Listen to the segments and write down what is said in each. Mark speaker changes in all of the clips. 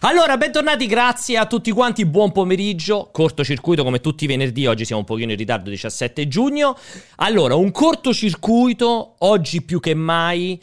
Speaker 1: Allora, bentornati, grazie a tutti quanti, buon pomeriggio. Cortocircuito come tutti i venerdì, oggi siamo un pochino in ritardo, 17 giugno. Allora, un cortocircuito oggi più che mai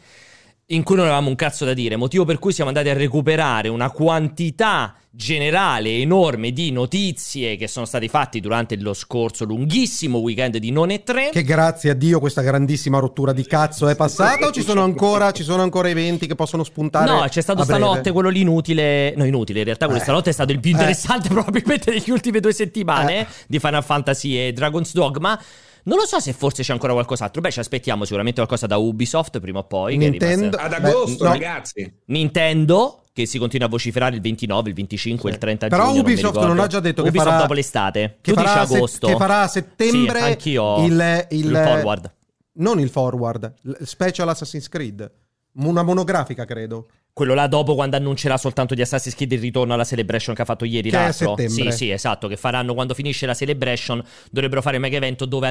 Speaker 1: in cui non avevamo un cazzo da dire, motivo per cui siamo andati a recuperare una quantità generale enorme di notizie che sono state fatte durante lo scorso lunghissimo weekend di Non e 3.
Speaker 2: Che grazie a Dio questa grandissima rottura di cazzo è passata o ci sono ancora, ci sono ancora eventi che possono spuntare?
Speaker 1: No, c'è stato
Speaker 2: a breve?
Speaker 1: stanotte quello lì inutile. No, inutile. In realtà, quello
Speaker 2: Eh.
Speaker 1: stanotte è stato il più
Speaker 2: Eh.
Speaker 1: interessante, probabilmente, degli ultime due settimane di Final Fantasy e Dragon's Dogma. Non lo so se forse c'è ancora qualcos'altro. Beh, ci aspettiamo sicuramente qualcosa da Ubisoft prima o poi. che è rimasta-
Speaker 2: Nintendo.
Speaker 3: Ad
Speaker 2: Beh,
Speaker 3: agosto,
Speaker 2: no.
Speaker 3: ragazzi.
Speaker 1: Nintendo, che si continua a vociferare il 29, il 25,
Speaker 2: Sì.
Speaker 1: il 30
Speaker 2: Però
Speaker 1: giugno. mi
Speaker 2: Ubisoft non
Speaker 1: ricordo.
Speaker 2: ha già detto che
Speaker 1: Ubisoft
Speaker 2: farà-
Speaker 1: dopo l'estate.
Speaker 2: che
Speaker 1: tu dici
Speaker 2: farà se-
Speaker 1: agosto.
Speaker 2: che farà a settembre
Speaker 1: Sì, anch'io.
Speaker 2: il- il-
Speaker 1: forward.
Speaker 2: Non il forward, l- special Assassin's Creed. Una monografica, credo.
Speaker 1: Quello là dopo quando annuncerà soltanto di Assassin's Creed il ritorno alla celebration che ha fatto ieri
Speaker 2: Che è a
Speaker 1: l'altro. Sì,
Speaker 2: settembre.
Speaker 1: sì, esatto, che faranno quando finisce la celebration, dovrebbero fare un mega evento dove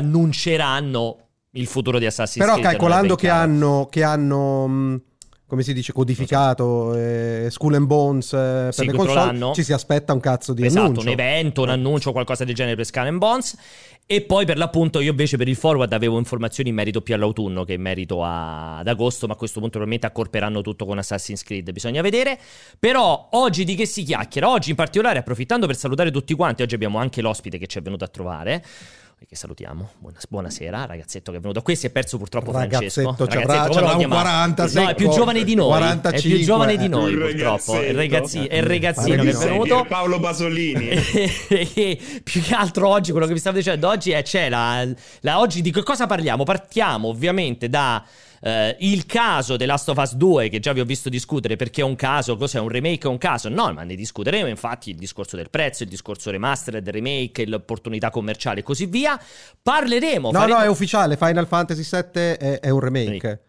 Speaker 1: annunceranno il futuro di Assassin's
Speaker 2: Però
Speaker 1: Creed. non è
Speaker 2: calcolando
Speaker 1: ben
Speaker 2: che
Speaker 1: chiaro.
Speaker 2: hanno, che hanno mh, come si dice, codificato eh, School and Bones eh, per
Speaker 1: Sì,
Speaker 2: le
Speaker 1: contro
Speaker 2: console,
Speaker 1: l'anno.
Speaker 2: ci si aspetta un cazzo di
Speaker 1: Esatto,
Speaker 2: annuncio.
Speaker 1: un evento, un annuncio, qualcosa del genere per Skull and Bones. E poi per l'appunto io invece per il forward avevo informazioni in merito più all'autunno che in merito a- ad agosto, ma a questo punto probabilmente accorperanno tutto con Assassin's Creed, bisogna vedere. Però oggi di che si chiacchiera? Oggi in particolare, approfittando per salutare tutti quanti, oggi abbiamo anche l'ospite che ci è venuto a trovare. Che salutiamo, Buona- buonasera, ragazzetto che è venuto qui. Si è perso purtroppo
Speaker 2: Ragazzetto,
Speaker 1: Francesco. come
Speaker 2: c'avrà-
Speaker 1: lo
Speaker 2: c'avrà un
Speaker 1: chiamate?
Speaker 2: 40,
Speaker 1: No, è più
Speaker 2: secco.
Speaker 1: giovane di noi. È più
Speaker 2: 45,
Speaker 1: giovane di
Speaker 2: eh.
Speaker 1: noi,
Speaker 3: Il
Speaker 1: purtroppo. Il, ragazzi- è il
Speaker 2: Eh,
Speaker 1: ragazzino che è
Speaker 2: ragazzetto.
Speaker 1: venuto.
Speaker 3: Paolo Basolini.
Speaker 1: E più che altro oggi quello che vi stavo dicendo oggi è c'è la, la- oggi di che cosa parliamo? Partiamo ovviamente da eh, il caso The Last of Us 2 che già vi ho visto discutere perché è un caso, cos'è un remake, è un caso? No, ma ne discuteremo infatti il discorso del prezzo, il discorso remastered, remake, l'opportunità commerciale e così via. Parleremo
Speaker 2: No,
Speaker 1: faremo-
Speaker 2: no, è ufficiale. Final Fantasy VII è, è un remake.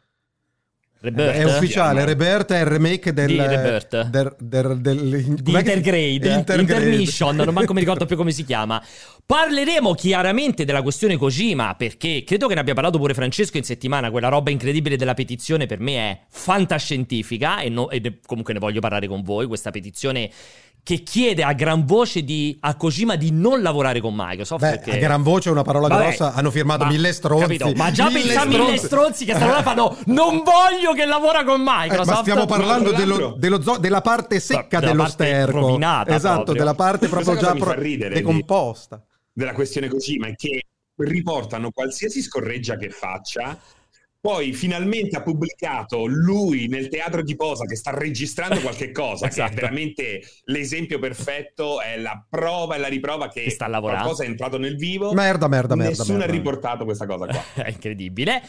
Speaker 1: Rebirth?
Speaker 2: È ufficiale. Rebirth è il remake del.
Speaker 1: Di Rebirth.
Speaker 2: del- del- del-
Speaker 1: di
Speaker 2: com'è che-
Speaker 1: Intergrade,
Speaker 2: Intergrade.
Speaker 1: Intermission, non manco mi ricordo più come si chiama. Parleremo chiaramente della questione Kojima, perché credo che ne abbia parlato pure Francesco in settimana, quella roba incredibile della petizione per me è fantascientifica e, no- e ne- comunque ne voglio parlare con voi, questa petizione che chiede a gran voce di- a Kojima di non lavorare con Microsoft.
Speaker 2: Beh,
Speaker 1: perché-
Speaker 2: a gran voce è una parola
Speaker 1: Vabbè,
Speaker 2: grossa. Hanno firmato
Speaker 1: ma-
Speaker 2: mille stronzi.
Speaker 1: capito, ma già pensavo mille stronzi che stanno là fanno non voglio che lavora con
Speaker 2: Eh,
Speaker 1: Microsoft
Speaker 2: ma stiamo parlando
Speaker 3: tra l'altro-
Speaker 2: dello- dello zo- della parte secca
Speaker 1: Della
Speaker 2: dello
Speaker 1: parte
Speaker 2: sterco.
Speaker 1: rovinata
Speaker 2: esatto,
Speaker 1: proprio.
Speaker 2: della parte
Speaker 3: Questa
Speaker 2: proprio
Speaker 3: cosa
Speaker 2: già
Speaker 3: mi fa ridere,
Speaker 2: decomposta.
Speaker 3: della questione Kojima è che riportano qualsiasi scorreggia che faccia. Poi finalmente ha pubblicato lui nel teatro di posa che sta registrando qualche cosa,
Speaker 1: Esatto.
Speaker 3: che è veramente l'esempio perfetto, è la prova e la riprova che
Speaker 1: Che sta lavorando.
Speaker 3: qualcosa è entrato nel vivo.
Speaker 2: Merda, merda, merda.
Speaker 3: Nessuno
Speaker 2: merda.
Speaker 3: ha riportato questa cosa qua.
Speaker 1: È incredibile.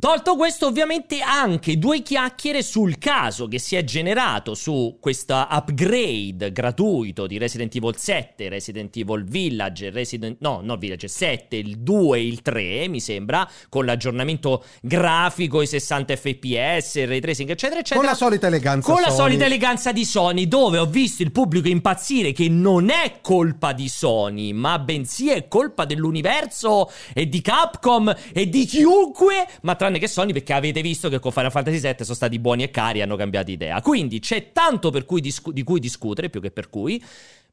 Speaker 1: Tolto questo, ovviamente, anche due chiacchiere sul caso che si è generato su questa upgrade gratuito di Resident Evil 7, Resident Evil Village, Resident... no, non Village, 7, il 2 e il 3, mi sembra, con l'aggiornamento grafico, i 60 fps, il ray tracing, eccetera, eccetera.
Speaker 2: Con la solita eleganza.
Speaker 1: Cioè, Con la
Speaker 2: Sony.
Speaker 1: solita eleganza di Sony, dove ho visto il pubblico impazzire che non è colpa di Sony, ma bensì è colpa dell'universo e di Capcom e di chiunque, ma tranne che Sony perché avete visto che con Final Fantasy VII sono stati buoni e cari e hanno cambiato idea. Quindi c'è tanto per cui discu- di cui discutere, più che per cui,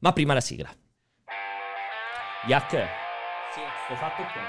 Speaker 1: ma prima la sigla. Yak. Sì, sto fatto cioè,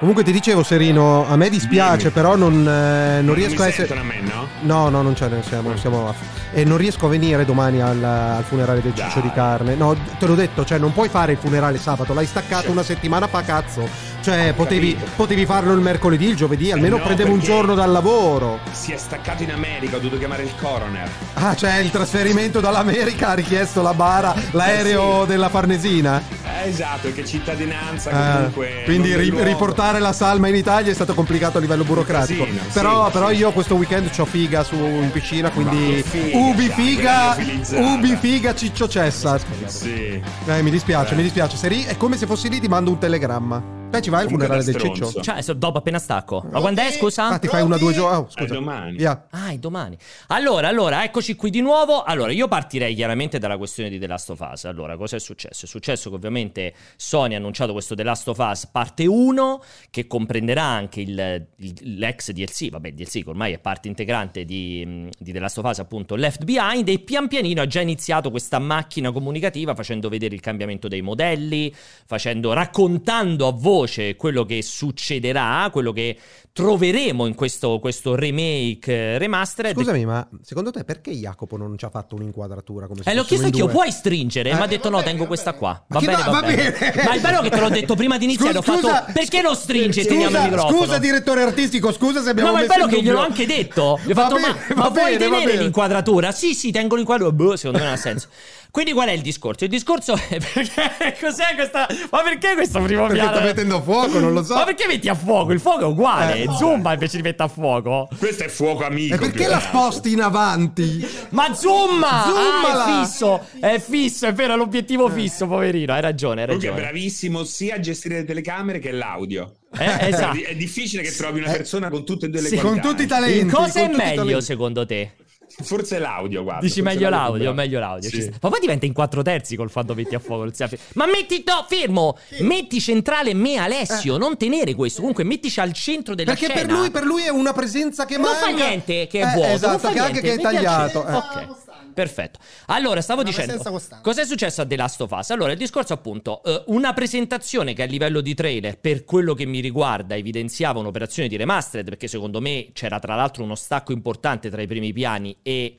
Speaker 2: Comunque ti dicevo, Serino, a me dispiace,
Speaker 3: Dimmi.
Speaker 2: però non, eh, non
Speaker 3: Non
Speaker 2: riesco
Speaker 3: mi
Speaker 2: a essere.
Speaker 3: sentono a me, no?
Speaker 2: No, no, non ce ne siamo.
Speaker 3: Ah.
Speaker 2: non siamo a- E non riesco a venire domani al, al funerale del
Speaker 3: Dai.
Speaker 2: ciccio di carne. No, te l'ho detto, cioè, non puoi fare il funerale sabato, l'hai staccato
Speaker 3: Cioè.
Speaker 2: una settimana fa, cazzo. Cioè, potevi,
Speaker 3: capito.
Speaker 2: potevi farlo il mercoledì, il giovedì, almeno
Speaker 3: no,
Speaker 2: prendevo un
Speaker 3: perché-
Speaker 2: giorno dal lavoro.
Speaker 3: Si è staccato in America, ho dovuto chiamare il coroner.
Speaker 2: Ah, cioè, il trasferimento dall'America ha richiesto la bara, l'aereo
Speaker 3: sì.
Speaker 2: della Farnesina.
Speaker 3: Eh, esatto, che cittadinanza
Speaker 2: Ah,
Speaker 3: comunque.
Speaker 2: quindi
Speaker 3: non del
Speaker 2: ri-
Speaker 3: luogo.
Speaker 2: riportare la salma in Italia è stato complicato a livello burocratico.
Speaker 3: casino, sì,
Speaker 2: però
Speaker 3: sì.
Speaker 2: però io questo weekend ho figa su in piscina,
Speaker 3: Ma che
Speaker 2: quindi
Speaker 3: figa,
Speaker 2: ubi
Speaker 3: dai,
Speaker 2: figa,
Speaker 3: quella neofilizzata.
Speaker 2: ubi figa ciccio cessa.
Speaker 3: Sì.
Speaker 2: Eh, mi dispiace,
Speaker 3: Eh.
Speaker 2: mi dispiace. Se ri- è come se fossi lì ti mando un telegramma. Beh, ci vai al
Speaker 3: Comunque
Speaker 2: funerale
Speaker 3: da
Speaker 2: del
Speaker 3: stronzo.
Speaker 2: ciccio?
Speaker 1: Cioè, so- dopo appena stacco. Ma quando è, scusa?
Speaker 2: Ah, ti fai una o due giorni. Oh,
Speaker 3: Eh,
Speaker 2: scusa.
Speaker 3: domani.
Speaker 2: Via.
Speaker 1: Ah, è domani. Allora, allora, eccoci qui di nuovo. Allora, io partirei chiaramente dalla questione di The Last of Us. Allora, cosa è successo? È successo che ovviamente Sony ha annunciato questo The Last of Us parte 1, che comprenderà anche il- il- l'ex DLC, vabbè, il DLC che ormai è parte integrante di, di The Last of Us, appunto, Left Behind, e pian pianino ha già iniziato questa macchina comunicativa facendo vedere il cambiamento dei modelli, facendo, raccontando a voce quello che succederà, quello che troveremo in questo, questo remake eh, remastered.
Speaker 2: Scusami, ma secondo te perché Jacopo non ci ha fatto un'inquadratura come se
Speaker 1: Eh, l'ho chiesto anch'io,
Speaker 2: fossimo in due?
Speaker 1: puoi stringere?
Speaker 2: Eh,
Speaker 1: mi ha detto
Speaker 4: va
Speaker 1: no,
Speaker 4: bene,
Speaker 1: tengo
Speaker 4: va
Speaker 1: questa
Speaker 4: bene.
Speaker 1: qua. Va
Speaker 2: Ma che
Speaker 1: bene,
Speaker 2: va-
Speaker 1: va,
Speaker 2: va
Speaker 1: bene.
Speaker 2: bene.
Speaker 1: Ma il bello è che te l'ho detto prima di iniziare,
Speaker 2: Scusa,
Speaker 1: ho fatto
Speaker 2: scusa,
Speaker 1: perché non stringe
Speaker 2: scusa,
Speaker 1: teniamo il microfono?
Speaker 2: Scusa, direttore artistico, scusa se abbiamo
Speaker 1: No, ma è
Speaker 2: messo
Speaker 1: bello
Speaker 2: in
Speaker 1: che
Speaker 2: dubbio.
Speaker 1: gliel'ho anche detto. Gli ho
Speaker 2: Va
Speaker 1: fatto,
Speaker 2: bene,
Speaker 1: ma,
Speaker 2: va
Speaker 1: ma vuoi
Speaker 2: bene, va
Speaker 1: tenere
Speaker 2: bene.
Speaker 1: l'inquadratura? Sì, sì, tengo l'inquadratura. Boh, secondo me non ha senso. Quindi qual è il discorso? Il discorso è perché cos'è questa. Ma perché questo primo
Speaker 2: Perché
Speaker 1: piano?
Speaker 2: sta mettendo a fuoco, non lo so.
Speaker 1: Ma perché metti a fuoco? Il fuoco è uguale.
Speaker 2: Eh.
Speaker 1: Zumba invece di mettere a fuoco.
Speaker 3: Questo è fuoco amico.
Speaker 2: E perché la sposti in avanti?
Speaker 1: Ma Zumma!
Speaker 2: Zummala!
Speaker 1: Ah, è fisso! È fisso, è vero, è l'obiettivo fisso, poverino. Hai ragione, hai
Speaker 3: Lui è
Speaker 1: ragione.
Speaker 3: bravissimo sia a gestire le telecamere che l'audio.
Speaker 1: Eh, esatto.
Speaker 3: È, è difficile che trovi una
Speaker 2: Ah. Eh,
Speaker 3: persona con tutte e due le
Speaker 1: sì,
Speaker 2: Con
Speaker 3: qualità. eh.
Speaker 2: tutti i talenti.
Speaker 1: Cosa è
Speaker 2: con tutti i
Speaker 1: meglio
Speaker 2: talenti.
Speaker 1: secondo te?
Speaker 3: Forse l'audio, guarda.
Speaker 1: Dici
Speaker 3: forse
Speaker 1: meglio
Speaker 3: più
Speaker 1: l'audio,
Speaker 3: bravo.
Speaker 1: meglio l'audio.
Speaker 3: Sì.
Speaker 1: ci sta. Ma poi diventa in 4 terzi col fatto metti a fuoco il selfie. Ma metti, no, fermo! Metti centrale me Alessio, non tenere questo. Comunque mettici al centro della
Speaker 2: Eh. Perché
Speaker 1: scena.
Speaker 2: per lui, per lui è una presenza che
Speaker 1: Non
Speaker 2: manca.
Speaker 1: fa niente che è
Speaker 2: Eh,
Speaker 1: vuoto. non
Speaker 2: Esatto,
Speaker 1: fa
Speaker 2: che
Speaker 1: niente,
Speaker 2: anche che è
Speaker 1: metti al
Speaker 2: tagliato.
Speaker 1: centro.
Speaker 2: eh.
Speaker 4: eh.
Speaker 1: Ok, perfetto. Allora, stavo
Speaker 4: Una
Speaker 1: dicendo,
Speaker 4: presenza costante.
Speaker 1: cosa è successo a The Last of Us? Allora, il discorso appunto, eh, una presentazione che a livello di trailer, per quello che mi riguarda, evidenziava un'operazione di remastered, perché secondo me c'era tra l'altro uno stacco importante tra i primi piani e...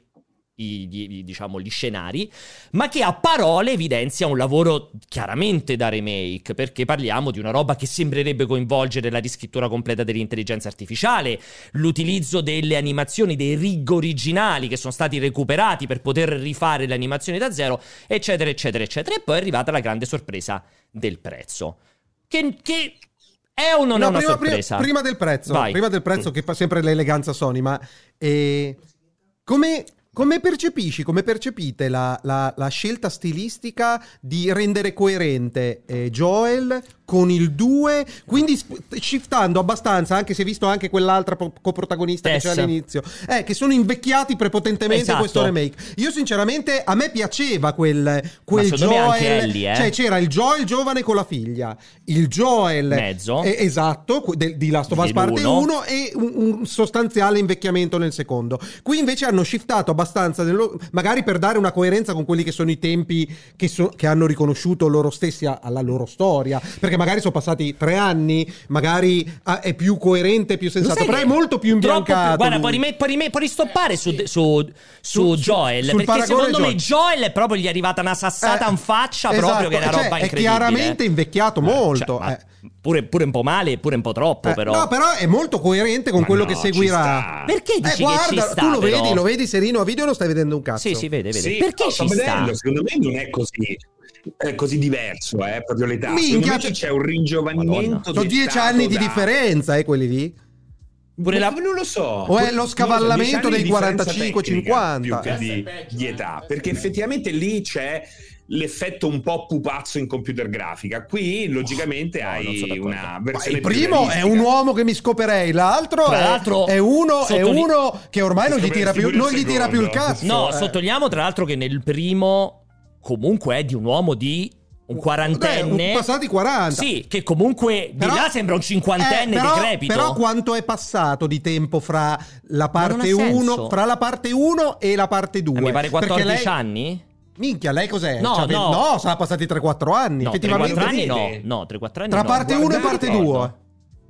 Speaker 1: I, gli- diciamo gli scenari ma che a parole evidenzia un lavoro chiaramente da remake, perché parliamo di una roba che sembrerebbe coinvolgere la riscrittura completa dell'intelligenza artificiale, l'utilizzo delle animazioni, dei rig originali che sono stati recuperati per poter rifare le animazioni da zero, eccetera, eccetera, eccetera. E poi è arrivata la grande sorpresa del prezzo. Che, che è o non
Speaker 2: No,
Speaker 1: è una
Speaker 2: prima,
Speaker 1: sorpresa?
Speaker 2: prima- prima del prezzo,
Speaker 1: Vai.
Speaker 2: prima del prezzo che fa sempre l'eleganza Sony, ma eh, come, come percepisci, come percepite la, la- la scelta stilistica di rendere coerente eh, Joel con il 2, quindi sp- shiftando abbastanza, anche se visto anche quell'altra pro- coprotagonista
Speaker 1: Tess.
Speaker 2: che c'era all'inizio, eh, che sono invecchiati prepotentemente
Speaker 1: Esatto.
Speaker 2: questo remake. Io sinceramente, a me piaceva quel, quel
Speaker 1: secondo me
Speaker 2: Joel,
Speaker 1: anche Ellie, eh.
Speaker 2: cioè c'era il Joel giovane con la figlia, il Joel
Speaker 1: Mezzo.
Speaker 2: eh, esatto, que- del- di Last of Us parte
Speaker 1: Dell'uno.
Speaker 2: 1 e un, un sostanziale invecchiamento nel secondo. Qui invece hanno shiftato abbastanza, nello- magari per dare una coerenza con quelli che sono i tempi che, so- che hanno riconosciuto loro stessi a- alla loro storia, perché magari sono passati tre anni, magari ah, è più coerente, più
Speaker 1: Mm. Lo
Speaker 2: sensato,
Speaker 1: sai
Speaker 2: però
Speaker 1: che
Speaker 2: è molto più
Speaker 1: troppo
Speaker 2: imbiancato.
Speaker 1: Guarda,
Speaker 2: lui.
Speaker 1: puoi, rime- puoi rime- puoi ristoppare su, su, su,
Speaker 2: Su- su-
Speaker 1: Joel.
Speaker 2: sul
Speaker 1: perché
Speaker 2: paragone
Speaker 1: secondo me
Speaker 2: Joel.
Speaker 1: Joel è proprio gli è arrivata una sassata
Speaker 2: Eh,
Speaker 1: in faccia.
Speaker 2: esatto,
Speaker 1: Proprio che è una
Speaker 2: cioè,
Speaker 1: roba
Speaker 2: è
Speaker 1: incredibile. cioè,
Speaker 2: chiaramente invecchiato molto,
Speaker 1: ma
Speaker 2: eh.
Speaker 1: pure, pure un po' male, pure un po' troppo,
Speaker 2: Eh,
Speaker 1: però.
Speaker 2: No, però è molto coerente con
Speaker 3: Ma
Speaker 2: quello
Speaker 3: no,
Speaker 2: che
Speaker 3: ci
Speaker 2: seguirà.
Speaker 3: sta.
Speaker 1: Perché
Speaker 2: Eh,
Speaker 1: dici che
Speaker 2: guarda,
Speaker 1: ci sta?
Speaker 2: tu lo
Speaker 1: però?
Speaker 2: vedi, lo vedi serino a video o non stai vedendo un cazzo?
Speaker 1: Sì, si vede, vede.
Speaker 3: Sì,
Speaker 1: Perché
Speaker 3: no,
Speaker 1: ci
Speaker 3: sto
Speaker 1: sta?
Speaker 3: vedendo, Secondo me non è così. È così diverso, eh, proprio l'età.
Speaker 2: Minchia,
Speaker 3: Secondo me
Speaker 2: c'è-
Speaker 3: c'è un
Speaker 1: Madonna.
Speaker 3: ringiovanimento.
Speaker 2: Sono dieci
Speaker 3: dettato
Speaker 2: anni di
Speaker 3: da-
Speaker 2: differenza, eh, quelli lì.
Speaker 1: Pure
Speaker 3: Ma
Speaker 1: la-
Speaker 3: Non lo so.
Speaker 2: O è lo
Speaker 3: Non so,
Speaker 2: scavallamento
Speaker 3: dieci anni
Speaker 2: dei
Speaker 3: di differenza
Speaker 2: 45,
Speaker 3: tecnica,
Speaker 2: 50.
Speaker 3: Più che
Speaker 4: Questo è
Speaker 3: di,
Speaker 4: peggio,
Speaker 3: di
Speaker 4: eh.
Speaker 3: età. Perché effettivamente lì c'è l'effetto un po' pupazzo in computer grafica. Qui, logicamente,
Speaker 1: no, non
Speaker 3: hai
Speaker 1: sono d'accordo.
Speaker 3: una
Speaker 2: Ma
Speaker 3: versione.
Speaker 2: il
Speaker 3: più
Speaker 2: primo è
Speaker 3: realistica.
Speaker 2: un uomo che mi scoperei, l'altro,
Speaker 1: Tra
Speaker 2: è,
Speaker 1: l'altro,
Speaker 2: è uno, è
Speaker 1: sottoline-
Speaker 2: uno che ormai non gli tira più, non gli tira più il cazzo.
Speaker 1: No,
Speaker 2: eh.
Speaker 1: sottolineiamo tra l'altro che nel primo comunque è di un uomo di un quarantenne.
Speaker 2: Beh, passati 40.
Speaker 1: Sì, che comunque
Speaker 2: Però-
Speaker 1: di là sembra un cinquantenne
Speaker 2: Eh, però,
Speaker 1: decrepito.
Speaker 2: Però quanto è passato di tempo fra la parte
Speaker 1: non ha senso.
Speaker 2: 1 fra la parte 1 e la parte 2?
Speaker 1: Eh, mi pare 14
Speaker 2: lei,
Speaker 1: anni?
Speaker 2: Minchia, lei cos'è?
Speaker 1: No,
Speaker 2: Cioè,
Speaker 1: no.
Speaker 2: sono passati 3-4 anni.
Speaker 1: No,
Speaker 2: effettivamente
Speaker 1: 3-4 anni
Speaker 2: sì.
Speaker 1: no.
Speaker 3: vede.
Speaker 1: No, 3-4 anni
Speaker 2: Tra
Speaker 1: no.
Speaker 2: parte 1 e
Speaker 3: guardate,
Speaker 2: parte
Speaker 3: no.
Speaker 2: 2.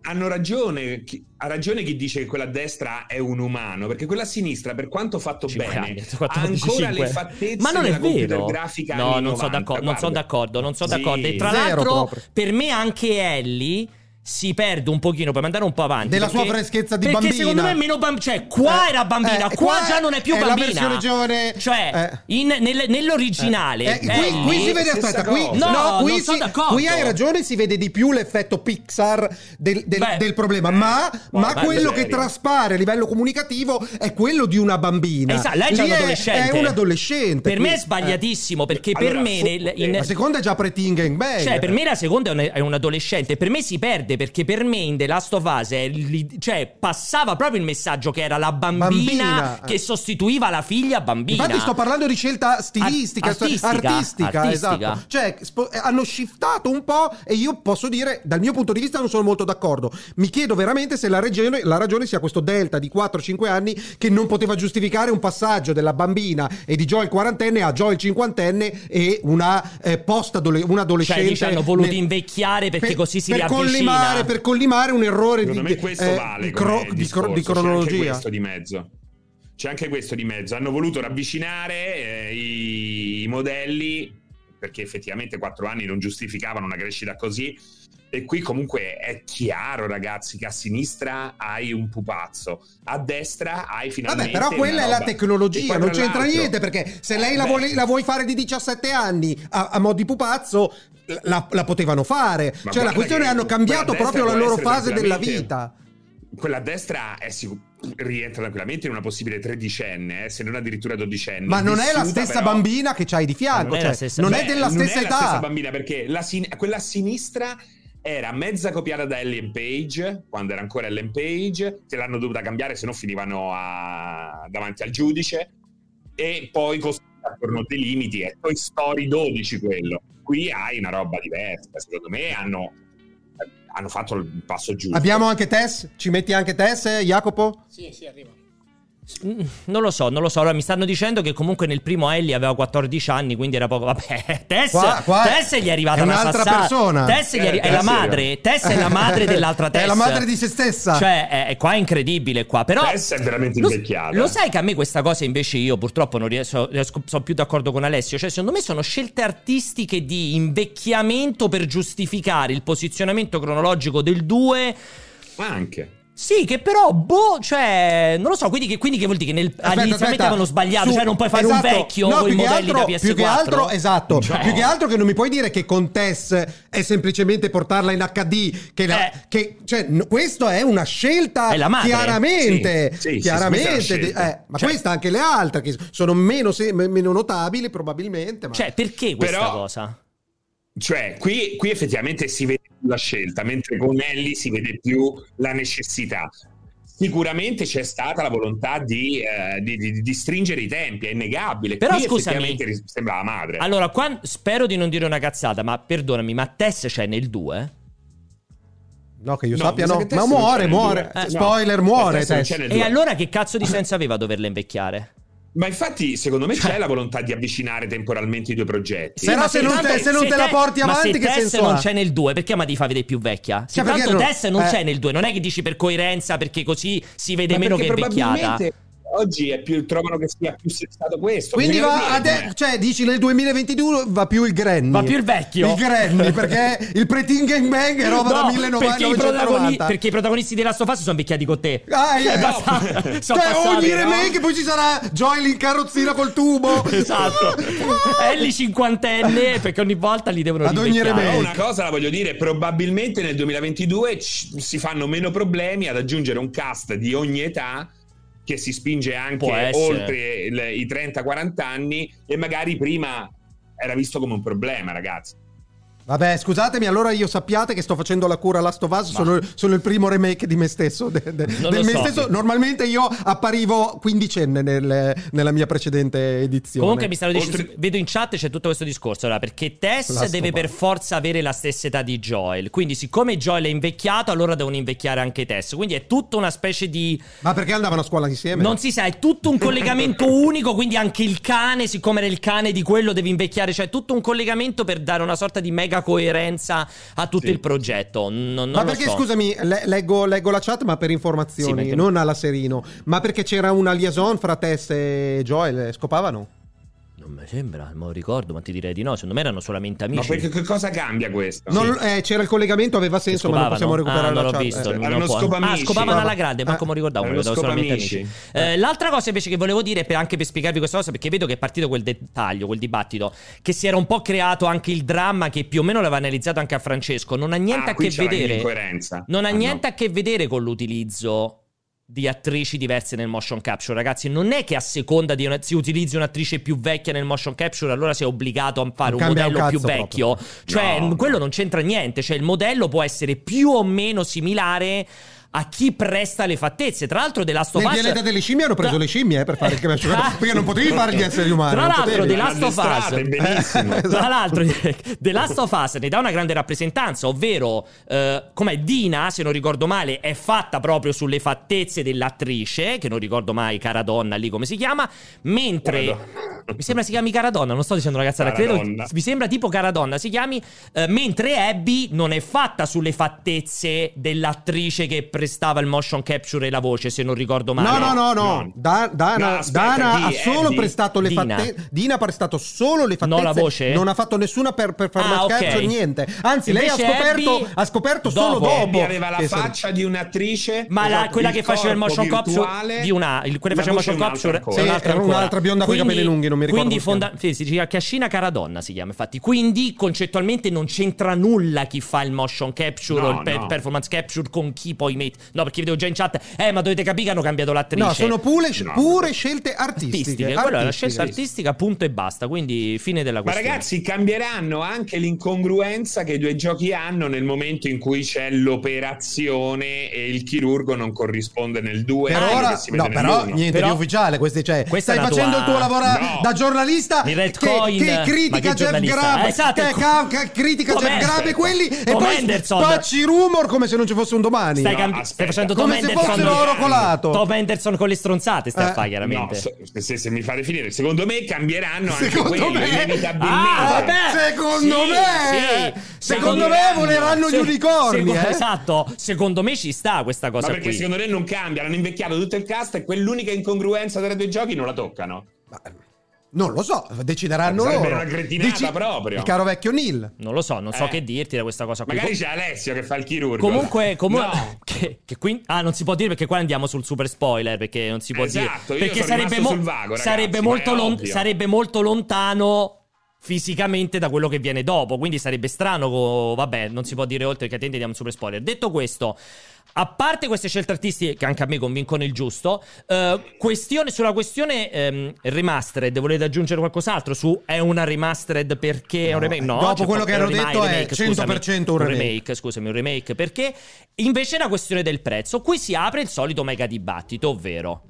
Speaker 3: Hanno ragione, chi- ha ragione chi dice che quella a destra è un umano, perché quella a sinistra, per quanto fatto
Speaker 1: Cinque
Speaker 3: bene,
Speaker 1: anni,
Speaker 3: ha
Speaker 1: 14,
Speaker 3: ancora
Speaker 1: cinque.
Speaker 3: le fattezze
Speaker 1: Ma non è
Speaker 3: della computer
Speaker 1: vero.
Speaker 3: grafica
Speaker 1: No,
Speaker 3: anni
Speaker 1: non sono
Speaker 3: 90,
Speaker 1: d'accordo, non sono
Speaker 3: guarda.
Speaker 1: d'accordo, non sono
Speaker 3: Sì.
Speaker 1: d'accordo. E tra
Speaker 2: Zero
Speaker 1: l'altro,
Speaker 2: proprio.
Speaker 1: per me anche Ellie si perde un pochino per mandare un po' avanti.
Speaker 2: Della
Speaker 1: perché-
Speaker 2: sua freschezza di
Speaker 1: perché
Speaker 2: bambina.
Speaker 1: secondo me è meno bambina. Cioè, qua
Speaker 2: Eh,
Speaker 1: era bambina, qua,
Speaker 2: eh, qua
Speaker 1: già non è più
Speaker 2: è la
Speaker 1: bambina.
Speaker 2: versione giovane.
Speaker 1: Cioè,
Speaker 2: Eh.
Speaker 1: in- nel- nell'originale.
Speaker 2: Eh, qui, qui
Speaker 1: Ellie-
Speaker 2: si vede,
Speaker 3: stessa
Speaker 2: aspetta, qui,
Speaker 3: cosa.
Speaker 1: No,
Speaker 2: qui,
Speaker 1: non sono
Speaker 2: si-
Speaker 1: d'accordo.
Speaker 2: qui hai ragione, si vede di più l'effetto Pixar del, del-
Speaker 1: Beh,
Speaker 2: del problema, ma, ma
Speaker 1: ma
Speaker 2: quello che
Speaker 3: serio.
Speaker 2: traspare a livello comunicativo è quello di una bambina.
Speaker 1: Esatto, lei è già
Speaker 2: Lì
Speaker 1: un adolescente.
Speaker 2: È un adolescente.
Speaker 1: Per me è
Speaker 2: qui.
Speaker 1: sbagliatissimo perché per
Speaker 3: Eh. Allora,
Speaker 1: me
Speaker 3: fu-
Speaker 1: nel- in-
Speaker 2: Eh, La seconda è già pre-teen gangbang.
Speaker 1: Cioè, per me la seconda è un, è un adolescente. Per me si perde perché per me in The Last of Us è l'i- cioè, passava proprio il messaggio che era la bambina,
Speaker 2: Bambina. eh.
Speaker 1: che sostituiva la figlia bambina.
Speaker 2: Infatti sto parlando di scelta stilistica,
Speaker 1: Ar-
Speaker 2: sto-
Speaker 1: artistica,
Speaker 2: artistica,
Speaker 1: artistica.
Speaker 2: esatto. Cioè, spo- eh, hanno shiftato un po' e io posso dire, dal mio punto di vista non sono molto d'accordo. Mi chiedo veramente se la ragione, la ragione sia questo delta di 4-5 anni che non poteva giustificare un passaggio della bambina e di Joel quarantenne a Joel cinquantenne e una eh, post un adolescente.
Speaker 1: Cioè, dici, hanno voluto
Speaker 2: nel-
Speaker 1: invecchiare perché così si
Speaker 2: per
Speaker 1: riavvicina.
Speaker 2: collimare, per collimare un errore
Speaker 3: Secondo
Speaker 2: di,
Speaker 3: me questo
Speaker 2: eh,
Speaker 3: vale
Speaker 2: di,
Speaker 3: come
Speaker 2: cro- di cro-
Speaker 3: discorso,
Speaker 2: di
Speaker 3: C'è anche
Speaker 2: cronologia.
Speaker 3: questo di mezzo. C'è anche questo di mezzo. Hanno voluto ravvicinare eh, i, i modelli perché effettivamente quattro anni non giustificavano una crescita così. E qui comunque è chiaro, ragazzi, che a sinistra hai un pupazzo, a destra hai
Speaker 2: Vabbè,
Speaker 3: finalmente.
Speaker 2: però quella
Speaker 3: una
Speaker 2: è la
Speaker 3: roba. E
Speaker 2: tecnologia,
Speaker 3: poi,
Speaker 2: non
Speaker 3: tra
Speaker 2: c'entra
Speaker 3: l'altro-
Speaker 2: niente perché se lei
Speaker 3: Eh,
Speaker 2: la,
Speaker 3: beh.
Speaker 2: vuole- la vuoi fare di 17 anni a, a mo' di pupazzo, la, la potevano fare.
Speaker 3: Ma
Speaker 2: cioè, la
Speaker 3: guarda
Speaker 2: questione è
Speaker 3: che
Speaker 2: hanno cambiato
Speaker 3: quella destra
Speaker 2: proprio la
Speaker 3: può
Speaker 2: loro
Speaker 3: essere
Speaker 2: fase della
Speaker 3: tranquillamente-
Speaker 2: vita.
Speaker 3: Quella a destra è sicu- rientra tranquillamente in una possibile tredicenne, eh, se non addirittura dodicenne.
Speaker 2: Ma non è la
Speaker 3: Vissuta,
Speaker 2: stessa
Speaker 3: però-
Speaker 2: bambina che c'hai di
Speaker 1: non
Speaker 2: fianco,
Speaker 1: è la
Speaker 2: cioè,
Speaker 1: stessa-
Speaker 2: non è
Speaker 3: Beh,
Speaker 2: della
Speaker 3: non
Speaker 2: stessa
Speaker 3: è la stessa
Speaker 2: età.
Speaker 3: bambina perché la sin- quella a sinistra era mezza copiata da Ellen Page quando era ancora Ellen Page che l'hanno dovuta cambiare se no finivano a- davanti al giudice e poi costruita attorno a dei limiti è Toy Story 12 quello qui hai una roba diversa secondo me hanno, hanno fatto il passo giusto
Speaker 2: Abbiamo anche Tess? Ci metti anche Tess, eh, Jacopo?
Speaker 4: Sì, sì, arriva.
Speaker 1: Mm, Non lo so, non lo so. Allora, mi stanno dicendo che comunque nel primo Ellie aveva 14 anni, quindi era poco. Vabbè, Tess,
Speaker 2: Qua- qua
Speaker 1: Tess gli è arrivata
Speaker 2: è
Speaker 1: una
Speaker 2: un'altra
Speaker 1: sassata.
Speaker 2: persona.
Speaker 1: Tess gli è, arri-
Speaker 3: Eh,
Speaker 1: è la
Speaker 3: Tess è-
Speaker 1: madre. Tess è la madre dell'altra Tess.
Speaker 2: È la madre di se stessa.
Speaker 1: Cioè, è, è qua è incredibile qua, però...
Speaker 3: Tess è veramente
Speaker 1: lo,
Speaker 3: invecchiata.
Speaker 1: lo sai che a me questa cosa invece io purtroppo non riesco, riesco- sono più d'accordo con Alessio, cioè secondo me sono scelte artistiche di invecchiamento per giustificare il posizionamento cronologico del 2.
Speaker 3: anche
Speaker 1: Sì, che però, boh, cioè, non lo so, quindi che, quindi che vuol dire che nel,
Speaker 2: Aspetta,
Speaker 1: all'iniziamente
Speaker 2: aspetta.
Speaker 1: avevano sbagliato,
Speaker 2: Su-
Speaker 1: cioè non puoi fare
Speaker 2: esatto.
Speaker 1: un vecchio
Speaker 2: No,
Speaker 1: con i
Speaker 2: più che
Speaker 1: modelli da
Speaker 2: altro-
Speaker 1: PS4.
Speaker 2: Più che altro, esatto,
Speaker 1: Cioè.
Speaker 2: più che altro che non mi puoi dire che con Tess è semplicemente portarla in HD, che, la-
Speaker 1: Eh.
Speaker 2: che- cioè, n- questo è una scelta
Speaker 1: È la madre.
Speaker 2: chiaramente,
Speaker 3: Sì, sì, sì,
Speaker 2: chiaramente,
Speaker 3: questa è una
Speaker 2: de-
Speaker 3: scelta.
Speaker 2: eh, ma
Speaker 1: Cioè.
Speaker 2: questa anche le altre che sono meno, se- m- meno notabili probabilmente, ma
Speaker 1: Cioè, perché questa
Speaker 3: Però-
Speaker 1: cosa?
Speaker 3: Cioè, qui, qui effettivamente si vede più la scelta, mentre con Ellie si vede più la necessità. Sicuramente c'è stata la volontà di, eh, di- di- di stringere i tempi, è innegabile.
Speaker 1: Però
Speaker 3: Qui
Speaker 1: scusami-
Speaker 3: effettivamente ris- sembra la madre.
Speaker 1: Allora, qua spero di non dire una cazzata, ma perdonami, ma Tess c'è nel 2?
Speaker 2: no che io
Speaker 3: No,
Speaker 2: sappia
Speaker 3: mi sa
Speaker 2: no,
Speaker 3: che Tess
Speaker 2: ma
Speaker 3: non c'è
Speaker 2: muore,
Speaker 3: nel
Speaker 2: muore,
Speaker 3: due. Eh,
Speaker 2: spoiler
Speaker 3: no,
Speaker 2: muore
Speaker 3: Tess non
Speaker 2: Tess.
Speaker 3: c'è nel
Speaker 1: E
Speaker 3: due.
Speaker 1: allora che cazzo di senso aveva doverla invecchiare?
Speaker 3: Ma infatti, secondo me c'è la volontà di avvicinare temporalmente i due progetti.
Speaker 2: Sì, Però
Speaker 1: ma
Speaker 2: Cioè se non
Speaker 1: tanto-
Speaker 2: te- se non te la porti
Speaker 1: ma
Speaker 2: avanti,
Speaker 1: se
Speaker 2: che
Speaker 1: Tess
Speaker 2: senso
Speaker 1: non
Speaker 2: ha?
Speaker 1: c'è nel 2, perché ma ti fa vedere più vecchia? Se
Speaker 2: Cioè, perché
Speaker 1: tanto
Speaker 2: allora-
Speaker 1: Tess non
Speaker 2: eh.
Speaker 1: c'è nel 2, non è che dici per coerenza perché così si vede
Speaker 3: Ma
Speaker 1: meno che è
Speaker 3: perché
Speaker 1: vecchiata.
Speaker 3: probabilmente oggi è più- trovano che sia più sestato questo.
Speaker 1: Certo,
Speaker 2: Quindi
Speaker 3: Bisogna
Speaker 2: va a
Speaker 3: vedere
Speaker 2: de-
Speaker 3: com'è.
Speaker 2: cioè dici nel 2022 va più il Granny.
Speaker 1: Va più il vecchio.
Speaker 2: Il Granny perché il pre-teen gangbang è roba da
Speaker 1: No,
Speaker 2: 1990.
Speaker 1: perché i, protagoni- perché i protagonisti di Last of Us sono vecchiati con te.
Speaker 2: Ah,
Speaker 1: Cioè,
Speaker 2: eh,
Speaker 1: basta-
Speaker 2: no.
Speaker 1: sono
Speaker 2: cioè,
Speaker 1: passati,
Speaker 2: ogni
Speaker 1: no?
Speaker 2: remake poi ci sarà Joel in carrozzina col tubo. Ah!
Speaker 1: Esatto. Ellie cinquantenne, perché ogni volta li devono
Speaker 2: Ad ogni
Speaker 1: rivecchiare.
Speaker 2: remake.
Speaker 3: Però una cosa la voglio dire, probabilmente nel 2022 ci- si fanno meno problemi ad aggiungere un cast di ogni età che si spinge
Speaker 1: Può
Speaker 3: anche
Speaker 1: essere.
Speaker 3: oltre il- i 30-40 anni e magari prima era visto come un problema, ragazzi.
Speaker 2: Vabbè, scusatemi, allora io sappiate che sto facendo la cura a Last of Us,
Speaker 1: Ma-
Speaker 2: sono, sono il primo remake di me stesso. de- de-
Speaker 1: Non
Speaker 2: del
Speaker 1: lo
Speaker 2: me
Speaker 1: so.
Speaker 2: stesso. Normalmente io apparivo quindicenne nel- nella mia precedente edizione.
Speaker 1: Comunque mi stanno dicendo,
Speaker 3: Oltre-
Speaker 1: vedo in chat c'è tutto questo discorso, allora, perché Tess
Speaker 2: Last of
Speaker 1: deve
Speaker 2: Us.
Speaker 1: per forza avere la stessa età di Joel, quindi siccome Joel è invecchiato allora devono invecchiare anche Tess, quindi è tutta una specie di...
Speaker 2: Ma perché andavano a scuola
Speaker 3: Eh,
Speaker 2: insieme?
Speaker 1: Non si sa, è tutto un collegamento unico, quindi anche il cane, siccome era il cane di quello, deve invecchiare, cioè è tutto un collegamento per dare una sorta di mega coerenza a tutto
Speaker 3: Sì.
Speaker 1: il progetto. Non, non
Speaker 2: Ma
Speaker 1: lo
Speaker 2: perché,
Speaker 1: so.
Speaker 2: scusami, le- leggo, leggo la chat, ma per
Speaker 1: Sì,
Speaker 2: informazioni,
Speaker 1: mentre-
Speaker 2: non alla Serino. Ma perché c'era una liaison fra Tess e Joel? Eh, Scopavano?
Speaker 1: Non mi sembra, non ricordo, ma ti direi di no. Secondo me erano solamente
Speaker 3: Ma
Speaker 1: amici.
Speaker 3: perché, che cosa cambia questo?
Speaker 2: Non- eh, c'era il collegamento, aveva
Speaker 1: che
Speaker 2: senso, ma non possiamo
Speaker 1: scopavano.
Speaker 2: recuperare
Speaker 1: ah, non
Speaker 2: la
Speaker 1: l'ho
Speaker 2: chat.
Speaker 1: visto,
Speaker 2: Eh,
Speaker 1: non
Speaker 3: erano
Speaker 1: lo può- Ah,
Speaker 3: scopamici.
Speaker 1: scopavano alla
Speaker 2: Scopava-
Speaker 1: grande, manco
Speaker 2: Ah,
Speaker 1: mi ricordavo,
Speaker 3: erano
Speaker 1: mi ricordavo solamente
Speaker 3: scopamici.
Speaker 1: amici. Eh, l'altra cosa invece che volevo dire, per- anche per spiegarvi questa cosa, perché vedo che è partito quel dettaglio, quel dibattito, che si era un po' creato anche il dramma che più o meno l'aveva analizzato anche a Francesco, non ha niente
Speaker 3: Ah,
Speaker 1: a
Speaker 3: qui
Speaker 1: che
Speaker 3: c'è la
Speaker 1: vedere.
Speaker 3: incoerenza.
Speaker 1: Non ha
Speaker 3: Ah, no.
Speaker 1: niente a che vedere con l'utilizzo di attrici diverse nel motion capture, ragazzi. Non è che a seconda di una, si utilizzi un'attrici più vecchia nel motion capture, allora sei obbligato a fare
Speaker 2: Non
Speaker 1: un
Speaker 2: cambia un
Speaker 1: modello più
Speaker 2: cazzo
Speaker 1: vecchio. Cioè,
Speaker 3: No.
Speaker 1: quello non c'entra niente. Cioè, il modello può essere più o meno similare a chi presta le fattezze. Tra l'altro, The Last of
Speaker 2: Nel
Speaker 1: Us-
Speaker 2: pianeta delle scimmie hanno preso
Speaker 1: Tra-
Speaker 2: le scimmie eh, per fare il camello. perché non potevi fare gli esseri umani.
Speaker 1: Tra
Speaker 2: non
Speaker 1: l'altro,
Speaker 2: potevi.
Speaker 1: The Last of Us.
Speaker 3: Addestrate, benissimo.
Speaker 2: Eh,
Speaker 1: Tra
Speaker 2: esatto.
Speaker 1: l'altro, The Last of Us ne dà una grande rappresentanza, ovvero eh, come Dina, se non ricordo male, è fatta proprio sulle fattezze dell'attrice, che non ricordo mai, cara donna lì come si chiama, mentre mi sembra si chiami cara donna, non sto dicendo ragazzata,
Speaker 3: Cara
Speaker 1: credo
Speaker 3: donna.
Speaker 1: mi sembra tipo cara donna si chiami, eh, mentre Abby non è fatta sulle fattezze dell'attrice che prestava il motion capture e la voce, se non ricordo male.
Speaker 2: No, no, no, no.
Speaker 3: No.
Speaker 2: Da- Dana,
Speaker 3: No, aspetta,
Speaker 2: Dana ha
Speaker 3: di- eh,
Speaker 2: solo
Speaker 3: di-
Speaker 2: prestato le
Speaker 1: Dina.
Speaker 2: fattezze. Dina ha prestato solo le fattezze.
Speaker 1: la voce?
Speaker 2: Non ha fatto nessuna per, per fare
Speaker 1: Ah,
Speaker 2: lo
Speaker 1: ok.
Speaker 2: scherzo, niente. Anzi, lei ha
Speaker 1: Invece
Speaker 2: scoperto,
Speaker 1: Abby-
Speaker 2: ha scoperto solo
Speaker 1: dopo.
Speaker 2: dopo.
Speaker 3: Abby aveva la
Speaker 2: che-
Speaker 3: faccia di un'attrice,
Speaker 1: Ma la-
Speaker 3: esatto,
Speaker 1: quella
Speaker 3: il
Speaker 1: che faceva il
Speaker 3: corpo
Speaker 1: motion capture
Speaker 3: virtuale,
Speaker 1: di una, il, quella che
Speaker 3: la
Speaker 1: faceva il motion
Speaker 3: voce è un'altra
Speaker 1: capture è
Speaker 3: ancora.
Speaker 2: Sì,
Speaker 1: un'altra
Speaker 2: era
Speaker 1: ancora.
Speaker 2: un'altra bionda coi
Speaker 1: Quindi-
Speaker 2: capelli lunghi, non mi ricordo
Speaker 1: Quindi
Speaker 2: come si
Speaker 1: fonda- sì, si chiama Cascina Caradonna si chiama, infatti. Quindi concettualmente non c'entra nulla chi fa il motion capture o
Speaker 3: No,
Speaker 1: il pe-
Speaker 3: no.
Speaker 1: performance capture con chi poi mette. No, perché vedevo già in chat "Eh, ma dovete capire che hanno cambiato l'attrice".
Speaker 2: No, sono pure,
Speaker 3: No.
Speaker 2: pure scelte artistiche.
Speaker 1: artistiche. Quella è una
Speaker 2: Artistiche.
Speaker 1: scelta artistica, punto e basta, quindi fine della
Speaker 3: Ma
Speaker 1: questione.
Speaker 3: ragazzi, cambieranno anche l'incongruenza che i due giochi hanno nel momento in cui c'è l'operazione e il chirurgo non corrisponde nel 2.
Speaker 2: Per
Speaker 1: Ah,
Speaker 2: ora, no, però niente
Speaker 1: Però-
Speaker 2: di ufficiale. Questi, cioè,
Speaker 1: Questa è
Speaker 2: stai
Speaker 1: la
Speaker 2: facendo
Speaker 1: tua-
Speaker 2: il tuo lavoro
Speaker 3: No.
Speaker 2: da giornalista
Speaker 1: Il
Speaker 2: che,
Speaker 1: Red Coin,
Speaker 2: che
Speaker 1: ma che
Speaker 2: critica Jeff
Speaker 1: giornalista?
Speaker 2: Grab,
Speaker 1: Eh, esatto,
Speaker 2: che
Speaker 1: il-
Speaker 2: ca- che critica
Speaker 1: Tom
Speaker 2: Jeff Grab e
Speaker 1: Anderson.
Speaker 2: quelli e
Speaker 1: Tom
Speaker 2: poi
Speaker 1: Anderson.
Speaker 2: spacci rumor come se non ci fosse un domani.
Speaker 1: Stai,
Speaker 3: No,
Speaker 1: cambi-
Speaker 3: aspetta.
Speaker 1: stai facendo Tom
Speaker 2: come se
Speaker 1: Anderson.
Speaker 2: fosse l'oro colato.
Speaker 1: Tom Anderson con le stronzate, stai a
Speaker 2: Eh,
Speaker 1: fare chiaramente.
Speaker 3: se, se- se mi fate finire, secondo me cambieranno anche
Speaker 2: Secondo
Speaker 3: quello,
Speaker 2: me-
Speaker 3: inevitabilmente.
Speaker 1: Ah, vabbè.
Speaker 2: Secondo
Speaker 1: Sì,
Speaker 2: me,
Speaker 1: sì.
Speaker 2: secondo me
Speaker 3: Secondo-
Speaker 2: voleranno gli
Speaker 1: Se-
Speaker 2: unicorni.
Speaker 1: secondo-
Speaker 2: eh.
Speaker 1: Esatto, secondo me ci sta questa
Speaker 3: Ma
Speaker 1: cosa
Speaker 3: perché
Speaker 1: qui.
Speaker 3: secondo me non cambia, hanno invecchiato tutto il cast e quell'unica incongruenza tra i due giochi non la toccano.
Speaker 2: Ma- Non lo so, decideranno
Speaker 3: Sarebbe
Speaker 2: loro.
Speaker 3: una cretinata proprio.
Speaker 2: Il caro vecchio Neil.
Speaker 1: Non lo so, non so
Speaker 3: Eh.
Speaker 1: che dirti da questa cosa qui.
Speaker 3: Magari
Speaker 1: Com-
Speaker 3: c'è Alessio che fa il chirurgo.
Speaker 1: Comunque, comu-
Speaker 3: No.
Speaker 1: che, che qui- ah, non si può dire perché qua andiamo sul super spoiler. Perché non si può
Speaker 3: Esatto,
Speaker 1: dire.
Speaker 3: io
Speaker 1: Perché
Speaker 3: sono
Speaker 1: sarebbe,
Speaker 3: rimasto sul vago, ragazzi,
Speaker 1: sarebbe,
Speaker 3: ma
Speaker 1: molto
Speaker 3: è
Speaker 1: lon-
Speaker 3: ovvio.
Speaker 1: sarebbe molto lontano fisicamente da quello che viene dopo. Quindi sarebbe strano. co- vabbè, non si può dire oltre che attenti, diamo un super spoiler. Detto questo. A parte queste scelte artistiche, che anche a me convincono il giusto, eh, questione- sulla questione ehm, remastered, volete aggiungere qualcos'altro? Su è una remastered perché è un
Speaker 2: No, eh,
Speaker 1: remake? No,
Speaker 2: dopo
Speaker 1: c'è
Speaker 2: quello
Speaker 1: po-
Speaker 2: che hanno
Speaker 1: un
Speaker 2: detto è
Speaker 1: scusami,
Speaker 2: 100% un remake.
Speaker 1: scusami, un remake, perché invece è una questione del prezzo. Qui si apre il solito mega dibattito, ovvero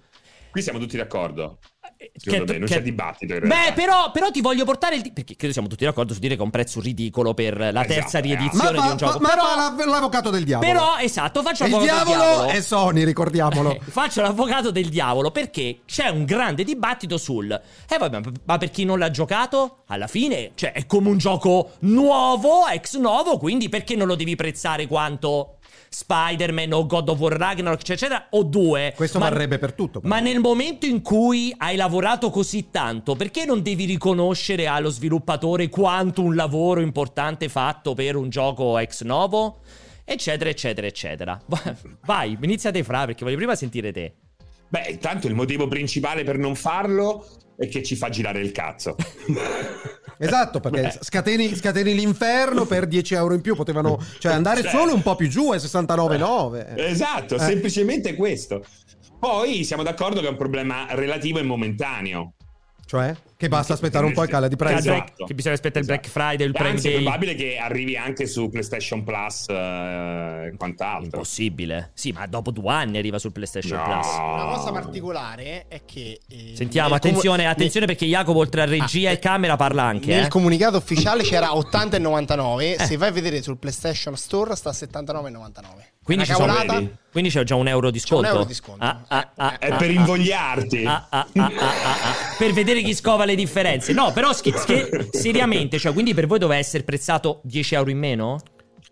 Speaker 3: Qui siamo tutti d'accordo.
Speaker 1: eh,
Speaker 3: Secondo me non c'è dibattito, in realtà.
Speaker 1: Beh, però, però ti voglio portare il di- perché credo siamo tutti d'accordo su dire che è un prezzo ridicolo per la
Speaker 3: Esatto,
Speaker 1: terza
Speaker 3: eh.
Speaker 2: Ma,
Speaker 1: riedizione di
Speaker 2: fa,
Speaker 1: un gioco.
Speaker 2: ma
Speaker 1: però,
Speaker 2: fa la- l'avvocato del diavolo.
Speaker 1: però, esatto, faccio
Speaker 2: il
Speaker 1: avvocato del
Speaker 2: diavolo,
Speaker 1: diavolo.
Speaker 2: è Sony, ricordiamolo.
Speaker 1: Eh, Faccio l'avvocato del diavolo perché c'è un grande dibattito sul. Eh, vabbè, ma- ma per chi non l'ha giocato, alla fine, cioè, è come un gioco nuovo, ex novo, quindi perché non lo devi prezzare quanto Spider-Man o God of War Ragnarok, eccetera, eccetera, o due.
Speaker 2: Questo varrebbe per tutto, però.
Speaker 1: Ma nel momento in cui hai lavorato così tanto, perché non devi riconoscere allo sviluppatore quanto un lavoro importante fatto per un gioco ex novo? Eccetera, eccetera, eccetera. Vai, inizia te fra, perché voglio prima sentire te.
Speaker 3: Beh, intanto il motivo principale per non farlo è che ci fa girare il cazzo.
Speaker 2: Esatto, perché
Speaker 3: Beh.
Speaker 2: scateni, scateni l'inferno per 10 euro in più. Potevano cioè, andare
Speaker 3: Cioè.
Speaker 2: solo un po' più giù, ai 69,9.
Speaker 3: Esatto,
Speaker 2: Eh.
Speaker 3: semplicemente questo. Poi siamo d'accordo che è un problema relativo e momentaneo.
Speaker 2: Cioè, che basta aspettare un po' e cala di prezzo.
Speaker 1: Esatto. Black- che bisogna aspettare il
Speaker 4: Esatto.
Speaker 1: Black Friday, il Prime
Speaker 3: Anzi,
Speaker 1: Day.
Speaker 3: è probabile che arrivi anche su PlayStation Plus eh, e quant'altro.
Speaker 1: Impossibile. Sì, ma dopo due anni arriva sul PlayStation
Speaker 3: No.
Speaker 1: Plus.
Speaker 4: Una cosa particolare è che. eh,
Speaker 1: Sentiamo,
Speaker 4: nel comu-
Speaker 1: attenzione,
Speaker 4: nel-
Speaker 1: attenzione perché Jacopo oltre a regia
Speaker 4: Ah,
Speaker 1: e camera parla anche.
Speaker 4: Nel
Speaker 1: eh.
Speaker 4: comunicato ufficiale c'era 80 e 99.
Speaker 1: Eh.
Speaker 4: Se vai a vedere sul PlayStation Store sta a 79 e 99.
Speaker 1: Quindi, ci
Speaker 4: Una
Speaker 1: sono-
Speaker 4: cavolata.
Speaker 3: vedi?
Speaker 1: quindi c'è già un euro di
Speaker 4: C'è un
Speaker 1: sconto.
Speaker 4: euro di sconto. Eh,
Speaker 1: Ah, ah, ah,
Speaker 3: È
Speaker 1: ah,
Speaker 3: per
Speaker 1: ah.
Speaker 3: invogliarti.
Speaker 1: Ah, ah, ah, ah, ah, ah. per vedere chi scova le differenze. No, però schi- schi- seriamente, cioè, quindi per voi doveva essere prezzato 10 euro in meno?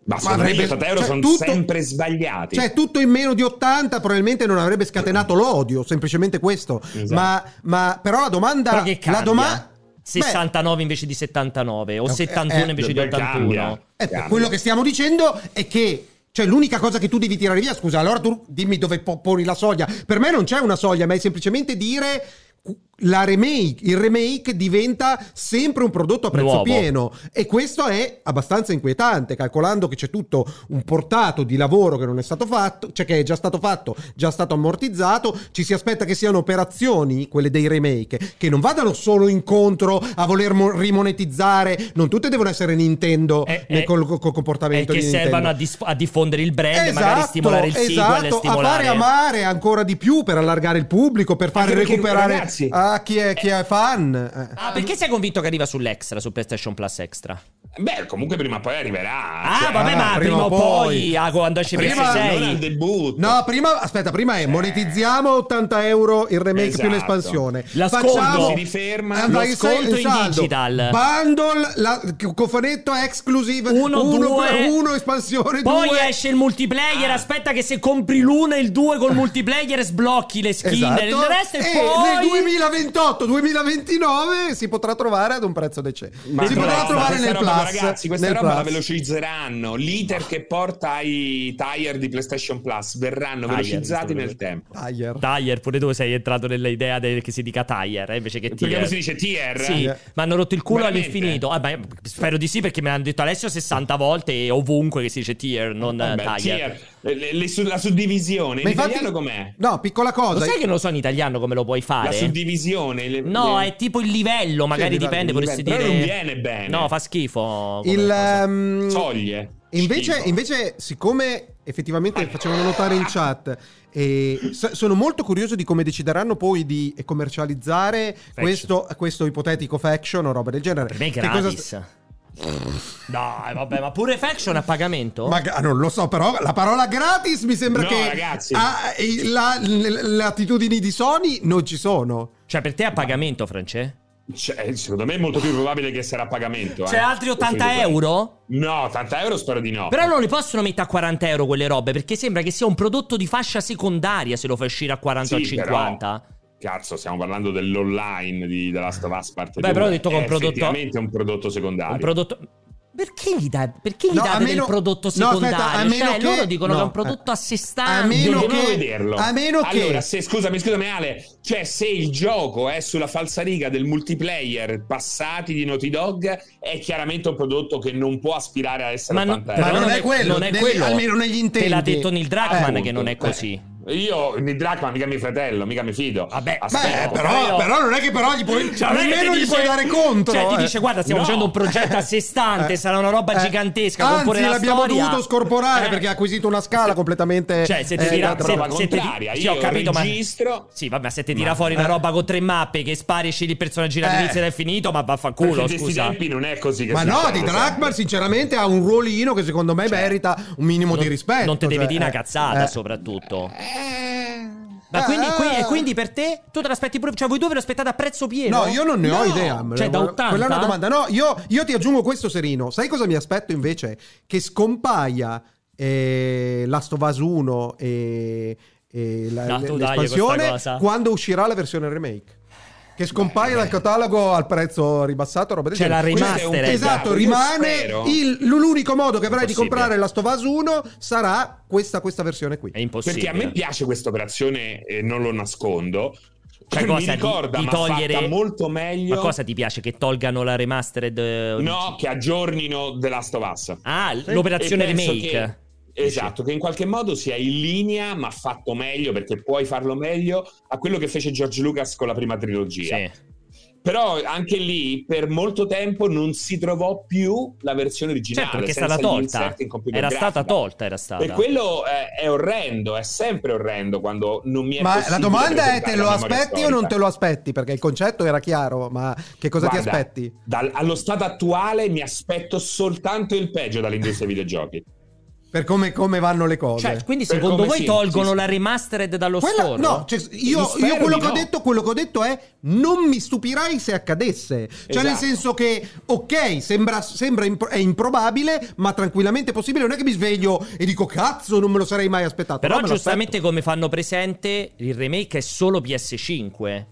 Speaker 3: Ma secondo me gli
Speaker 2: avrebbe-
Speaker 3: 80 euro
Speaker 2: cioè,
Speaker 3: sono
Speaker 2: tutto-
Speaker 3: sempre sbagliati.
Speaker 2: Cioè, tutto in meno di 80 probabilmente non avrebbe scatenato l'odio, semplicemente questo.
Speaker 3: Esatto.
Speaker 2: Ma, ma però la domanda...
Speaker 1: Però che
Speaker 2: Ah, la
Speaker 1: cambia?
Speaker 2: domanda...
Speaker 1: 69 invece di 79 o
Speaker 2: Ok,
Speaker 1: 71
Speaker 2: eh,
Speaker 1: invece di
Speaker 3: Beh,
Speaker 1: 81.
Speaker 3: cambia.
Speaker 2: Eh,
Speaker 3: Cambia.
Speaker 2: quello che stiamo dicendo è che cioè l'unica cosa che tu devi tirare via, scusa, allora tu dimmi dove po- poni la soglia. Per me non c'è una soglia, ma è semplicemente dire cu- la remake, il remake diventa sempre un prodotto a prezzo
Speaker 1: Nuovo.
Speaker 2: pieno e questo è abbastanza inquietante, calcolando che c'è tutto un portato di lavoro che non è stato fatto, cioè che è già stato fatto, già stato ammortizzato, ci si aspetta che siano operazioni, quelle dei remake, che non vadano solo incontro a voler mo- rimonetizzare, non tutte devono essere Nintendo
Speaker 1: E-
Speaker 2: Eh, nel
Speaker 1: e-
Speaker 2: col, col- col comportamento
Speaker 1: e Eh, che
Speaker 2: di
Speaker 1: servano
Speaker 2: Nintendo.
Speaker 1: a, dis- a diffondere il brand, magari stimolare il sequel e
Speaker 2: esatto, a
Speaker 1: stimolare
Speaker 2: fare amare ancora di più per allargare il pubblico, per far
Speaker 3: Anche perché,
Speaker 2: recuperare
Speaker 3: ragazzi-
Speaker 2: a chi è, chi è fan. Eh.
Speaker 1: Ah, perché sei convinto che arriva sull'extra, su PlayStation Plus Extra?
Speaker 3: Beh, comunque prima o poi arriverà.
Speaker 1: Ah,
Speaker 3: cioè,
Speaker 1: vabbè, ma
Speaker 2: ah,
Speaker 1: prima o poi, ah, quando esce
Speaker 3: prima non al
Speaker 1: PS6.
Speaker 3: debutto.
Speaker 2: No, prima, aspetta, prima è monetizziamo 80 euro il remake
Speaker 3: Eh. Esatto.
Speaker 2: più l'espansione.
Speaker 1: L'ascolto. Si
Speaker 3: riferma.
Speaker 2: Ah, vai,
Speaker 1: Lo sconto
Speaker 2: sei-
Speaker 1: in digital.
Speaker 2: Bundle, la, cofanetto exclusive,
Speaker 1: Uno, due.
Speaker 2: uno espansione,
Speaker 1: Poi
Speaker 2: due.
Speaker 1: esce il multiplayer. Aspetta, che se compri l'una e il 2 col multiplayer sblocchi le skin.
Speaker 2: Esatto.
Speaker 1: Il resto è
Speaker 2: e
Speaker 1: poi.
Speaker 2: nel 2028-2029 si potrà trovare ad un prezzo decente.
Speaker 3: Ma
Speaker 2: Si
Speaker 1: però
Speaker 2: potrà
Speaker 1: basta,
Speaker 2: trovare
Speaker 3: questa
Speaker 2: nel
Speaker 3: roba,
Speaker 2: Plus.
Speaker 3: Ragazzi, questa
Speaker 2: nel
Speaker 3: roba la
Speaker 2: Plus.
Speaker 3: velocizzeranno. L'iter che porta ai tire di PlayStation Plus verranno
Speaker 1: Tire,
Speaker 3: velocizzati
Speaker 1: visto
Speaker 3: nel
Speaker 1: quello.
Speaker 3: tempo.
Speaker 2: Tiger.
Speaker 1: Tiger, pure tu sei entrato nell'idea del- che si dica Tiger eh, invece che
Speaker 3: Perché
Speaker 1: Tier.
Speaker 3: non si dice tier?
Speaker 1: Sì,
Speaker 2: Eh.
Speaker 1: mi hanno rotto il culo
Speaker 3: Veramente?
Speaker 1: all'infinito. Ah, beh, spero di sì, perché me l'hanno detto Alessio 60 volte e ovunque che si dice Tier, non eh,
Speaker 3: Vabbè,
Speaker 1: Tiger.
Speaker 3: tier. Le- le- su- la
Speaker 2: Ma
Speaker 3: suddivisione. in
Speaker 2: infatti-
Speaker 3: italiano com'è?
Speaker 2: No, piccola cosa.
Speaker 1: Lo sai che non lo so in italiano come lo puoi
Speaker 3: La
Speaker 1: fare?
Speaker 3: suddivisione. le-
Speaker 1: No,
Speaker 3: le-
Speaker 1: è tipo il livello, magari
Speaker 2: il livello,
Speaker 1: dipende,
Speaker 2: il
Speaker 1: potresti
Speaker 3: Però
Speaker 1: dire.
Speaker 3: non viene bene.
Speaker 1: No, fa schifo. come
Speaker 2: Il,
Speaker 1: cosa.
Speaker 2: ehm,
Speaker 3: Soglie.
Speaker 2: invece,
Speaker 3: Schifo.
Speaker 2: invece, siccome effettivamente facevano notare in chat, eh, so- sono molto curioso di come decideranno poi di commercializzare questo, questo ipotetico faction o roba del genere.
Speaker 1: Per me è
Speaker 2: Che
Speaker 1: gratis.
Speaker 2: cosa-
Speaker 1: Dai, vabbè, ma pure Faction a pagamento?
Speaker 2: Ma gra- non lo so, però la parola gratis mi sembra
Speaker 3: No,
Speaker 2: che
Speaker 3: ragazzi.
Speaker 2: ah, eh, la- le le attitudini di Sony non ci sono.
Speaker 1: Cioè, per te è a pagamento, France?
Speaker 3: Cioè, secondo me è molto più probabile che sarà a pagamento.
Speaker 1: C'è
Speaker 3: eh.
Speaker 1: altri 80 euro?
Speaker 3: No, 80 euro spero di no.
Speaker 1: Però non li possono mettere a 40 euro quelle robe, perché sembra che sia un prodotto di fascia secondaria se lo fai uscire a 40 o
Speaker 3: Sì,
Speaker 1: 50.
Speaker 3: Cazzo, stiamo parlando dell'online di The Last of Us parte
Speaker 1: Beh, però ho
Speaker 3: due.
Speaker 1: detto che è un
Speaker 3: È
Speaker 1: prodotto-
Speaker 3: effettivamente un prodotto secondario.
Speaker 1: Un prodotto... Perché gli, dai- perché gli
Speaker 2: No,
Speaker 1: date
Speaker 2: a meno-
Speaker 1: del prodotto
Speaker 2: no, aspetta,
Speaker 1: secondario?
Speaker 2: a meno
Speaker 1: cioè,
Speaker 2: che-
Speaker 1: loro dicono
Speaker 2: no,
Speaker 1: che è un prodotto
Speaker 2: eh,
Speaker 1: a sé stante.
Speaker 2: a meno
Speaker 3: Devono
Speaker 2: che-
Speaker 3: vederlo.
Speaker 2: a meno che-
Speaker 3: allora, se, scusami, scusami Ale, cioè se il gioco è sulla falsariga del multiplayer passati di Naughty Dog, è chiaramente un prodotto che non può aspirare a essere
Speaker 1: Ma, no-
Speaker 3: 80
Speaker 1: però
Speaker 2: Ma
Speaker 3: euro.
Speaker 2: non è quello,
Speaker 1: non è
Speaker 2: nel-
Speaker 1: quello.
Speaker 2: almeno negli
Speaker 1: Te l'ha
Speaker 2: intenti.
Speaker 1: detto Neil Druckmann
Speaker 3: Eh,
Speaker 1: che non è
Speaker 3: eh.
Speaker 1: così.
Speaker 3: Io, Nick Drachma, mica mio fratello, mica mi fido.
Speaker 1: Vabbè,
Speaker 2: Beh,
Speaker 1: Aspetta,
Speaker 2: però,
Speaker 1: però-
Speaker 2: però non è che però gli puoi,
Speaker 1: Cioè, non è che
Speaker 2: nemmeno
Speaker 1: ti
Speaker 2: gli
Speaker 1: dice-
Speaker 2: puoi dare contro.
Speaker 1: Cioè, ti
Speaker 2: eh.
Speaker 1: dice, guarda, stiamo
Speaker 3: No.
Speaker 1: facendo un progetto a sé stante,
Speaker 2: Eh.
Speaker 1: sarà una roba
Speaker 2: Eh.
Speaker 1: gigantesca.
Speaker 2: Anzi,
Speaker 1: compone la
Speaker 2: l'abbiamo
Speaker 1: storia.
Speaker 2: dovuto scorporare
Speaker 1: Eh.
Speaker 2: perché ha acquisito una scala completamente.
Speaker 1: Cioè, se ti
Speaker 2: eh,
Speaker 1: tira,
Speaker 2: d'altra
Speaker 1: se,
Speaker 2: roba.
Speaker 3: roba
Speaker 1: se ti-
Speaker 3: contraria,
Speaker 1: sì,
Speaker 3: io
Speaker 1: ho capito, ma-
Speaker 3: registro-
Speaker 1: Sì, vabbè, se ti tira fuori una roba con tre mappe che spari, scegli il personaggio in
Speaker 2: Eh.
Speaker 1: all'inizio ed è finito, ma
Speaker 3: Perché
Speaker 1: vaffanculo,
Speaker 3: in questi
Speaker 1: scusa.
Speaker 3: tempi non è così che
Speaker 2: Ma
Speaker 3: si
Speaker 2: no,
Speaker 3: intende
Speaker 2: di
Speaker 3: sempre.
Speaker 2: Drakmar sinceramente ha un ruolino che secondo me merita un minimo
Speaker 1: Certo.
Speaker 2: di
Speaker 1: Non-
Speaker 2: rispetto.
Speaker 1: Non te devi
Speaker 2: cioè,
Speaker 1: dire una
Speaker 2: eh,
Speaker 1: cazzata,
Speaker 2: eh.
Speaker 1: soprattutto.
Speaker 3: Eh.
Speaker 1: Ma quindi,
Speaker 2: Ah.
Speaker 1: qui- e quindi per te, tu te l'aspetti pure, cioè voi due ve lo aspettate a prezzo pieno?
Speaker 2: No, io non ne ho idea.
Speaker 1: Cioè, da 80?
Speaker 2: Quella è una domanda. No, io, io ti aggiungo questo, Serino. Sai cosa mi aspetto invece? Che scompaia eh, Last of Us 1 e, e la-
Speaker 1: No, tu dai questa
Speaker 2: l'espansione
Speaker 1: cosa.
Speaker 2: quando uscerà la versione remake. Che scompaia dal catalogo al prezzo ribassato, roba del
Speaker 1: Cioè,
Speaker 2: genere.
Speaker 1: la
Speaker 2: Quindi-
Speaker 1: remastered.
Speaker 2: Esatto,
Speaker 3: Io
Speaker 2: rimane
Speaker 3: spero-
Speaker 2: il- l'unico modo che avrai di
Speaker 1: Impossibile.
Speaker 2: comprare Last of Us 1 sarà questa, questa versione qui.
Speaker 1: È impossibile.
Speaker 3: Perché a me piace questa operazione e non lo nascondo.
Speaker 1: Cioè, cosa,
Speaker 3: mi ricorda,
Speaker 1: di, di
Speaker 3: ma
Speaker 1: togliere...
Speaker 3: fatta molto meglio.
Speaker 1: Ma cosa ti piace? Che tolgano la remastered? eh,
Speaker 3: No, che aggiornino The Last of Us.
Speaker 1: Ah,
Speaker 2: Sì.
Speaker 1: l'operazione
Speaker 3: E penso
Speaker 1: remake.
Speaker 3: che- esatto, che in qualche modo sia in linea, ma fatto meglio, perché puoi farlo meglio, a quello che fece George Lucas con la prima trilogia.
Speaker 1: Sì. Certo,
Speaker 3: Però anche lì, per molto tempo, non si trovò più la versione originale.
Speaker 1: Certo, perché è
Speaker 3: senza
Speaker 1: stata
Speaker 3: gli
Speaker 1: tolta.
Speaker 3: inserti in computer
Speaker 1: Era stata
Speaker 3: grafica.
Speaker 1: tolta, era stata.
Speaker 3: E quello eh, è, è orrendo, è sempre orrendo quando non mi è
Speaker 2: Ma la
Speaker 3: possibile
Speaker 2: domanda è:
Speaker 3: presentare
Speaker 2: te lo
Speaker 3: la memoria
Speaker 2: aspetti o non
Speaker 3: storica.
Speaker 2: te lo aspetti? Perché il concetto era chiaro, ma che cosa ti
Speaker 3: Guarda,
Speaker 2: aspetti?
Speaker 3: dal- allo stato attuale mi aspetto soltanto il peggio dall'industria dei videogiochi.
Speaker 2: Per come, come vanno le cose?
Speaker 1: Cioè, quindi
Speaker 3: Per
Speaker 1: secondo
Speaker 3: come
Speaker 1: voi
Speaker 3: sì,
Speaker 1: tolgono
Speaker 3: sì, sì.
Speaker 1: la remastered dallo
Speaker 2: Quella-
Speaker 1: store?
Speaker 2: no, cioè, io,
Speaker 3: Spero
Speaker 2: io quello,
Speaker 3: di
Speaker 2: che ho
Speaker 3: no.
Speaker 2: detto, quello che ho detto è non mi stupirai se accadesse. Cioè,
Speaker 3: Esatto.
Speaker 2: nel senso che, ok, sembra, sembra impro- è improbabile, ma tranquillamente possibile. Non è che mi sveglio e dico, cazzo, non me lo sarei mai aspettato.
Speaker 1: Però
Speaker 2: No, me lo
Speaker 1: giustamente come fanno presente il remake è solo PS5.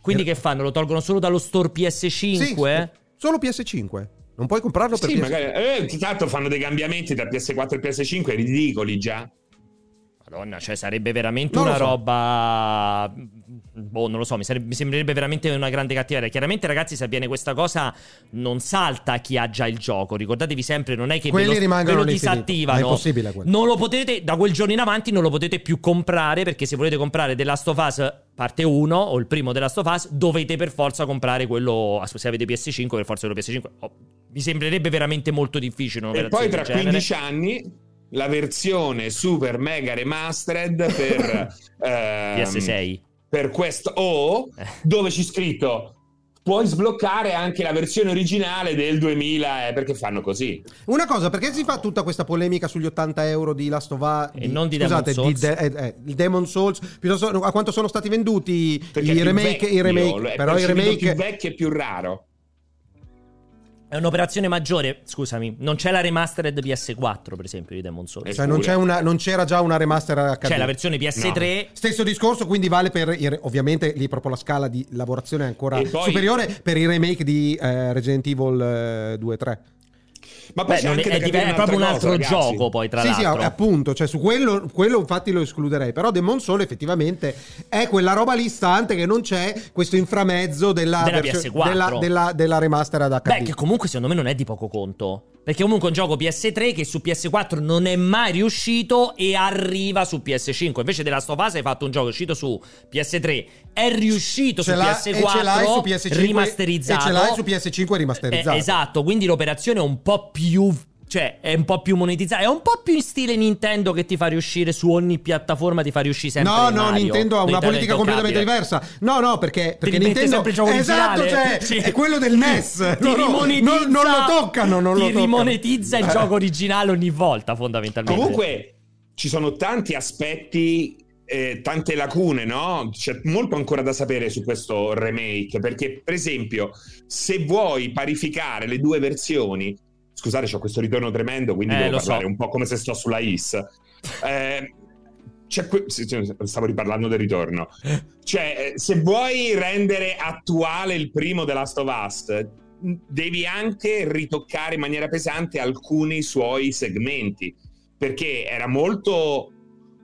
Speaker 1: Quindi
Speaker 3: Eh.
Speaker 1: che fanno? Lo tolgono solo dallo store PS5?
Speaker 2: Sì, solo PS5. Non puoi comprarlo per
Speaker 3: Sì,
Speaker 2: PS5.
Speaker 3: magari. eh, tanto fanno dei cambiamenti da PS4 e PS5 ridicoli già.
Speaker 1: Madonna, cioè sarebbe veramente
Speaker 2: Non lo
Speaker 1: una
Speaker 2: so.
Speaker 1: roba. Boh, non lo so, mi, sare- mi sembrerebbe veramente una grande cattiveria. Chiaramente, ragazzi, se avviene questa cosa, non salta chi ha già il gioco. Ricordatevi sempre, non è che
Speaker 2: Quelli
Speaker 1: ve lo,
Speaker 2: rimangono
Speaker 1: ve lo
Speaker 2: all'infinito. Ma È
Speaker 1: disattivano.
Speaker 2: impossibile quello.
Speaker 1: Non lo potete, da quel giorno in avanti, non lo potete più comprare. Perché se volete comprare The Last of Us parte 1 o il primo The Last of Us, dovete per forza comprare quello. Se avete PS5, per forza quello PS5. Oh, mi sembrerebbe veramente molto difficile.
Speaker 3: E
Speaker 1: un'operazione
Speaker 3: poi tra
Speaker 1: del genere.
Speaker 3: 15 anni la versione super mega remastered per ehm,
Speaker 1: PS6.
Speaker 3: per questo O dove c'è scritto puoi sbloccare anche la versione originale del 2000 eh, perché fanno così
Speaker 2: Una cosa, perché si fa tutta questa polemica sugli 80 euro di Last of Us?
Speaker 1: E non di
Speaker 2: scusate,
Speaker 1: Demon
Speaker 2: di
Speaker 1: Souls.
Speaker 2: De- eh, eh, il Demon Souls, piuttosto a quanto sono stati venduti
Speaker 3: Perché è
Speaker 2: i
Speaker 3: più
Speaker 2: remake, i
Speaker 3: vecchio,
Speaker 2: remake,
Speaker 3: è
Speaker 2: però i
Speaker 3: percepito
Speaker 2: remake...
Speaker 3: più vecchio e più raro
Speaker 1: È un'operazione maggiore, scusami, non c'è la remastered PS4 per esempio di Demon Souls.
Speaker 3: Eh,
Speaker 2: Cioè non,
Speaker 3: pure.
Speaker 2: c'è una- non c'era già una remaster HD.
Speaker 1: C'è la versione PS3
Speaker 2: Stesso discorso, quindi vale per i re- ovviamente lì proprio la scala di lavorazione è ancora
Speaker 3: E poi-
Speaker 2: superiore per i remake di eh, Resident Evil eh, 2 3.
Speaker 3: ma poi
Speaker 1: Beh,
Speaker 3: c'è
Speaker 1: non è,
Speaker 3: anche da
Speaker 1: è,
Speaker 3: capire
Speaker 1: diver- è
Speaker 3: un'altra
Speaker 1: proprio un
Speaker 3: cosa,
Speaker 1: altro
Speaker 3: ragazzi.
Speaker 1: gioco poi tra
Speaker 2: sì, sì,
Speaker 1: l'altro.
Speaker 2: appunto, cioè su quello, quello infatti lo escluderei, però Demon Soul effettivamente è quella roba lì stante che non c'è questo inframezzo della,
Speaker 1: Della
Speaker 2: versione-
Speaker 1: PS4.
Speaker 2: della, della, della remaster ad HD.
Speaker 1: Beh, che comunque secondo me non è di poco conto. Perché comunque è un gioco PS3 che su PS4 non è mai riuscito e arriva su PS5. Invece della sto fase hai fatto un gioco uscito su PS3, è riuscito
Speaker 2: Ce
Speaker 1: su
Speaker 2: l'ha-
Speaker 1: PS4,
Speaker 2: e ce l'hai su PS5
Speaker 1: rimasterizzato.
Speaker 2: e ce l'hai su PS5 rimasterizzato.
Speaker 1: Eh, esatto, quindi l'operazione è un po' più cioè è un po' più monetizzata, è un po' più in stile Nintendo che ti fa riuscire su ogni piattaforma, ti fa riuscire sempre
Speaker 2: No,
Speaker 1: Mario.
Speaker 2: no, Nintendo ha una
Speaker 1: Nintendo è
Speaker 2: politica completamente
Speaker 1: intoccabile.
Speaker 2: diversa. No, no, perché, perché
Speaker 1: rimette
Speaker 2: Nintendo
Speaker 1: sempre il gioco
Speaker 2: Esatto,
Speaker 1: originale.
Speaker 2: cioè,
Speaker 1: Sì.
Speaker 2: è quello del NES.
Speaker 1: Ti
Speaker 2: No, no,
Speaker 1: rimonetizza-
Speaker 2: non, non lo toccano, non
Speaker 1: ti
Speaker 2: lo toccano.
Speaker 1: rimonetizza il
Speaker 2: Eh.
Speaker 1: gioco originale ogni volta, fondamentalmente.
Speaker 3: comunque ci sono tanti aspetti eh, tante lacune, no? C'è molto ancora da sapere su questo remake, perché per esempio, se vuoi parificare le due versioni, scusate, ho questo ritorno tremendo, quindi
Speaker 1: Eh,
Speaker 3: devo
Speaker 1: lo so.
Speaker 3: parlare un po' come se sto sulla IS. Eh, c'è que- sì, sì, stavo riparlando del ritorno. Cioè, eh, se vuoi rendere attuale il primo The Last of Us, mh, devi anche ritoccare in maniera pesante alcuni suoi segmenti, perché era molto,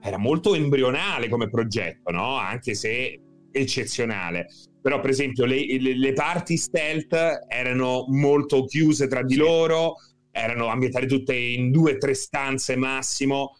Speaker 3: era molto embrionale come progetto, no? Anche se eccezionale. Però, per esempio, le, le- le parti stealth erano molto chiuse tra di loro, erano ambientate tutte in due o tre stanze massimo.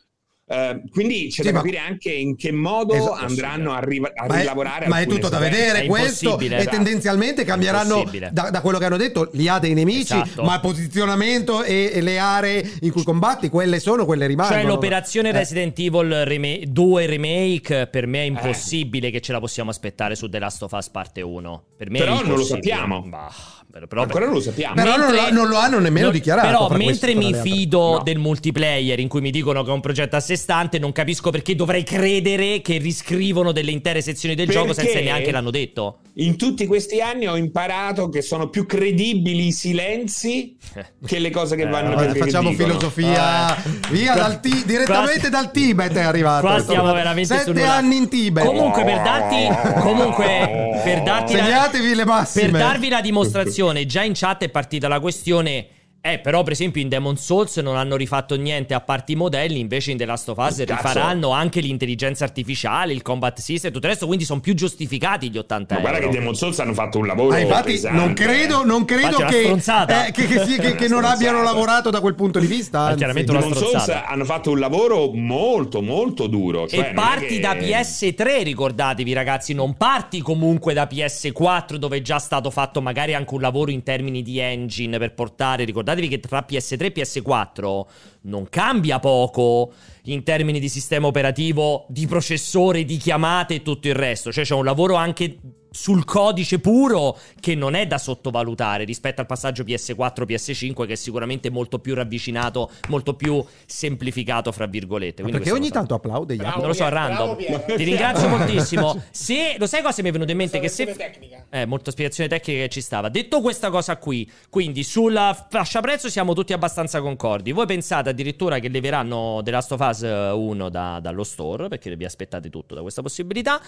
Speaker 3: Eh, quindi
Speaker 2: Sì,
Speaker 3: c'è da
Speaker 2: ma-
Speaker 3: capire anche in che modo
Speaker 2: Esatto,
Speaker 3: andranno a, riva- a
Speaker 2: Ma è,
Speaker 3: rilavorare.
Speaker 2: ma è
Speaker 3: alcune
Speaker 2: tutto da
Speaker 3: sequenze.
Speaker 2: vedere
Speaker 1: È
Speaker 2: questo
Speaker 1: impossibile,
Speaker 2: e
Speaker 1: esatto.
Speaker 2: tendenzialmente
Speaker 1: È
Speaker 2: cambieranno
Speaker 1: impossibile.
Speaker 2: da, da quello che hanno detto li ha dei nemici
Speaker 1: Esatto.
Speaker 2: ma posizionamento e, e le aree in cui combatti quelle sono quelle rimangono
Speaker 1: Cioè l'operazione
Speaker 2: Eh.
Speaker 1: Resident Evil reme- 2 Remake per me è impossibile che ce la possiamo aspettare su The Last of Us parte 1. Per me è
Speaker 3: Però non lo
Speaker 1: impossibile.
Speaker 3: sappiamo.
Speaker 1: Bah, però- però-
Speaker 3: Ancora non lo sappiamo.
Speaker 2: Però non lo- non lo hanno nemmeno dichiarato,
Speaker 1: Però
Speaker 2: fra
Speaker 1: mentre
Speaker 2: questo, fra
Speaker 1: mi
Speaker 2: le altre.
Speaker 1: fido
Speaker 3: No.
Speaker 1: del multiplayer in cui mi dicono che è un progetto a sé stante, non capisco perché dovrei credere che riscrivono delle intere sezioni del gioco
Speaker 3: Perché-
Speaker 1: senza neanche l'hanno detto.
Speaker 3: In tutti questi anni ho imparato che sono più credibili i silenzi che le cose che
Speaker 1: Eh, vabbè,
Speaker 3: vanno
Speaker 2: Guarda,
Speaker 3: che- che
Speaker 2: facciamo
Speaker 3: dicono.
Speaker 2: filosofia
Speaker 1: Eh.
Speaker 2: via
Speaker 1: Qua-
Speaker 2: dal Ti- direttamente
Speaker 1: qua-
Speaker 2: dal Tibet è arrivato
Speaker 1: Qua stiamo veramente
Speaker 2: sette
Speaker 1: sull'una-
Speaker 2: anni in Tibet
Speaker 1: Comunque, per darti. Comunque, per darti. la-
Speaker 2: Segnatevi le massime.
Speaker 1: Per darvi la dimostrazione, già in chat è partita la questione. Eh, però, per esempio, in Demon Souls non hanno rifatto niente a parte i modelli. Invece, in The Last of Us
Speaker 3: Cazzo.
Speaker 1: rifaranno anche l'intelligenza artificiale, il combat system e tutto il resto. Quindi, sono più giustificati gli 80
Speaker 3: Ma guarda
Speaker 1: euro.
Speaker 3: che Demon Souls hanno fatto un lavoro.
Speaker 2: Ah, infatti
Speaker 3: pesante.
Speaker 2: non credo, non credo
Speaker 1: Infatti è una
Speaker 2: che,
Speaker 1: stronzata.
Speaker 2: eh, che, che sia- che-
Speaker 3: Una
Speaker 2: che non abbiano
Speaker 3: stronzata.
Speaker 2: lavorato da quel punto di vista.
Speaker 1: Ma
Speaker 2: anzi.
Speaker 1: chiaramente una
Speaker 3: Demon Souls
Speaker 1: stronzata.
Speaker 3: hanno fatto un lavoro molto, molto duro. Cioè, non
Speaker 1: e
Speaker 3: è
Speaker 1: parti
Speaker 3: che-
Speaker 1: da PS3, ricordatevi ragazzi, non parti comunque da PS4 dove è già stato fatto magari anche un lavoro in termini di engine per portare, ricordatevi che tra PS3 e PS4 non cambia poco in termini di sistema operativo, di processore, di chiamate e tutto il resto, cioè c'è un lavoro anche sul codice puro che non è da sottovalutare rispetto al passaggio PS4-PS5 che è sicuramente molto più ravvicinato, molto più semplificato fra virgolette.
Speaker 2: Ma
Speaker 1: Quindi
Speaker 2: perché
Speaker 1: questa
Speaker 2: ogni
Speaker 1: cosa-
Speaker 2: tanto applaude gli altri?
Speaker 4: Bravo.
Speaker 1: non lo so, è
Speaker 4: Piero, bravo
Speaker 1: random.
Speaker 4: Piero.
Speaker 1: Ti ringrazio moltissimo. Se lo sai cosa mi è venuto in mente? Che
Speaker 4: Questa
Speaker 1: se.
Speaker 4: versione tecnica.
Speaker 1: Eh, molta spiegazione tecnica che ci stava. Detto questa cosa qui, quindi sulla fascia prezzo siamo tutti abbastanza concordi. Voi pensate addirittura che leveranno The Last of Us eh, 1 da- dallo store, perché vi aspettate tutto da questa possibilità.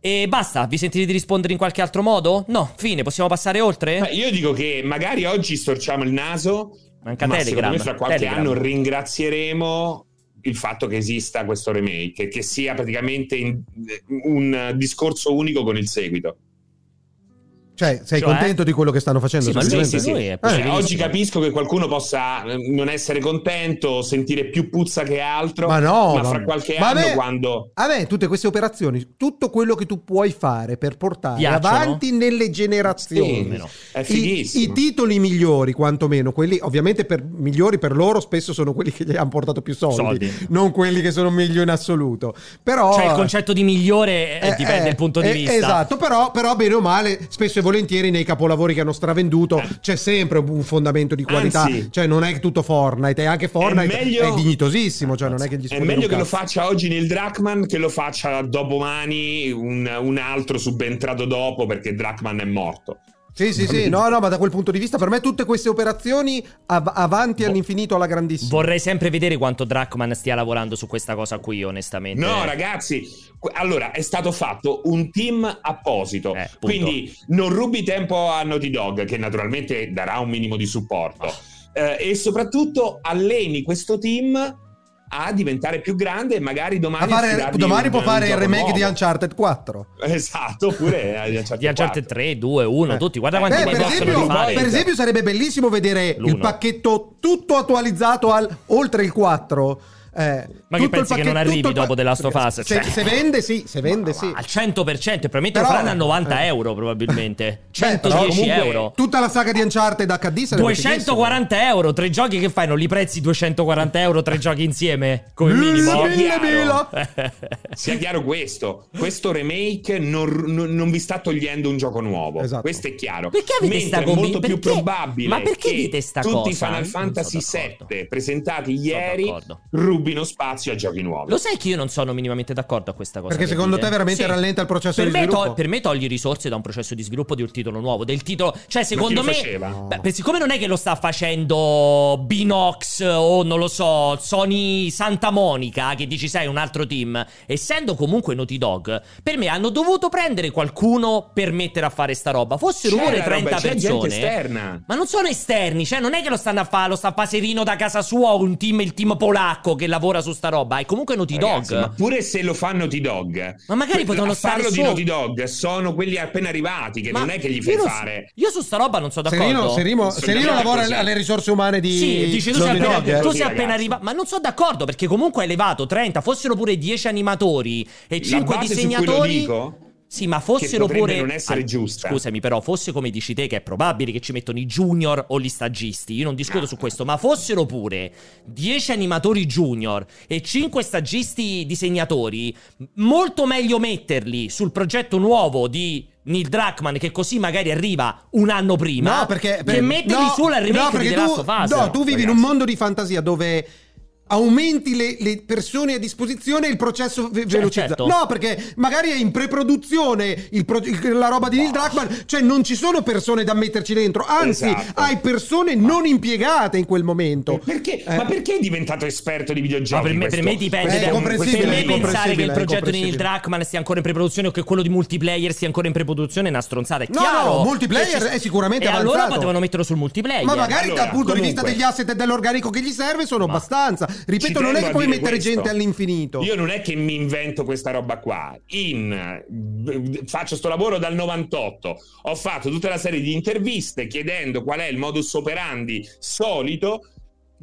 Speaker 1: E basta, vi sentite di rispondere in qualche altro modo? No, fine, possiamo passare oltre?
Speaker 3: Beh, io dico che magari oggi storciamo il naso,
Speaker 1: Manca
Speaker 3: ma secondo
Speaker 1: Telegram.
Speaker 3: me fra qualche
Speaker 1: Telegram.
Speaker 3: anno ringrazieremo il fatto che esista questo remake, che sia praticamente in- un discorso unico con il seguito.
Speaker 2: Cioè, sei
Speaker 1: Cioè?
Speaker 2: contento di quello che stanno facendo?
Speaker 1: Sì, ma lui,
Speaker 2: semplicemente?
Speaker 1: sì, lui è
Speaker 2: Eh,
Speaker 3: Cioè,
Speaker 1: possibilissimo.
Speaker 3: oggi capisco che qualcuno possa eh, non essere contento, sentire più puzza che altro,
Speaker 2: Ma no,
Speaker 3: ma
Speaker 2: ma-
Speaker 3: fra qualche
Speaker 2: ma
Speaker 3: anno
Speaker 2: Ah, beh-
Speaker 3: quando...
Speaker 2: A me tutte queste operazioni, tutto quello che tu puoi fare per portare
Speaker 1: Piacciono?
Speaker 2: avanti nelle generazioni,
Speaker 1: Almeno.
Speaker 3: È
Speaker 2: I,
Speaker 3: fighissimo.
Speaker 2: i titoli migliori, quantomeno, quelli ovviamente per, migliori per loro spesso sono quelli che gli hanno portato più soldi,
Speaker 1: Soldi.
Speaker 2: non quelli che sono meglio in assoluto. Però,
Speaker 1: Cioè, il concetto di migliore eh,
Speaker 2: Oh. eh,
Speaker 1: dipende
Speaker 2: eh,
Speaker 1: dal punto di
Speaker 2: eh,
Speaker 1: vista.
Speaker 2: Esatto, però, però bene o male, spesso e volentieri nei capolavori che hanno stravenduto c'è sempre un fondamento di qualità,
Speaker 3: Anzi.
Speaker 2: cioè non è che tutto Fortnite, e anche Fortnite è,
Speaker 3: meglio-
Speaker 2: dignitosissimo, cioè non è che gli
Speaker 3: È
Speaker 2: sfondino
Speaker 3: meglio
Speaker 2: un
Speaker 3: che lo
Speaker 2: cazzo.
Speaker 3: faccia oggi Neil Druckmann che lo faccia domani un, un altro subentrato dopo perché Druckmann è morto.
Speaker 2: Sì, sì, sì, no, no, ma da quel punto di vista per me tutte queste operazioni av- avanti
Speaker 1: Vo-
Speaker 2: all'infinito alla grandissima.
Speaker 1: Vorrei sempre vedere quanto Drachman stia lavorando su questa cosa qui, onestamente.
Speaker 3: No, ragazzi, qu- allora è stato fatto un team apposito.
Speaker 1: Eh, punto.
Speaker 3: quindi non rubi tempo a Naughty Dog, che naturalmente darà un minimo di supporto. Eh, e soprattutto alleni questo team a diventare più grande e magari
Speaker 2: A
Speaker 3: domani.
Speaker 2: fare,
Speaker 3: affidargli
Speaker 2: domani
Speaker 3: un-
Speaker 2: può
Speaker 3: un
Speaker 2: fare il
Speaker 3: gioco
Speaker 2: remake
Speaker 3: nuovo.
Speaker 2: di Uncharted 4.
Speaker 3: Esatto, oppure eh, di Uncharted
Speaker 1: Di Uncharted
Speaker 3: 4.
Speaker 1: 3, 2, 1,
Speaker 2: Eh.
Speaker 1: tutti. Guarda
Speaker 2: Eh,
Speaker 1: quanti
Speaker 2: per,
Speaker 1: possono
Speaker 2: esempio,
Speaker 1: rifare.
Speaker 2: per esempio sarebbe bellissimo vedere
Speaker 1: L'uno.
Speaker 2: il pacchetto tutto attualizzato al, oltre il 4. eh,
Speaker 1: Ma
Speaker 2: tutto
Speaker 1: che pensi
Speaker 2: il
Speaker 1: che
Speaker 2: pacchetto-
Speaker 1: non arrivi
Speaker 2: tutto il
Speaker 1: dopo The Last of Us?
Speaker 2: Se,
Speaker 1: Cioè.
Speaker 2: se vende sì, se vende
Speaker 1: Ma-
Speaker 2: sì.
Speaker 1: ma Al 100% e probabilmente lo
Speaker 2: Però-
Speaker 1: faranno a 90
Speaker 2: eh.
Speaker 1: euro probabilmente.
Speaker 2: Beh, però
Speaker 1: 110
Speaker 3: comunque-
Speaker 1: euro.
Speaker 2: Tutta la saga di Uncharted HD sarebbe fighissimo.
Speaker 1: 240 euro, tre giochi che fai? Non li prezzi 240 euro, tre giochi insieme? Come minimo?
Speaker 2: Mille, mille, mille.
Speaker 3: Sia chiaro questo, questo remake non, non- non vi sta togliendo un gioco nuovo.
Speaker 2: Esatto.
Speaker 3: Questo è chiaro.
Speaker 1: Perché avete
Speaker 3: Mentre
Speaker 1: sta
Speaker 3: è molto
Speaker 1: convi-
Speaker 3: più
Speaker 1: perché-
Speaker 3: probabile
Speaker 1: ma perché
Speaker 3: che
Speaker 1: dite sta
Speaker 3: tutti
Speaker 1: cosa?
Speaker 3: i
Speaker 1: eh?
Speaker 3: Final
Speaker 1: Non sono
Speaker 3: Fantasy
Speaker 1: d'accordo.
Speaker 3: 7 presentati
Speaker 1: Sono
Speaker 3: ieri
Speaker 1: d'accordo.
Speaker 3: rubino spazio a giochi nuovi.
Speaker 1: Lo sai che io non sono minimamente d'accordo a questa cosa.
Speaker 2: Perché
Speaker 1: che
Speaker 2: secondo
Speaker 1: dite?
Speaker 2: te veramente rallenta il processo
Speaker 1: per
Speaker 2: di
Speaker 1: me to-
Speaker 2: sviluppo?
Speaker 1: per me togli risorse da un processo di sviluppo di un titolo nuovo. Del titolo, cioè,
Speaker 3: Ma chi
Speaker 1: secondo
Speaker 3: lo
Speaker 1: me.
Speaker 3: faceva?
Speaker 1: Beh, per- siccome non è che lo sta facendo Binox o non lo so, Sony Santa Monica, che dici sai un altro team, essendo comunque Naughty Dog, per me hanno dovuto prendere qualcuno per mettere a fare sta roba. Fossero
Speaker 3: C'è
Speaker 1: pure
Speaker 3: la
Speaker 1: 30
Speaker 3: roba, c'è gente
Speaker 1: persone. eh?
Speaker 3: esterna.
Speaker 1: Ma non sono esterni, cioè non è che lo stanno a fare, lo sta a fa Serino da casa sua o un team, il team polacco che lavora su sta roba, è comunque Naughty
Speaker 3: Ragazzi,
Speaker 1: Dog.
Speaker 3: ma pure se lo fanno T-Dog,
Speaker 1: Ma magari potevano
Speaker 3: a
Speaker 1: stare
Speaker 3: farlo di
Speaker 1: so-
Speaker 3: Naughty Dog sono quelli appena arrivati che
Speaker 1: Ma
Speaker 3: non è che gli
Speaker 1: io
Speaker 3: fai
Speaker 1: non so-
Speaker 3: fare.
Speaker 1: io su sta roba non sono d'accordo.
Speaker 2: Serino, Serimo-
Speaker 3: Sono
Speaker 2: Serino
Speaker 3: d'accordo
Speaker 2: lavora
Speaker 3: così.
Speaker 2: alle risorse umane di
Speaker 1: Sì, dici tu sei
Speaker 2: Zombie
Speaker 1: appena,
Speaker 2: Dog, eh?
Speaker 1: tu sei
Speaker 3: Sì,
Speaker 1: appena
Speaker 3: ragazzi.
Speaker 1: arrivato. Ma non sono d'accordo perché comunque è elevato 30, fossero pure 10 animatori e
Speaker 3: La
Speaker 1: 5
Speaker 3: base su cui lo
Speaker 1: disegnatori.
Speaker 3: dico
Speaker 1: sì, ma fossero
Speaker 3: potrebbe
Speaker 1: pure.
Speaker 3: non essere giusta.
Speaker 1: Scusami, però, fosse come dici te, che è probabile che ci mettono i junior o gli stagisti. Io non discuto
Speaker 3: No.
Speaker 1: su questo, ma fossero pure 10 animatori junior e 5 stagisti disegnatori, molto meglio metterli sul progetto nuovo di. Neil Druckmann che così magari arriva un anno prima
Speaker 2: No, perché,
Speaker 1: che cioè, metterli
Speaker 2: no,
Speaker 1: sulla
Speaker 2: no,
Speaker 1: remake
Speaker 2: perché
Speaker 1: di The
Speaker 2: tu,
Speaker 1: Last of Us.
Speaker 2: No, tu vivi in un
Speaker 3: ragazzi.
Speaker 2: mondo di fantasia dove aumenti le, le persone a disposizione e il processo ve- velocizza.
Speaker 1: certo.
Speaker 2: No, perché magari è in preproduzione il pro- il- la roba di Neil Druckmann, cioè non ci sono persone da metterci dentro, anzi
Speaker 3: Esatto.
Speaker 2: hai persone non impiegate in quel momento.
Speaker 3: Perché,
Speaker 2: Eh.
Speaker 3: Ma perché è diventato esperto di videogiochi?
Speaker 1: No, Cioè, per, me, per me dipende.
Speaker 2: Beh, è
Speaker 1: da-
Speaker 2: comprensibile,
Speaker 1: per me
Speaker 2: è
Speaker 1: pensare che
Speaker 2: comprensibile,
Speaker 1: il
Speaker 2: è
Speaker 1: progetto di Neil
Speaker 2: comprensibile.
Speaker 1: Druckmann sia ancora in preproduzione o che quello di multiplayer sia ancora in preproduzione è una stronzata. È
Speaker 2: No,
Speaker 1: chiaro.
Speaker 2: no, multiplayer
Speaker 1: che ci-
Speaker 2: è sicuramente
Speaker 1: E allora
Speaker 2: avanzato.
Speaker 1: potevano metterlo sul multiplayer.
Speaker 2: Ma magari
Speaker 3: Allora,
Speaker 2: dal punto di vista
Speaker 3: comunque-
Speaker 2: degli asset e dell'organico che gli serve sono
Speaker 1: eh, Ma-
Speaker 2: abbastanza.
Speaker 3: Ci
Speaker 2: Ripeto, non è
Speaker 3: tengo
Speaker 2: che
Speaker 3: a
Speaker 2: puoi
Speaker 3: dire
Speaker 2: mettere
Speaker 3: questo.
Speaker 2: gente all'infinito.
Speaker 3: Io non è che mi invento questa roba qua. In faccio sto lavoro dal 98. Ho fatto tutta una serie di interviste chiedendo qual è il modus operandi solito.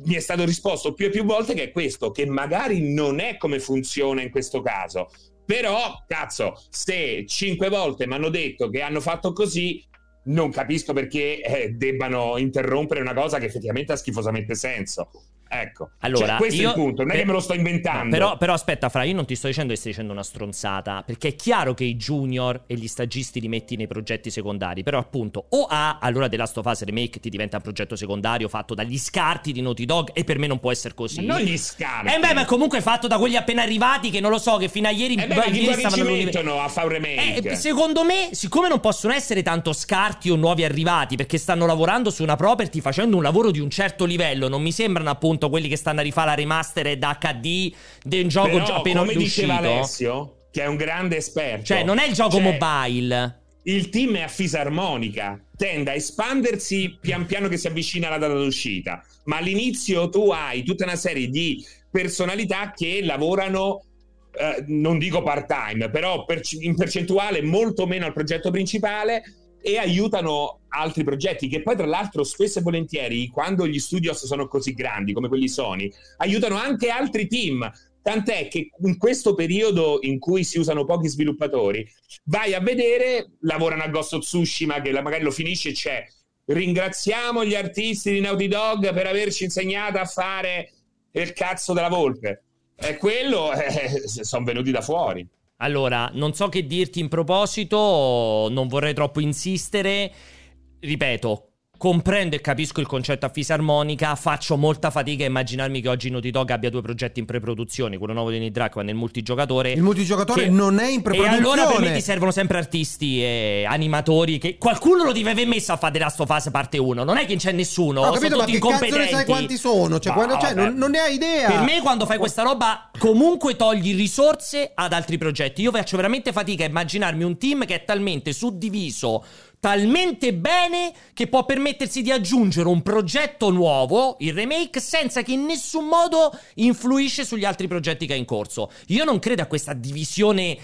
Speaker 3: Mi è stato risposto più e più volte che è questo, che magari non è come funziona in questo caso. Però, cazzo, se cinque volte mi hanno detto che hanno fatto così, non capisco perché eh, debbano interrompere una cosa che effettivamente ha schifosamente senso. Ecco,
Speaker 1: Allora,
Speaker 3: Cioè, questo
Speaker 1: io-
Speaker 3: è il punto, non è
Speaker 1: beh,
Speaker 3: che me lo sto inventando.
Speaker 1: No, però, però aspetta, Fra, io non ti sto dicendo che stai dicendo una stronzata, perché è chiaro che i junior e gli stagisti li metti nei progetti secondari, però appunto o A, allora The Last of Us Remake ti diventa un progetto secondario fatto dagli scarti di Naughty Dog e per me non può essere così.
Speaker 3: Ma non gli scarti.
Speaker 1: Eh beh, ma comunque fatto da quelli appena arrivati che non lo so, che fino a ieri,
Speaker 3: Eh beh, ma
Speaker 1: ieri
Speaker 3: chi guarda ci
Speaker 1: stavano all'università.
Speaker 3: mettono a fare un
Speaker 1: Eh,
Speaker 3: remake?
Speaker 1: eh, secondo me, siccome non possono essere tanto scarti o nuovi arrivati, perché stanno lavorando su una property facendo un lavoro di un certo livello, non mi sembrano appunto quelli che stanno a rifare la remaster da HD di un gioco
Speaker 3: Però,
Speaker 1: già appena
Speaker 3: come
Speaker 1: uscito.
Speaker 3: diceva Alessio, che è un grande esperto.
Speaker 1: Cioè, non è il gioco
Speaker 3: Cioè,
Speaker 1: mobile.
Speaker 3: Il team è a fisarmonica, tende a espandersi pian piano che si avvicina alla data d'uscita, ma all'inizio tu hai tutta una serie di personalità che lavorano, eh, non dico part time, però per- in percentuale molto meno al progetto principale e aiutano altri progetti che poi tra l'altro spesso e volentieri quando gli studios sono così grandi come quelli Sony aiutano anche altri team tant'è che in questo periodo in cui si usano pochi sviluppatori vai a vedere lavorano a Ghost of Tsushima che la- magari lo finisce e c'è ringraziamo gli artisti di Naughty Dog per averci insegnato a fare il cazzo della volpe e quello eh, sono venuti da fuori
Speaker 1: Allora, non so che dirti in proposito, non vorrei troppo insistere. Ripeto, comprendo e capisco il concetto a fisarmonica, faccio molta fatica a immaginarmi che oggi Naughty Dog abbia due progetti in pre-produzione, quello nuovo di Neil Druckmann e il multigiocatore.
Speaker 2: Il multigiocatore
Speaker 1: Che-
Speaker 2: non è in
Speaker 1: E
Speaker 2: preparazione.
Speaker 1: allora per me ti servono sempre artisti e animatori che qualcuno lo deve aver messo a fare The Last of Us parte 1. Non è che c'è nessuno,
Speaker 2: Ho
Speaker 1: sono
Speaker 2: capito, ma
Speaker 1: tutti
Speaker 2: che cazzo ne
Speaker 1: incompetenti.
Speaker 2: sai quanti sono? Cioè,
Speaker 1: Ma
Speaker 2: quando- cioè,
Speaker 1: vabbè.
Speaker 2: non, non ne hai idea.
Speaker 1: Per me quando fai questa roba comunque togli risorse ad altri progetti. Io faccio veramente fatica a immaginarmi un team che è talmente suddiviso, talmente bene che può permettersi di aggiungere un progetto nuovo, il remake, senza che in nessun modo influisce sugli altri progetti che ha in corso. Io non credo a questa divisione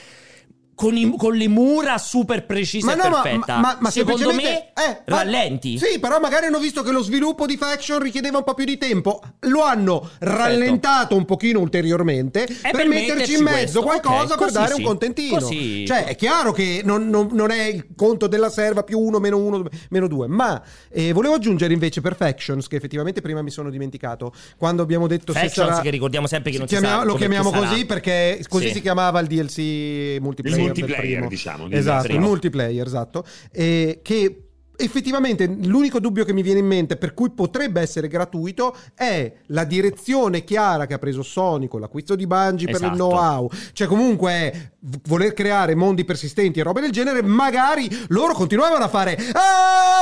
Speaker 1: con, i- con le mura super precise
Speaker 2: Ma
Speaker 1: e
Speaker 2: no, ma-
Speaker 1: perfetta.
Speaker 2: ma, ma, ma
Speaker 1: Secondo me
Speaker 2: semplicemente- eh, ma-
Speaker 1: rallenti.
Speaker 2: Sì, però magari hanno visto che lo sviluppo di Faction richiedeva un po' più di tempo. Lo hanno rallentato un pochino ulteriormente per,
Speaker 1: per
Speaker 2: metterci
Speaker 1: metterci
Speaker 2: in mezzo
Speaker 1: Eh, questo.
Speaker 2: qualcosa
Speaker 1: Ok,
Speaker 2: per
Speaker 1: così
Speaker 2: dare
Speaker 1: sì.
Speaker 2: un contentino.
Speaker 1: Così.
Speaker 2: Cioè, è chiaro che non, non- non è il conto della serva più uno, meno uno, meno due. Ma eh, volevo aggiungere invece per Factions, che effettivamente prima mi sono dimenticato, quando abbiamo detto se
Speaker 1: Factions,
Speaker 2: sarà-
Speaker 1: che ricordiamo sempre che non si
Speaker 2: chiamia-
Speaker 1: sa
Speaker 2: Lo
Speaker 1: come
Speaker 2: chiamiamo
Speaker 1: sarà.
Speaker 2: così perché così
Speaker 1: Sì.
Speaker 2: si chiamava il DLC multiplayer.
Speaker 3: il
Speaker 2: del
Speaker 3: multiplayer
Speaker 2: primo.
Speaker 3: diciamo di-
Speaker 2: Esatto, il
Speaker 3: primo.
Speaker 2: multiplayer, esatto. E che effettivamente l'unico dubbio che mi viene in mente per cui potrebbe essere gratuito è la direzione chiara che ha preso Sony con l'acquisto di Bungie per
Speaker 1: Esatto.
Speaker 2: il know-how. Cioè comunque è v- voler creare mondi persistenti e roba del genere, magari loro continuavano a fare "Ah,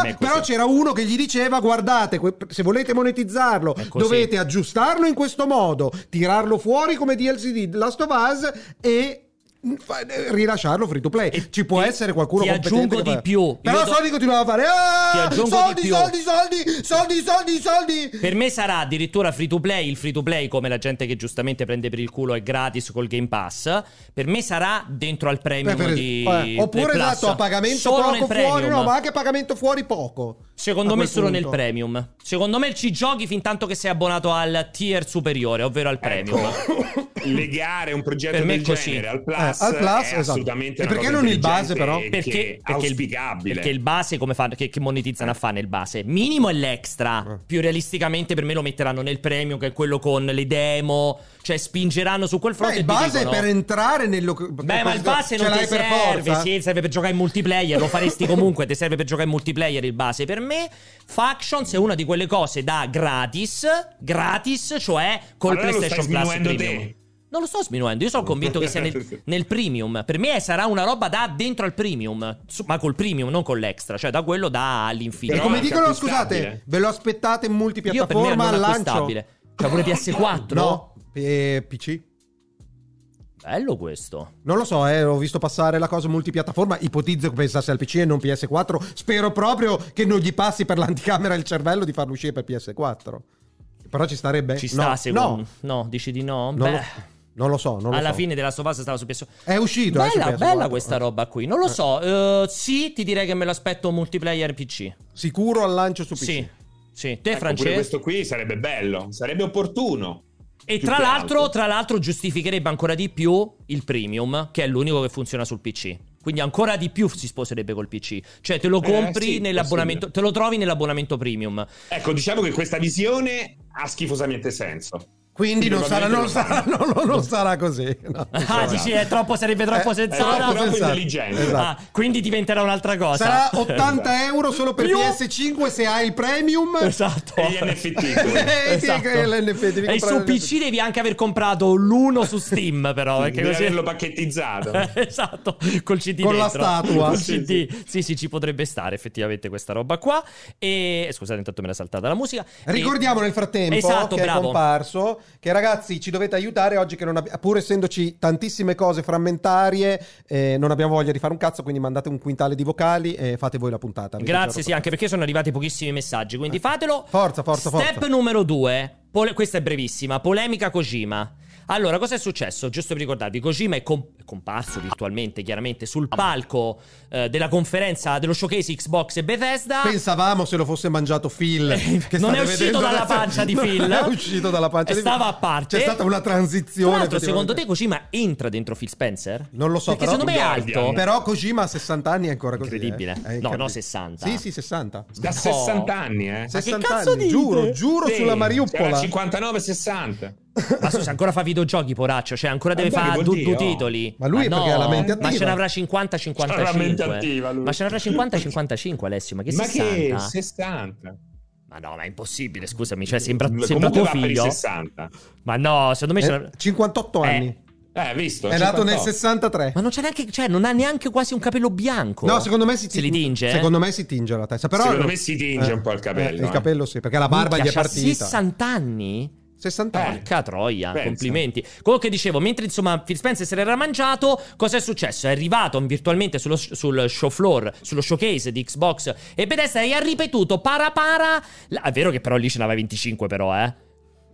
Speaker 1: Per me è così.
Speaker 2: però c'era uno che gli diceva guardate, que- se volete monetizzarlo
Speaker 1: È così.
Speaker 2: dovete aggiustarlo in questo modo, tirarlo fuori come DLC di Last of Us e mm, fa- rilasciarlo free to play.
Speaker 1: E
Speaker 2: Ci può
Speaker 1: ti-
Speaker 2: essere qualcuno
Speaker 1: ti
Speaker 2: competente
Speaker 1: aggiungo
Speaker 2: che
Speaker 1: di
Speaker 2: fa-
Speaker 1: più.
Speaker 2: Però
Speaker 1: Io do-
Speaker 2: Sony continuava a fare "Ah,
Speaker 1: Ti aggiungo
Speaker 2: soldi,
Speaker 1: di più.
Speaker 2: soldi, soldi, soldi, soldi, soldi".
Speaker 1: Per me sarà addirittura free to play, il free to play come la gente che giustamente prende per il culo è gratis col Game Pass, per me sarà dentro al premium
Speaker 2: Eh, per-
Speaker 1: di
Speaker 2: eh,
Speaker 1: del
Speaker 2: oppure
Speaker 1: Plus.
Speaker 2: esatto, a pagamento
Speaker 1: Solo nel
Speaker 2: poco fuori,
Speaker 1: premium.
Speaker 2: no, ma anche a pagamento fuori poco.
Speaker 1: Secondo
Speaker 2: a
Speaker 1: me
Speaker 2: quel
Speaker 1: solo nel
Speaker 2: punto.
Speaker 1: premium. Secondo me ci giochi fin tanto che sei abbonato al tier superiore, ovvero al premium.
Speaker 3: Ecco, legare un progetto
Speaker 1: Per me
Speaker 3: del
Speaker 1: è così.
Speaker 3: genere al plus,
Speaker 2: Eh, al Plus,
Speaker 3: è
Speaker 2: esatto.
Speaker 3: assolutamente
Speaker 2: E
Speaker 3: una
Speaker 2: perché
Speaker 3: cosa
Speaker 2: non il base,
Speaker 3: intelligente
Speaker 2: però?
Speaker 3: e
Speaker 1: Perché,
Speaker 3: che è
Speaker 1: perché il-
Speaker 3: auspicabile Ecco, Eh.
Speaker 1: perché il base come fanno che, che monetizzano a fare il base minimo è l'extra
Speaker 2: Eh.
Speaker 1: più realisticamente per me lo metteranno nel premium che è quello con le demo cioè spingeranno su quel
Speaker 2: Beh,
Speaker 1: fronte e
Speaker 2: il
Speaker 1: ti
Speaker 2: base è
Speaker 1: dicono-
Speaker 2: per entrare nel loc-
Speaker 1: Beh, ma il base
Speaker 2: ce
Speaker 1: non ti
Speaker 2: l'hai per
Speaker 1: serve.
Speaker 2: forza.
Speaker 1: Sì, serve per giocare in multiplayer. Lo faresti comunque. ti serve per giocare in multiplayer il base. Per me, Factions è una di quelle cose da gratis. Gratis, cioè col
Speaker 3: Allora lo stai
Speaker 1: PlayStation Plus
Speaker 3: sminuendo
Speaker 1: Premium.
Speaker 3: te.
Speaker 1: Non lo sto sminuendo, io sono convinto che sia nel, nel premium. Per me sarà una roba da dentro al premium. Su- ma col premium, non con l'extra, cioè da quello da all'infinito.
Speaker 2: E
Speaker 3: Però
Speaker 2: come
Speaker 3: è
Speaker 2: dicono,
Speaker 3: acquistabile.
Speaker 2: scusate, ve lo aspettate in
Speaker 1: io per me
Speaker 2: multipiattaforma
Speaker 1: non
Speaker 2: al
Speaker 1: è
Speaker 2: lancio?
Speaker 1: acquistabile. Cioè pure PS4?
Speaker 2: No, eh, PC.
Speaker 1: Bello questo.
Speaker 2: Non lo so, eh, ho visto passare la cosa multipiattaforma, ipotizzo che pensasse al PC e non PS4, spero proprio che non gli passi per l'anticamera il cervello di farlo uscire per PS4. Però ci starebbe?
Speaker 1: Ci
Speaker 2: Eh, No,
Speaker 1: sta, secondo
Speaker 2: No,
Speaker 1: No. dici di no?
Speaker 2: non,
Speaker 1: Beh.
Speaker 2: lo, non lo so, non lo
Speaker 1: alla
Speaker 2: so.
Speaker 1: fine della sua fase stava su PS4.
Speaker 2: È uscito, eh, su
Speaker 1: Bella,
Speaker 2: PS4.
Speaker 1: bella questa roba qui. Non lo so. eh, sì, ti direi che me lo aspetto multiplayer PC.
Speaker 2: Sicuro al lancio su PC.
Speaker 1: Sì. Sì, te
Speaker 3: Ecco, pure
Speaker 1: Francesco.
Speaker 3: questo qui sarebbe bello sarebbe opportuno
Speaker 1: E
Speaker 3: più
Speaker 1: tra
Speaker 3: che
Speaker 1: l'altro,
Speaker 3: altro.
Speaker 1: tra l'altro giustificherebbe ancora di più il premium, che è l'unico che funziona sul PC. Quindi ancora di più si sposerebbe col PC. Cioè te lo
Speaker 3: Eh,
Speaker 1: compri
Speaker 3: sì,
Speaker 1: nell'abbonamento,
Speaker 3: possibile.
Speaker 1: te lo trovi nell'abbonamento premium.
Speaker 3: ecco diciamo che questa visione ha schifosamente senso
Speaker 2: Quindi non sarà, non, sarà,
Speaker 3: Probabilmente
Speaker 2: non, non- non sarà così. no.
Speaker 1: Ah, dici, è troppo, sarebbe troppo
Speaker 2: Eh,
Speaker 1: senza.
Speaker 3: troppo
Speaker 1: Ah,
Speaker 2: sensato.
Speaker 3: intelligente.
Speaker 1: quindi diventerà un'altra cosa. Esatto.
Speaker 2: Sarà 80 euro solo per
Speaker 1: Più-
Speaker 2: PS5 se hai il premium.
Speaker 1: Esatto.
Speaker 3: E gli NFT pure.
Speaker 2: Eh, sì,
Speaker 1: Esatto.
Speaker 2: che l'NFT, devi
Speaker 1: e
Speaker 2: comprare
Speaker 1: su
Speaker 2: l'NFT.
Speaker 1: PC devi anche aver comprato l'uno su Steam, però. Perché
Speaker 3: devi
Speaker 1: così...
Speaker 3: averlo pacchettizzato
Speaker 1: esatto, col CD
Speaker 2: Con la
Speaker 1: dentro.
Speaker 2: statua.
Speaker 1: Col
Speaker 3: Sì,
Speaker 1: CD. Sì, sì, ci potrebbe stare effettivamente questa roba qua. E scusate, intanto me l'ha saltata la musica. E-
Speaker 2: Ricordiamo nel frattempo
Speaker 1: Esatto,
Speaker 2: che
Speaker 1: bravo.
Speaker 2: è comparso che ragazzi ci dovete aiutare oggi che non abbiamo, pur essendoci tantissime cose frammentarie, eh, non abbiamo voglia di fare un cazzo, quindi mandate un quintale di vocali e fate voi la puntata. amici.
Speaker 1: Grazie, sì, anche perché sono arrivati pochissimi messaggi, quindi fatelo.
Speaker 2: Eh. Forza, forza, forza.
Speaker 1: Step numero due. Pole- questa è brevissima. Polemica Kojima. Allora, cosa è successo? Giusto per ricordarvi, Kojima è, com- è comparso virtualmente, chiaramente, sul palco eh, della conferenza dello showcase Xbox e Bethesda.
Speaker 2: Pensavamo se lo fosse mangiato Phil.
Speaker 1: Ah. Eh,
Speaker 2: che
Speaker 1: non
Speaker 2: state
Speaker 1: è uscito
Speaker 2: vedendo
Speaker 1: dalla
Speaker 2: adesso.
Speaker 1: pancia di
Speaker 2: Non
Speaker 1: Phil.
Speaker 2: è uscito dalla pancia
Speaker 1: E
Speaker 2: di Phil.
Speaker 1: stava a parte.
Speaker 2: C'è stata una transizione.
Speaker 1: Tra l'altro,
Speaker 2: effettivamente.
Speaker 1: secondo te Kojima entra dentro Phil Spencer?
Speaker 2: Non lo so,
Speaker 1: Perché
Speaker 2: però-
Speaker 1: secondo me è alto.
Speaker 3: Guardian.
Speaker 2: Però Kojima a 60 anni è ancora così.
Speaker 1: Incredibile.
Speaker 2: eh. È
Speaker 1: No, no, 60.
Speaker 2: Sì, sì, 60.
Speaker 3: Da
Speaker 1: No.
Speaker 3: 60 anni, eh.
Speaker 1: che
Speaker 2: 60
Speaker 1: cazzo
Speaker 2: anni,
Speaker 1: dite?
Speaker 2: giuro, giuro
Speaker 3: Sì,
Speaker 2: sulla
Speaker 3: c'era
Speaker 2: Mariupola.
Speaker 3: 59-60.
Speaker 1: Ma scusa, ancora fa videogiochi, poraccio. Cioè, ancora
Speaker 2: Eh,
Speaker 1: deve
Speaker 3: Ma dai,
Speaker 1: fare
Speaker 3: che
Speaker 1: du-
Speaker 3: vuol
Speaker 1: due
Speaker 3: dire?
Speaker 1: titoli.
Speaker 2: oh? Ma lui è
Speaker 1: no,
Speaker 2: perché ha la mente
Speaker 1: Ma
Speaker 2: attiva.
Speaker 1: ce n'avrà 50-55.
Speaker 3: C'ha la mente attiva, lui.
Speaker 1: Ma ce n'avrà 50-55, Alessio. Ma che
Speaker 3: Ma
Speaker 1: 60?
Speaker 3: che 60?
Speaker 1: Ma no, ma è impossibile, scusami. Cioè, sembra, sembra
Speaker 3: Comunque
Speaker 1: tuo
Speaker 3: va per i
Speaker 1: figlio.
Speaker 3: 60.
Speaker 1: Ma no, secondo me. ce
Speaker 2: Eh,
Speaker 1: n'avrà-
Speaker 2: 58
Speaker 1: Eh,
Speaker 2: anni.
Speaker 3: Eh, visto.
Speaker 2: È nato nel
Speaker 3: 58.
Speaker 2: 63.
Speaker 1: Ma non c'è neanche. Cioè, non ha neanche quasi un capello bianco.
Speaker 2: No, secondo me si
Speaker 1: Se li tinge. eh?
Speaker 2: Secondo me si tinge la testa. Però
Speaker 3: Secondo me si tinge un po' il capello,
Speaker 2: il
Speaker 3: eh.
Speaker 2: capello sì, perché la barba
Speaker 1: Minchia,
Speaker 2: gli è
Speaker 1: c'ha
Speaker 2: partita.
Speaker 1: 60 anni?
Speaker 2: 60
Speaker 3: Eh.
Speaker 2: anni.
Speaker 1: Porca troia,
Speaker 3: Pensa.
Speaker 1: complimenti. Comunque dicevo, mentre insomma Phil Spencer se l'era mangiato, cosa è successo? È arrivato virtualmente sullo, sul show floor, sullo showcase di Xbox e Bethesda e ha ripetuto para para. La- è vero che però lì ce n'aveva 25 però, eh.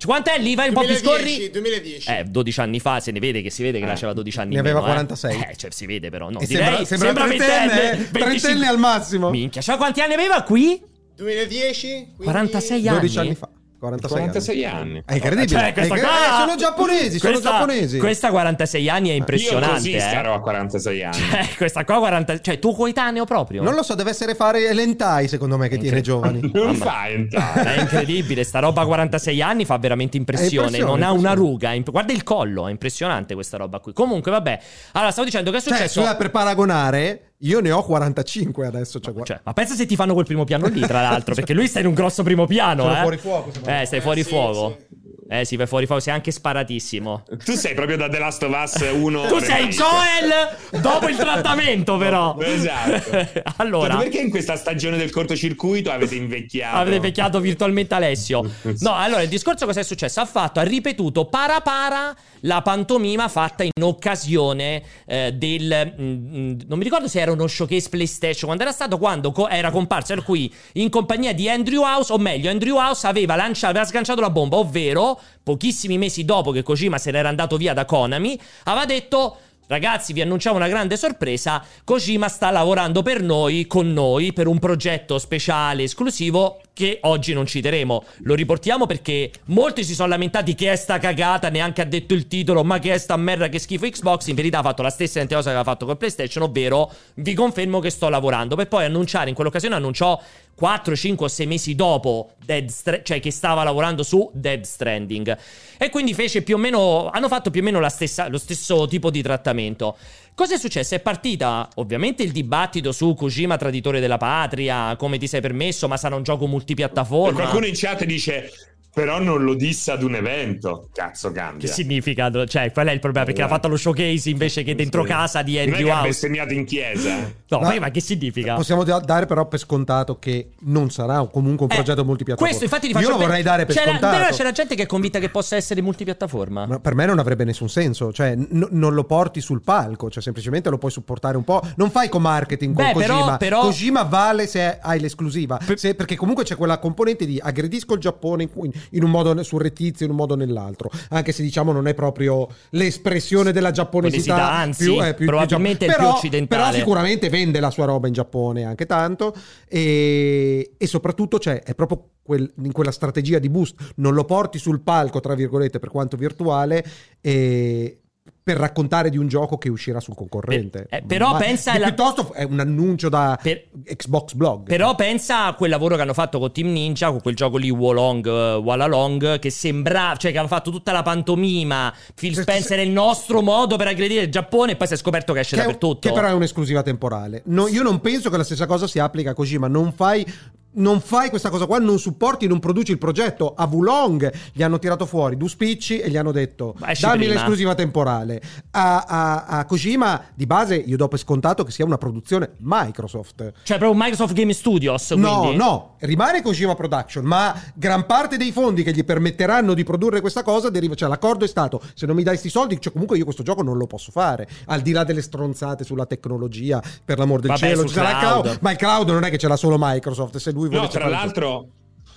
Speaker 1: Cioè, Quant'è lì? Vai un po' più scorri.
Speaker 4: 2010, 2010.
Speaker 1: Eh, 12 anni fa, se ne vede che si vede che
Speaker 3: Eh.
Speaker 1: lasciava 12 anni
Speaker 2: Ne aveva
Speaker 1: meno, eh.
Speaker 2: 46.
Speaker 1: Eh, cioè si vede però, no.
Speaker 2: E
Speaker 1: direi,
Speaker 2: sembra, sembra, trentenne, eh?
Speaker 1: 25.
Speaker 2: trentenne al massimo.
Speaker 1: Minchia, cioè quanti anni aveva qui?
Speaker 4: 2010. quindi-
Speaker 1: 46 anni.
Speaker 2: 12 anni fa. 46,
Speaker 3: 46 anni.
Speaker 2: È incredibile.
Speaker 1: Cioè,
Speaker 2: È
Speaker 1: questa
Speaker 2: incredibile.
Speaker 1: qua-
Speaker 2: Eh, sono giapponesi, sono
Speaker 1: questa-
Speaker 2: giapponesi.
Speaker 1: Questa 46 anni è
Speaker 3: Io
Speaker 1: impressionante.
Speaker 3: così
Speaker 1: eh.
Speaker 3: starò a 46 anni.
Speaker 1: Cioè, questa qua 40, cioè tuo coetaneo proprio.
Speaker 2: Non lo so, deve essere fare l'entai, secondo me, che tiene
Speaker 1: Incredibile.
Speaker 2: giovani.
Speaker 3: non
Speaker 1: Mamma-
Speaker 3: fa
Speaker 1: È
Speaker 3: entrare.
Speaker 1: incredibile, sta roba a 46 anni fa veramente impressione,
Speaker 2: È impressione,
Speaker 1: non ha una
Speaker 2: impressione.
Speaker 1: ruga, imp- guarda il collo, è impressionante questa roba qui. Comunque vabbè, allora stavo dicendo che è
Speaker 2: Cioè,
Speaker 1: successo...
Speaker 2: scusa, per paragonare, io ne ho 45 adesso. Cioè, guarda-
Speaker 1: Cioè, ma pensa se ti fanno quel primo piano lì, tra l'altro, perché lui sta in un grosso primo piano,
Speaker 2: Sono
Speaker 1: eh.
Speaker 2: fuori fuoco, secondo me.
Speaker 1: Eh, stai
Speaker 4: Eh,
Speaker 1: fuori
Speaker 4: sì,
Speaker 1: fuoco.
Speaker 4: sì.
Speaker 1: Eh, sì, vai fuori fuoco, sei anche sparatissimo.
Speaker 3: Tu sei proprio da The Last of Us 1.
Speaker 1: Tu sei
Speaker 3: remake.
Speaker 1: Joel dopo il trattamento, però.
Speaker 3: Esatto.
Speaker 2: Cioè,
Speaker 1: allora,
Speaker 3: Perché in questa stagione del cortocircuito avete invecchiato?
Speaker 1: Avete invecchiato virtualmente Alessio. No, allora il discorso cosa è successo? Ha fatto, ha ripetuto para para la pantomima fatta in occasione eh, del. mm, mm, non mi ricordo se era uno showcase PlayStation. Quando era stato, quando co- era comparso, era qui in compagnia di Andrew House. O meglio, Andrew House aveva, lanciato, aveva sganciato la bomba, ovvero pochissimi mesi dopo che Kojima se n'era andato via da Konami, aveva detto. Ragazzi, vi annunciamo una grande sorpresa. Kojima sta lavorando per noi, con noi, per un progetto speciale, esclusivo, che oggi non citeremo. Lo riportiamo perché molti si sono lamentati che è sta cagata, neanche ha detto il titolo, ma che è sta merda, che schifo Xbox. In verità ha fatto la stessa identica cosa che aveva fatto con PlayStation, ovvero vi confermo che sto lavorando. Per poi annunciare, in quell'occasione annunciò 4, 5 o 6 mesi dopo Dead Stra- cioè che stava lavorando su Dead Stranding. E quindi fece più o meno, hanno fatto più o meno la stessa- lo stesso tipo di trattamento. Cosa è successo? È partita ovviamente il dibattito su Kojima traditore della patria, come ti sei permesso, ma sarà un gioco
Speaker 3: E
Speaker 1: multipiattaforma.
Speaker 3: Cioè, Qualcuno in chat dice, però non lo disse ad un evento. Cazzo,
Speaker 1: Che
Speaker 3: cambia.
Speaker 1: significa? Cioè, qual è il problema? Perché l'ha fatto lo showcase invece che dentro casa di
Speaker 3: Non è
Speaker 1: Andrew
Speaker 3: che ha
Speaker 1: House.
Speaker 3: bestemmiato in chiesa. eh.
Speaker 1: No,
Speaker 2: Ma-
Speaker 1: ma, ma che significa?
Speaker 2: Possiamo da- dare però per scontato che non sarà comunque un
Speaker 1: Eh,
Speaker 2: progetto multipiattaforma.
Speaker 1: Questo, infatti, li faccio
Speaker 2: Io lo
Speaker 1: pe-
Speaker 2: vorrei dare per
Speaker 1: c'è la-
Speaker 2: scontato.
Speaker 1: però c'è la gente che è convinta che possa essere multipiattaforma.
Speaker 2: Ma per me non avrebbe nessun senso, cioè n- non lo porti sul palco, cioè semplicemente lo puoi supportare un po'. Non fai co-marketing con
Speaker 1: Beh, però-
Speaker 2: Kojima.
Speaker 1: però-
Speaker 2: Kojima vale se hai l'esclusiva, Se- perché comunque c'è quella componente di aggredisco il Giappone in, cui- in un modo surrettizio, in un modo o nell'altro, anche se diciamo non è proprio l'espressione della giapponesità, eh,
Speaker 1: Giapponesità, anzi, probabilmente è il
Speaker 2: giappo-
Speaker 1: più
Speaker 2: però-
Speaker 1: occidentale.
Speaker 2: Però sicuramente vende la sua roba in Giappone anche tanto e, e soprattutto cioè, è proprio quel- in quella strategia di boost, non lo porti sul palco, tra virgolette, per quanto virtuale, e- per raccontare di un gioco che uscirà sul concorrente.
Speaker 1: Per- eh, però pensa
Speaker 2: di-
Speaker 1: alla-
Speaker 2: Piuttosto è un annuncio da
Speaker 1: Per-
Speaker 2: Xbox Blog.
Speaker 1: Però pensa a quel lavoro che hanno fatto con Team Ninja, con quel gioco lì Wolong, eh, Walalong, che sembrava, cioè che hanno fatto tutta la pantomima, Phil
Speaker 2: Se-
Speaker 1: Spencer
Speaker 2: se-
Speaker 1: è il nostro modo per aggredire il Giappone e poi si è scoperto che esce
Speaker 2: Che è un-
Speaker 1: dappertutto.
Speaker 2: Che però è un'esclusiva temporale. No, io non penso che la stessa cosa si applica così, ma non fai non fai questa cosa qua, non supporti, non produci il progetto. A Wulong gli hanno tirato fuori due spicci e gli hanno detto
Speaker 1: Ma esci
Speaker 2: dammi
Speaker 1: prima."
Speaker 2: l'esclusiva temporale. A, a- a Kojima, di base, io do per scontato che sia una produzione Microsoft.
Speaker 1: Cioè, proprio Microsoft Game Studios.
Speaker 2: No,
Speaker 1: Esatto, quindi.
Speaker 2: no, rimane Kojima Production, ma gran parte dei fondi che gli permetteranno di produrre questa cosa deriva, cioè l'accordo è stato, se non mi dai sti soldi, cioè comunque io questo gioco non lo posso fare, al di là delle stronzate sulla tecnologia, per l'amor del
Speaker 1: Vabbè,
Speaker 2: cielo,
Speaker 1: sul
Speaker 2: ci sarà il
Speaker 1: cloud.
Speaker 2: cloud, ma il cloud non è che ce l'ha solo Microsoft, se lui
Speaker 3: No,
Speaker 2: volesse
Speaker 3: tra
Speaker 2: fare-
Speaker 3: l'altro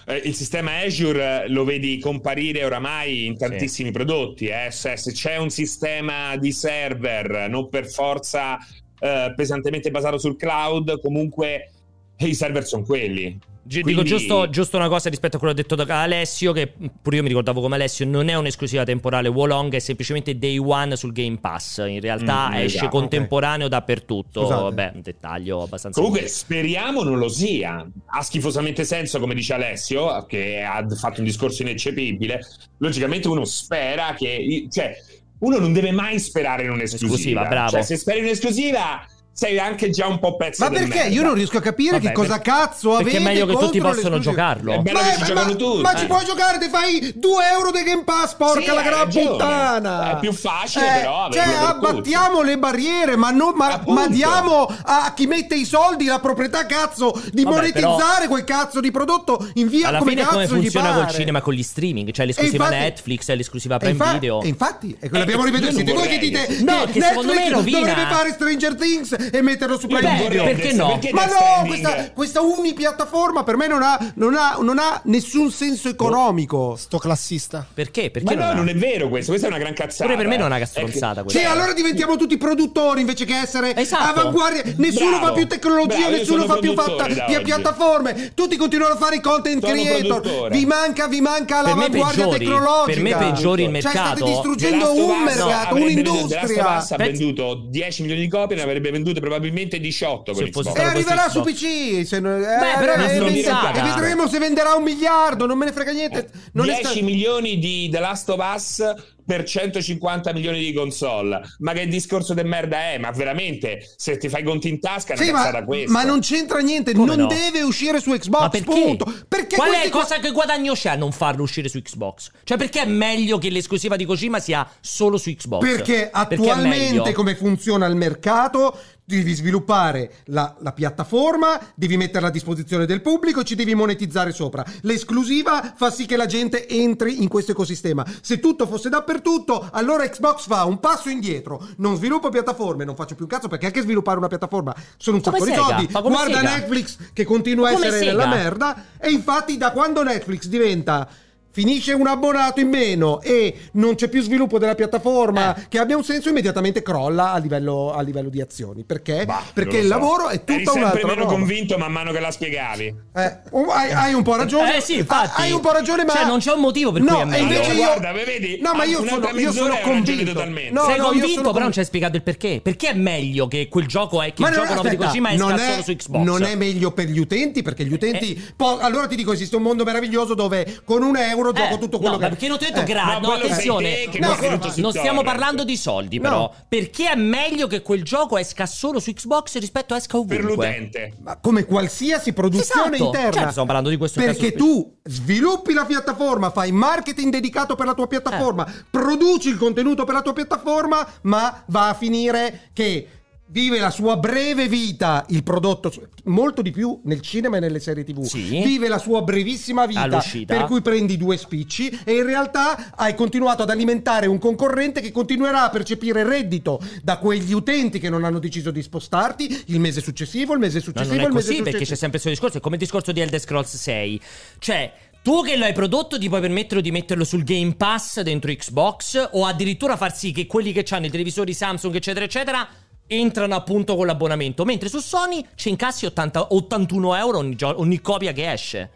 Speaker 3: eh, il sistema Azure eh, lo vedi comparire oramai in tantissimi prodotti. eh. Se, se c'è un sistema di server non per forza eh, pesantemente basato sul cloud, comunque eh, i server sono quelli.
Speaker 1: Gi-
Speaker 3: Quindi-
Speaker 1: Dico giusto, giusto una cosa rispetto a quello detto da Alessio, che pure io mi ricordavo come Alessio, non è un'esclusiva temporale Wolong, è semplicemente day one sul Game Pass. In realtà
Speaker 3: Mm,
Speaker 1: esce
Speaker 3: esatto,
Speaker 1: contemporaneo dappertutto.
Speaker 2: eh, Scusate.
Speaker 1: Vabbè, un dettaglio abbastanza.
Speaker 3: Comunque speriamo non lo sia. Ha schifosamente senso, come dice Alessio, che ha fatto un discorso ineccepibile. Logicamente uno spera che... Cioè, uno non deve mai sperare in un'esclusiva.
Speaker 1: Esclusiva, bravo.
Speaker 3: Cioè, se speri in un'esclusiva sei anche già un po' pezzo
Speaker 2: Ma
Speaker 3: del
Speaker 2: perché?
Speaker 3: merda.
Speaker 2: Io non riesco a capire
Speaker 1: Vabbè,
Speaker 2: che cosa
Speaker 1: per-
Speaker 2: cazzo avete
Speaker 1: Perché è meglio che
Speaker 2: contro Eh,
Speaker 1: tutti possano
Speaker 2: l'esclusiva.
Speaker 1: giocarlo.
Speaker 3: È bello che ci
Speaker 2: Ma,
Speaker 3: giocano
Speaker 2: ma-
Speaker 3: tutti.
Speaker 2: ma ci
Speaker 3: Eh.
Speaker 2: puoi giocare, ti fai 2 euro di Game Pass, porca
Speaker 3: Sì,
Speaker 2: la
Speaker 3: hai
Speaker 2: gran
Speaker 3: ragione.
Speaker 2: puttana!
Speaker 3: È più facile, però,
Speaker 2: Cioè,
Speaker 3: averlo per
Speaker 2: abbattiamo le barriere, ma, non- ma-
Speaker 3: Appunto.
Speaker 2: ma diamo a chi mette i soldi la proprietà, cazzo, di
Speaker 1: Vabbè,
Speaker 2: monetizzare quel cazzo di prodotto in via
Speaker 1: Alla
Speaker 2: come
Speaker 1: fine è
Speaker 2: cazzo
Speaker 1: come
Speaker 2: gli
Speaker 1: funziona
Speaker 2: pare.
Speaker 1: col cinema con gli streaming, cioè l'esclusiva
Speaker 2: E infatti-
Speaker 1: Netflix e l'esclusiva
Speaker 2: E,
Speaker 1: Prime
Speaker 2: infa-
Speaker 1: Video.
Speaker 2: e infatti, e
Speaker 3: Eh,
Speaker 2: l'abbiamo
Speaker 3: io
Speaker 2: ripetuto.
Speaker 3: non
Speaker 2: Siete voi che
Speaker 3: vorrei
Speaker 2: dite
Speaker 3: che-
Speaker 2: che
Speaker 1: No, che secondo me
Speaker 2: Netflix
Speaker 1: rovina.
Speaker 2: dovrebbe fare Stranger Things e metterlo su
Speaker 1: Io
Speaker 2: Prime
Speaker 1: non
Speaker 2: Video.
Speaker 1: vorrei- perché no?
Speaker 2: Ma
Speaker 3: Death
Speaker 2: no,
Speaker 3: Stranding-
Speaker 2: questa, questa unipiattaforma per me non ha, non ha- non ha nessun
Speaker 1: Boh.
Speaker 2: senso economico.
Speaker 4: Sto classista.
Speaker 1: Perché?
Speaker 3: Ma
Speaker 1: Perché
Speaker 3: no,
Speaker 1: non, ha?
Speaker 3: non è vero questo, questa è una gran cazzata.
Speaker 1: Pure per me non è una
Speaker 3: eh.
Speaker 1: stronzata
Speaker 3: È che-
Speaker 2: Sì,
Speaker 1: questa.
Speaker 3: Cioè,
Speaker 2: allora diventiamo tutti produttori invece che essere
Speaker 1: Esatto.
Speaker 2: avanguardia. Nessuno
Speaker 3: Bravo.
Speaker 2: fa più tecnologia,
Speaker 3: Bravo, io
Speaker 2: nessuno
Speaker 3: sono
Speaker 2: fa più
Speaker 3: produttore
Speaker 2: fatta
Speaker 3: da
Speaker 2: via
Speaker 3: oggi.
Speaker 2: piattaforme. Tutti continuano a fare i content
Speaker 3: Sono
Speaker 2: creator.
Speaker 3: produttore.
Speaker 2: Vi manca, vi manca
Speaker 1: Per me
Speaker 2: l'avanguardia
Speaker 1: peggiori-
Speaker 2: tecnologica.
Speaker 1: per me peggiori il
Speaker 2: Cioè, state
Speaker 1: mercato.
Speaker 2: distruggendo
Speaker 3: The Last of
Speaker 2: un
Speaker 3: Us
Speaker 2: mercato,
Speaker 3: avrebbe venduto- The Last
Speaker 2: un'industria.
Speaker 3: of Us ha
Speaker 1: Pezzi-
Speaker 3: venduto 10 milioni di copie, ne avrebbe vendute probabilmente 18 con
Speaker 1: Se fosse
Speaker 3: Xbox.
Speaker 2: E
Speaker 1: Sarà
Speaker 2: arriverà su
Speaker 1: così,
Speaker 2: PC. se non- eh,
Speaker 1: però è una
Speaker 2: e ved-
Speaker 1: stronzata.
Speaker 2: e vedremo se venderà un miliardo. Non me ne frega niente. Non è
Speaker 3: 10
Speaker 2: sta-
Speaker 3: milioni di The Last of Us per 150 milioni di console. Ma che discorso di merda è? Ma veramente, se ti fai i conti in tasca, è una
Speaker 2: Sì, ma,
Speaker 3: cazzata questa.
Speaker 2: ma non c'entra niente.
Speaker 1: Come
Speaker 2: non
Speaker 1: no?
Speaker 2: deve uscire su Xbox.
Speaker 1: Ma perché?
Speaker 2: Punto. Perché
Speaker 1: Qual è
Speaker 2: questi-
Speaker 1: cosa che guadagno c'è a non farlo uscire su Xbox? Cioè, perché è meglio che l'esclusiva di Kojima sia solo su Xbox?
Speaker 2: Perché
Speaker 1: è
Speaker 2: attualmente
Speaker 1: meglio.
Speaker 2: come funziona il mercato devi sviluppare la, la piattaforma, devi metterla a disposizione del pubblico e ci devi monetizzare sopra. L'esclusiva fa sì che la gente entri in questo ecosistema. Se tutto fosse dappertutto, allora Xbox fa un passo indietro. Non sviluppo piattaforme, non faccio più un cazzo perché anche sviluppare una piattaforma sono un
Speaker 1: Come
Speaker 2: sacco
Speaker 1: Sega,
Speaker 2: di
Speaker 1: fa
Speaker 2: soldi.
Speaker 1: come
Speaker 2: Guarda
Speaker 1: Sega.
Speaker 2: Netflix che continua a
Speaker 1: Come
Speaker 2: essere
Speaker 1: Sega.
Speaker 2: nella merda e infatti da quando Netflix diventa Finisce un abbonato in meno e non c'è più sviluppo della piattaforma
Speaker 3: Eh.
Speaker 2: che abbia un senso, immediatamente crolla a livello, a livello di azioni. Perché?
Speaker 3: Bah,
Speaker 2: Perché
Speaker 3: non lo
Speaker 2: il
Speaker 3: so.
Speaker 2: lavoro è
Speaker 3: Eri
Speaker 2: tutta
Speaker 3: sempre
Speaker 2: un'altra
Speaker 3: meno
Speaker 2: roba.
Speaker 3: convinto man mano che la spiegavi.
Speaker 2: Eh, oh, hai, hai un po' ragione.
Speaker 1: Eh sì, infatti.
Speaker 2: Hai un po' ragione, ma.
Speaker 1: Cioè, non c'è un motivo per
Speaker 2: no,
Speaker 1: cui è meglio.
Speaker 2: E invece
Speaker 3: Allora,
Speaker 2: io...
Speaker 3: guarda, vedi?
Speaker 2: No, ma io
Speaker 3: Un'altra
Speaker 2: sono, io
Speaker 3: mezz'ora
Speaker 2: sono
Speaker 3: hai ragione
Speaker 2: convinto.
Speaker 3: totalmente.
Speaker 2: No,
Speaker 1: Sei
Speaker 2: no, io
Speaker 1: convinto,
Speaker 2: sono
Speaker 1: però non
Speaker 2: convinto.
Speaker 1: ci hai spiegato il perché. Perché è meglio che quel gioco è che il gioco nuovo di
Speaker 2: aspetta,
Speaker 1: Kojima esca
Speaker 2: non
Speaker 1: solo
Speaker 2: è,
Speaker 1: su Xbox.
Speaker 2: non è meglio per gli utenti perché gli utenti po- allora ti dico esiste un mondo meraviglioso dove con un euro
Speaker 1: Eh,
Speaker 2: gioco tutto quello
Speaker 1: no,
Speaker 2: che
Speaker 1: ma perché non ti ho detto
Speaker 2: Eh.
Speaker 1: gra-
Speaker 3: Ma
Speaker 1: no,
Speaker 3: quello sei
Speaker 1: attenzione,
Speaker 3: te che
Speaker 2: No,
Speaker 1: non,
Speaker 2: guardi tutto
Speaker 1: non
Speaker 3: sul
Speaker 1: stiamo
Speaker 3: torrent.
Speaker 1: parlando di soldi,
Speaker 2: No.
Speaker 1: però. Perché è meglio che quel gioco esca solo su Xbox rispetto a esca ovunque?
Speaker 3: Per l'utente.
Speaker 2: ma come qualsiasi produzione
Speaker 1: Esatto,
Speaker 2: interna
Speaker 1: certo, stiamo parlando di questo
Speaker 2: perché
Speaker 1: caso
Speaker 2: tu sviluppi la piattaforma fai marketing dedicato per la tua piattaforma
Speaker 1: Eh.
Speaker 2: produci il contenuto per la tua piattaforma ma va a finire che Vive la sua breve vita il prodotto, molto di più nel cinema e nelle serie TV.
Speaker 1: Sì.
Speaker 2: Vive la sua brevissima vita,
Speaker 1: All'uscita.
Speaker 2: per cui prendi due spicci e in realtà hai continuato ad alimentare un concorrente che continuerà a percepire reddito da quegli utenti che non hanno deciso di spostarti il mese successivo, il mese
Speaker 1: No,
Speaker 2: successivo,
Speaker 1: non è
Speaker 2: il mese
Speaker 1: così perché c'è
Speaker 2: successivo.
Speaker 1: sempre Cioè, il suo discorso. È come il discorso di Elder Scrolls 6. Cioè, tu che lo hai prodotto ti puoi permettere di metterlo sul Game Pass dentro Xbox o addirittura far sì che quelli che hanno i televisori Samsung, eccetera, eccetera, entrano appunto con l'abbonamento. Mentre su Sony ci incassi 80 81 euro ogni, gio- ogni copia che esce.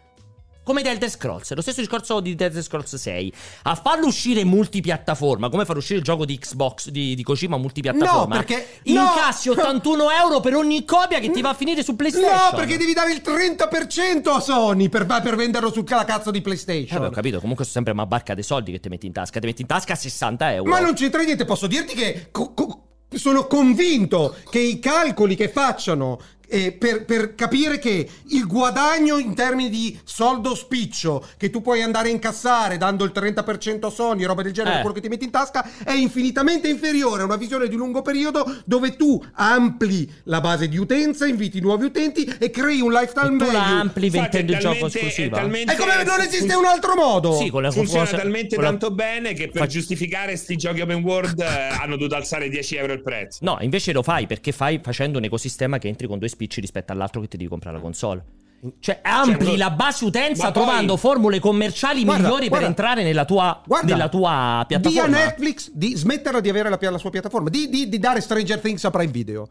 Speaker 1: Come The Elder Scrolls, lo stesso discorso di The Elder Scrolls 6. A farlo uscire multipiattaforma, come far uscire il gioco di Xbox di, di Kojima multipiattaforma.
Speaker 2: No, perché- no!
Speaker 1: Incassi 81 euro per ogni copia che ti va a finire su PlayStation.
Speaker 2: No, perché devi dare il 30% a Sony per, per venderlo sul la cazzo di
Speaker 1: Eh, beh,
Speaker 2: PlayStation.
Speaker 1: ho capito, comunque sono sempre una barca dei soldi che ti metti in tasca. Ti metti in tasca 60 euro.
Speaker 2: Ma non c'entra niente, posso dirti che co- co- sono convinto che i calcoli che facciano eh, per, per capire che il guadagno in termini di soldo spiccio che tu puoi andare a incassare dando il 30% a Sony, roba del genere,
Speaker 1: Eh.
Speaker 2: quello che ti metti in tasca, è infinitamente inferiore a una visione di lungo periodo dove tu ampli la base di utenza, inviti nuovi utenti e crei un
Speaker 1: E
Speaker 2: lifetime
Speaker 1: tu la
Speaker 2: value.
Speaker 1: ampli
Speaker 3: Infatti,
Speaker 1: vendendo il
Speaker 3: è
Speaker 1: gioco
Speaker 3: talmente-
Speaker 1: esclusiva.
Speaker 3: è talmente-
Speaker 2: È come non esiste un altro modo.
Speaker 1: Sì, con la
Speaker 3: Funziona
Speaker 1: con la-
Speaker 3: talmente
Speaker 1: con la-
Speaker 3: tanto bene che per
Speaker 1: Fa-
Speaker 3: giustificare sti giochi open world eh, hanno dovuto alzare 10 euro il prezzo.
Speaker 1: No, invece lo fai perché fai facendo un ecosistema che entri con due spicci rispetto all'altro che ti devi comprare la console. Cioè, ampli
Speaker 3: quello-
Speaker 1: la base utenza
Speaker 3: Ma poi-
Speaker 1: trovando formule commerciali
Speaker 2: Guarda,
Speaker 1: migliori
Speaker 2: guarda.
Speaker 1: per entrare nella tua,
Speaker 2: Guarda,
Speaker 1: nella tua piattaforma.
Speaker 2: Di a Netflix di smetterla di avere la, pia- la sua piattaforma, di, di- di dare Stranger Things a Prime Video.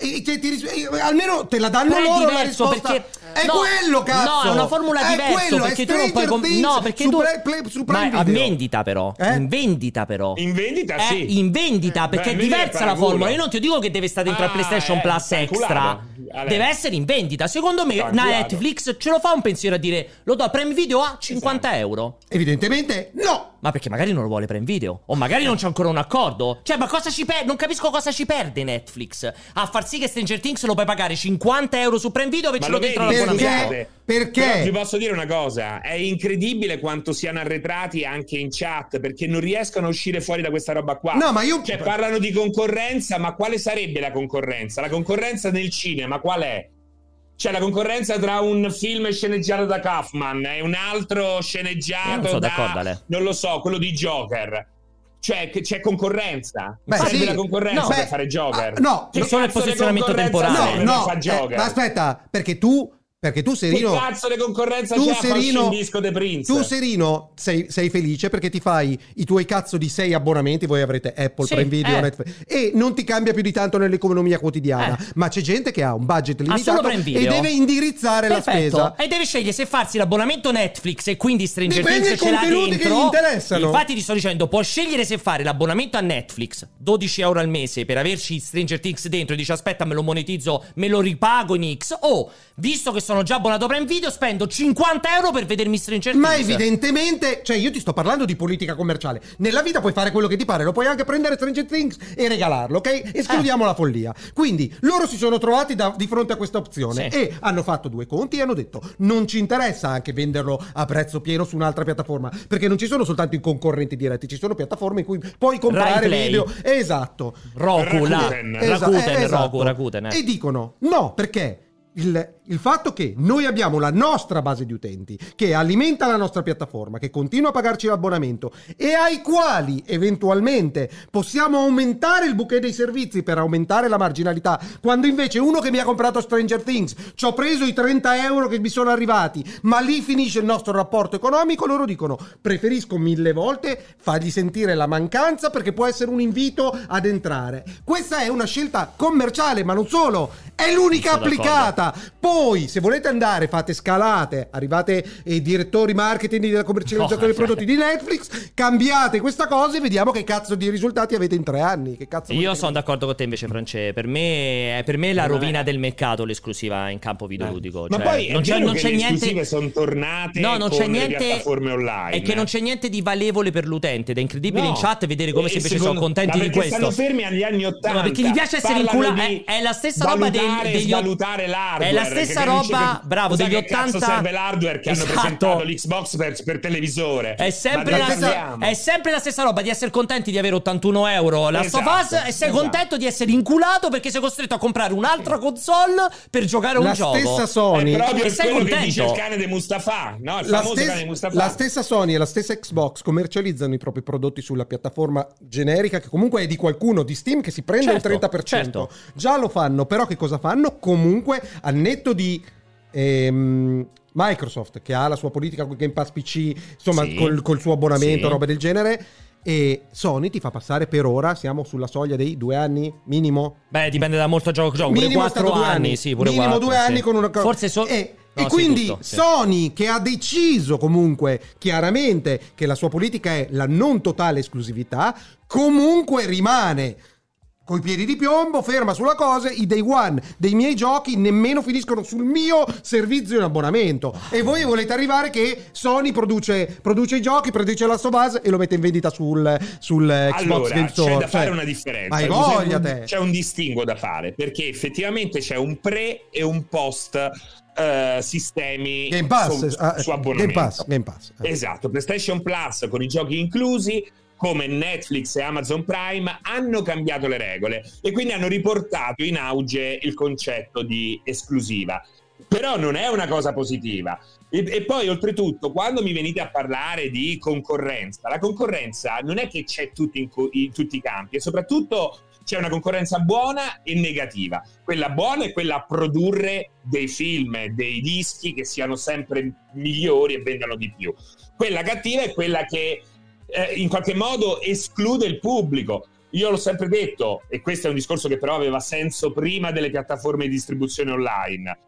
Speaker 2: E te- ti ris- e almeno te la danno
Speaker 1: Però è
Speaker 2: loro la
Speaker 1: diverso,
Speaker 2: risposta.
Speaker 1: perché-
Speaker 2: è
Speaker 1: no,
Speaker 2: quello, cazzo!
Speaker 1: no, è una formula
Speaker 2: È
Speaker 1: diversa,
Speaker 2: quello,
Speaker 1: perché
Speaker 2: è
Speaker 1: tu non puoi
Speaker 2: Stranger
Speaker 1: com-
Speaker 2: Things
Speaker 1: no, perché
Speaker 2: su,
Speaker 1: tu-
Speaker 2: Play- Play- su Prime
Speaker 1: Ma è in
Speaker 2: Video.
Speaker 1: vendita però,
Speaker 2: Eh?
Speaker 1: in vendita però.
Speaker 3: In vendita,
Speaker 1: È
Speaker 3: sì.
Speaker 1: in vendita
Speaker 3: Eh,
Speaker 1: perché
Speaker 3: beh,
Speaker 1: è
Speaker 3: vendita
Speaker 1: diversa
Speaker 3: per
Speaker 1: la
Speaker 3: culo.
Speaker 1: formula. Io non ti dico che deve stare dentro
Speaker 3: Ah,
Speaker 1: al PlayStation
Speaker 3: eh,
Speaker 1: Plus extra.
Speaker 3: calcolato. Ale.
Speaker 1: Deve essere in vendita. Secondo me na
Speaker 3: Calcolato.
Speaker 1: Netflix ce lo fa un pensiero a dire lo do a Prime Video a 50
Speaker 3: Esatto.
Speaker 1: euro.
Speaker 2: Evidentemente no!
Speaker 1: Ma perché magari non lo vuole Prime Video? O magari non c'è ancora un accordo? Cioè, ma cosa ci perde? Non capisco cosa ci perde Netflix a far sì che Stranger Things lo puoi pagare 50 euro su Prime Video e
Speaker 3: Ma
Speaker 1: ce
Speaker 3: lo
Speaker 1: lo dentro
Speaker 3: vedi?
Speaker 1: l'abbonamento.
Speaker 2: Perché?
Speaker 3: Perché? Però vi
Speaker 2: Perché?
Speaker 3: posso dire una cosa, è incredibile quanto siano arretrati anche in chat perché non riescono a uscire fuori da questa roba qua.
Speaker 2: No, ma io.
Speaker 3: Cioè, parlano di concorrenza, ma quale sarebbe la concorrenza? La concorrenza nel cinema qual è? Cioè, la concorrenza tra un film sceneggiato da Kaufman e un altro sceneggiato
Speaker 1: Io non sono
Speaker 3: da,
Speaker 1: d'accordo, Ale.
Speaker 3: non lo so, quello di Joker. Cioè, che c'è concorrenza.
Speaker 2: Beh,
Speaker 3: Sarebbe
Speaker 2: sì.
Speaker 3: la concorrenza
Speaker 2: No,
Speaker 3: per
Speaker 2: beh,
Speaker 3: fare Joker.
Speaker 2: ah, no,
Speaker 3: Che
Speaker 1: no. Solo il
Speaker 3: cazzo di
Speaker 1: posizionamento
Speaker 3: concorrenza
Speaker 1: temporale.
Speaker 3: serve
Speaker 2: no,
Speaker 3: per
Speaker 2: no,
Speaker 3: far
Speaker 2: eh,
Speaker 3: Joker?
Speaker 2: ma aspetta, perché tu. Perché tu,
Speaker 3: che
Speaker 2: Serino.
Speaker 3: cazzo di concorrenza
Speaker 2: tu
Speaker 3: c'è a
Speaker 2: Serino,
Speaker 3: farci un disco dei Prince?
Speaker 2: tu Serino sei, sei felice perché ti fai i tuoi cazzo di sei abbonamenti, voi avrete Apple,
Speaker 1: Sì,
Speaker 2: Prime Video,
Speaker 1: eh.
Speaker 2: Netflix e non ti cambia più di tanto nell'economia quotidiana,
Speaker 1: Eh.
Speaker 2: ma c'è gente che ha un budget
Speaker 1: solo
Speaker 2: limitato
Speaker 1: Prime
Speaker 2: e
Speaker 1: Video.
Speaker 2: deve indirizzare
Speaker 1: Perfetto.
Speaker 2: la spesa.
Speaker 1: E deve scegliere se farsi l'abbonamento Netflix e quindi Stranger
Speaker 2: Dipende
Speaker 1: Things
Speaker 2: dai
Speaker 1: ce l'ha
Speaker 2: contenuti che
Speaker 1: dentro.
Speaker 2: gli interessano.
Speaker 1: Infatti ti sto dicendo, può scegliere se fare l'abbonamento a Netflix, 12 euro al mese per averci Stranger Things dentro e dici aspetta me lo monetizzo, me lo ripago in X o visto che sono già abbonato a Prime Video spendo 50 euro per vedermi Stranger
Speaker 2: Ma
Speaker 1: Things.
Speaker 2: evidentemente, cioè io ti sto parlando di politica commerciale. Nella vita puoi fare quello che ti pare, lo puoi anche prendere Stranger Things e regalarlo, ok?
Speaker 1: Eh.
Speaker 2: Escludiamo la follia. Quindi loro si sono trovati da- di fronte a questa opzione
Speaker 1: Sì.
Speaker 2: e hanno fatto due conti e hanno detto non ci interessa anche venderlo a prezzo pieno su un'altra piattaforma, perché non ci sono soltanto i conconcorrenti diretti, ci sono piattaforme in cui puoi comprare
Speaker 1: Rai Play.
Speaker 2: video. Esatto.
Speaker 1: Roku, là.
Speaker 3: Rakuten.
Speaker 1: Rakuten,
Speaker 2: Esatto, eh, esatto.
Speaker 1: Roku, Rakuten. eh.
Speaker 2: E dicono no, perché il, il fatto che noi abbiamo la nostra base di utenti che alimenta la nostra piattaforma, che continua a pagarci l'abbonamento e ai quali eventualmente possiamo aumentare il bouquet dei servizi per aumentare la marginalità, quando invece uno che mi ha comprato Stranger Things ci ho preso i 30 euro che mi sono arrivati, ma lì finisce il nostro rapporto economico, loro dicono preferisco mille volte fargli sentire la mancanza perché può essere un invito ad entrare. Questa è una scelta commerciale, ma non solo, è l'unica
Speaker 1: Sono d'accordo.
Speaker 2: applicata. Poi, se volete andare, fate scalate, arrivate ai direttori marketing della commercializzazione
Speaker 1: No, eh.
Speaker 2: dei prodotti di Netflix, cambiate questa cosa e vediamo che cazzo di risultati avete in tre anni. Che cazzo
Speaker 1: Io
Speaker 2: volete
Speaker 1: sono
Speaker 2: che-
Speaker 1: d'accordo con te invece, France. Per me, è- per me è la rovina del mercato l'esclusiva in campo videoludico.
Speaker 3: Eh. Ma
Speaker 1: Cioè,
Speaker 3: poi
Speaker 1: non
Speaker 3: non
Speaker 1: c'è, non c'è
Speaker 3: che le esclusive
Speaker 1: niente.
Speaker 3: sono tornate
Speaker 1: No, non
Speaker 3: con
Speaker 1: c'è
Speaker 3: le
Speaker 1: niente.
Speaker 3: piattaforme online.
Speaker 1: È che non c'è niente di valevole per l'utente. Ed è incredibile
Speaker 3: No.
Speaker 1: in chat vedere come
Speaker 3: E
Speaker 1: se invece
Speaker 3: secondo-
Speaker 1: sono contenti
Speaker 3: ma
Speaker 1: di
Speaker 3: perché
Speaker 1: questo.
Speaker 3: stanno fermi agli anni 80.
Speaker 1: No, ma perché gli piace essere
Speaker 3: Parlano
Speaker 1: inculati.
Speaker 3: di
Speaker 1: È, è la stessa roba del-
Speaker 3: valutare e
Speaker 1: degli
Speaker 3: svalutare l'hardware.
Speaker 1: È la
Speaker 3: che
Speaker 1: stessa
Speaker 3: capisci
Speaker 1: roba,
Speaker 3: che-
Speaker 1: bravo,
Speaker 3: Scusa,
Speaker 1: degli
Speaker 3: che cazzo
Speaker 1: 80
Speaker 3: serve l'hardware che
Speaker 1: Esatto.
Speaker 3: hanno presentato l'Xbox per, per televisore.
Speaker 1: È sempre,
Speaker 3: Ma
Speaker 1: la,
Speaker 3: di che parliamo?
Speaker 1: è sempre la stessa roba di essere contenti di avere 81 euro la
Speaker 3: Esatto,
Speaker 1: Us e sei
Speaker 3: esatto.
Speaker 1: contento di essere inculato perché sei costretto a comprare un'altra console per giocare a un
Speaker 2: La
Speaker 1: gioco. Eh,
Speaker 2: stessa Sony.
Speaker 3: È proprio
Speaker 1: E
Speaker 3: quello
Speaker 1: sei
Speaker 3: che
Speaker 1: contento?
Speaker 3: dice il cane di Mustafa, no? Il
Speaker 2: la,
Speaker 3: famoso
Speaker 2: stes-
Speaker 3: cane di Mustafa.
Speaker 2: la stessa Sony e la stessa Xbox commercializzano i propri prodotti sulla piattaforma generica che comunque è di qualcuno di Steam che si prende
Speaker 1: Certo,
Speaker 2: il 30%.
Speaker 1: certo.
Speaker 2: Già lo fanno, però che cosa fanno? Comunque a netto di ehm, Microsoft che ha la sua politica con Game Pass PC, insomma
Speaker 1: Sì.
Speaker 2: col, col suo abbonamento,
Speaker 1: Sì.
Speaker 2: roba del genere. E Sony ti fa passare per ora, siamo sulla soglia dei due anni minimo.
Speaker 1: Beh, dipende da molto gioco gioco. Pure
Speaker 2: Minimo è
Speaker 1: 4
Speaker 2: stato due
Speaker 1: anni,
Speaker 2: anni,
Speaker 1: sì, pure
Speaker 2: minimo
Speaker 1: 4,
Speaker 2: due
Speaker 1: sì.
Speaker 2: anni con una cosa.
Speaker 1: Forse so-
Speaker 2: e,
Speaker 1: no,
Speaker 2: e
Speaker 1: sì,
Speaker 2: quindi
Speaker 1: tutto, sì.
Speaker 2: Sony che ha deciso comunque chiaramente che la sua politica è la non totale esclusività, comunque rimane coi piedi di piombo, ferma sulla cosa, i day one dei miei giochi nemmeno finiscono sul mio servizio in abbonamento. E voi volete arrivare che Sony produce, produce i giochi, produce la base e lo mette in vendita sul, sul Xbox
Speaker 3: Allora,
Speaker 2: Game
Speaker 3: c'è
Speaker 2: Store.
Speaker 3: da fare
Speaker 2: Cioè,
Speaker 3: una differenza.
Speaker 2: Hai
Speaker 3: C'è
Speaker 2: voglia
Speaker 3: un-
Speaker 2: te.
Speaker 3: C'è un distinguo da fare, perché effettivamente c'è un pre e un post eh, sistemi
Speaker 2: Game Pass,
Speaker 3: su,
Speaker 2: eh,
Speaker 3: su
Speaker 2: Game
Speaker 3: abbonamento.
Speaker 2: Pass, Game Pass. eh.
Speaker 3: Esatto, PlayStation Plus con i giochi inclusi come Netflix e Amazon Prime hanno cambiato le regole e quindi hanno riportato in auge il concetto di esclusiva. Però non è una cosa positiva. E, e poi oltretutto, quando mi venite a parlare di concorrenza, la concorrenza non è che c'è tutti in, co- in tutti i campi e soprattutto c'è una concorrenza buona e negativa. Quella buona è quella a produrre dei film, dei dischi che siano sempre migliori e vendano di più quella cattiva è quella che eh, in qualche modo esclude il pubblico. Io l'ho sempre detto, e questo è un discorso che però aveva senso prima delle piattaforme di distribuzione online.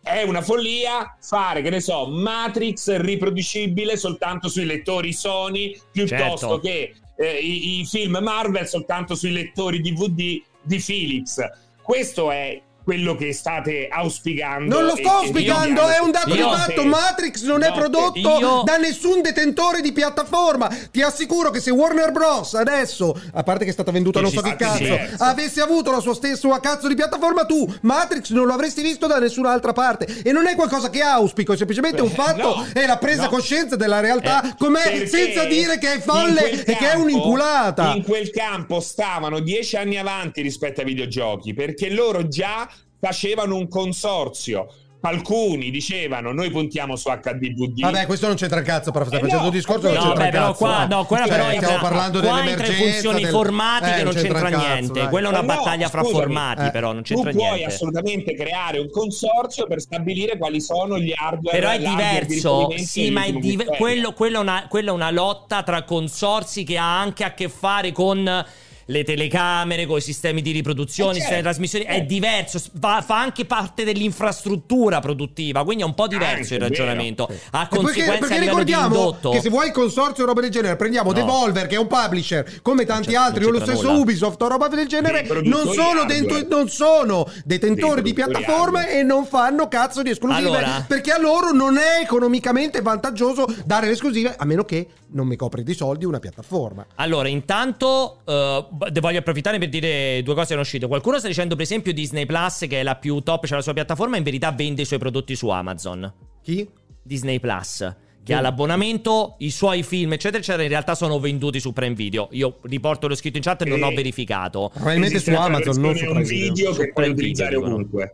Speaker 3: È una follia fare, che ne so, Matrix riproducibile soltanto sui lettori Sony piuttosto
Speaker 1: Certo.
Speaker 3: che eh, i, i film Marvel soltanto sui lettori DVD di Philips. Questo è quello che state auspicando.
Speaker 2: Non lo
Speaker 3: e-
Speaker 2: sto
Speaker 3: e-
Speaker 2: auspicando, è un dato di
Speaker 1: Io-
Speaker 2: fatto. Matrix non è
Speaker 3: No,
Speaker 2: prodotto
Speaker 1: io-
Speaker 2: da nessun detentore di piattaforma. Ti assicuro che se Warner Bros. adesso, a parte che è stata venduta
Speaker 1: Che
Speaker 2: non
Speaker 1: ci
Speaker 2: so che
Speaker 1: fate
Speaker 2: cazzo,
Speaker 3: diverso.
Speaker 2: avesse avuto la sua stessa cazzo di piattaforma, tu Matrix non lo avresti visto da nessun'altra parte. E non è qualcosa che auspico, è semplicemente un
Speaker 3: Eh,
Speaker 2: fatto,
Speaker 3: no,
Speaker 2: è la presa
Speaker 3: no.
Speaker 2: coscienza della realtà
Speaker 1: Eh,
Speaker 2: com'è,
Speaker 3: Perché
Speaker 2: senza dire che è folle
Speaker 3: in quel
Speaker 2: e che è
Speaker 3: campo-
Speaker 2: un'inculata.
Speaker 3: In quel campo stavano dieci anni avanti rispetto ai videogiochi perché loro già facevano un consorzio. Alcuni dicevano noi puntiamo su HDVD.
Speaker 2: Vabbè, questo non c'entra il cazzo, però stai
Speaker 3: Eh,
Speaker 2: facendo
Speaker 3: no,
Speaker 2: un discorso
Speaker 3: eh,
Speaker 2: non
Speaker 3: no,
Speaker 2: c'entra
Speaker 3: beh,
Speaker 2: il
Speaker 1: però
Speaker 2: cazzo.
Speaker 1: qua- no, quella
Speaker 2: Cioè,
Speaker 1: però entra-
Speaker 2: stiamo parlando
Speaker 1: qua
Speaker 2: dell'emergenza.
Speaker 1: entra in funzioni
Speaker 2: del-
Speaker 1: formatiche,
Speaker 2: Eh,
Speaker 1: non c'entra
Speaker 2: il cazzo,
Speaker 1: niente.
Speaker 2: dai.
Speaker 1: Quella è una
Speaker 3: Eh no,
Speaker 1: battaglia fra
Speaker 3: scusami.
Speaker 1: formati,
Speaker 2: Eh.
Speaker 1: però non
Speaker 3: tu
Speaker 1: c'entra
Speaker 3: puoi
Speaker 1: niente.
Speaker 3: assolutamente creare un consorzio per stabilire quali sono gli hardware.
Speaker 1: Però è
Speaker 3: l'hardware di
Speaker 1: diverso,
Speaker 3: riferimento
Speaker 1: sì,
Speaker 3: di
Speaker 1: ma è
Speaker 3: ultimo
Speaker 1: div-
Speaker 3: criterio.
Speaker 1: quello, quello è una, quella è una lotta tra consorsi che ha anche a che fare con le telecamere, con i sistemi di riproduzione,
Speaker 3: Eh,
Speaker 1: sistemi di
Speaker 3: certo,
Speaker 1: trasmissione, è
Speaker 3: certo.
Speaker 1: diverso, s- fa, fa anche parte dell'infrastruttura produttiva, quindi è un po' diverso
Speaker 3: Anche,
Speaker 1: il
Speaker 3: Eh, vero.
Speaker 1: ragionamento. Ha
Speaker 2: E perché,
Speaker 1: conseguenze
Speaker 2: perché
Speaker 1: a livello di
Speaker 2: ricordiamo
Speaker 1: indotto.
Speaker 2: che se vuoi il consorzio o roba del genere, prendiamo
Speaker 1: No.
Speaker 2: Devolver, che è un publisher, come tanti
Speaker 1: c'è-
Speaker 2: altri, o
Speaker 1: non
Speaker 2: lo
Speaker 1: c'entra
Speaker 2: stesso
Speaker 1: nulla.
Speaker 2: Ubisoft o roba del genere,
Speaker 3: Dei
Speaker 2: non
Speaker 3: produttori
Speaker 2: sono, dentro-
Speaker 3: hardware.
Speaker 2: non sono detentori
Speaker 3: Dei
Speaker 2: di
Speaker 3: produttori
Speaker 2: piattaforme
Speaker 3: hardware.
Speaker 2: e non fanno cazzo di esclusive.
Speaker 1: Allora.
Speaker 2: Perché a loro non è economicamente vantaggioso dare le esclusive, a meno che non mi copri di soldi una piattaforma.
Speaker 1: Allora, intanto eh, b- voglio approfittare per dire due cose che hanno uscite. Qualcuno sta dicendo, per esempio, Disney Plus, che è la più top, c'è la sua piattaforma, in verità vende i suoi prodotti su Amazon.
Speaker 2: Chi?
Speaker 1: Disney Plus. Che
Speaker 2: Mm.
Speaker 1: ha l'abbonamento, i suoi film, eccetera, eccetera, in realtà sono venduti su Prime Video. Io riporto l'ho scritto in chat e non
Speaker 3: E-
Speaker 1: ho verificato.
Speaker 2: Probabilmente
Speaker 3: Esiste
Speaker 2: su
Speaker 3: anche la
Speaker 2: Amazon, non su
Speaker 3: versione
Speaker 2: Prime
Speaker 3: home
Speaker 2: Video.
Speaker 3: video
Speaker 1: Su Prime
Speaker 3: che puoi
Speaker 1: Video,
Speaker 3: utilizzare
Speaker 1: dicono.
Speaker 3: ovunque.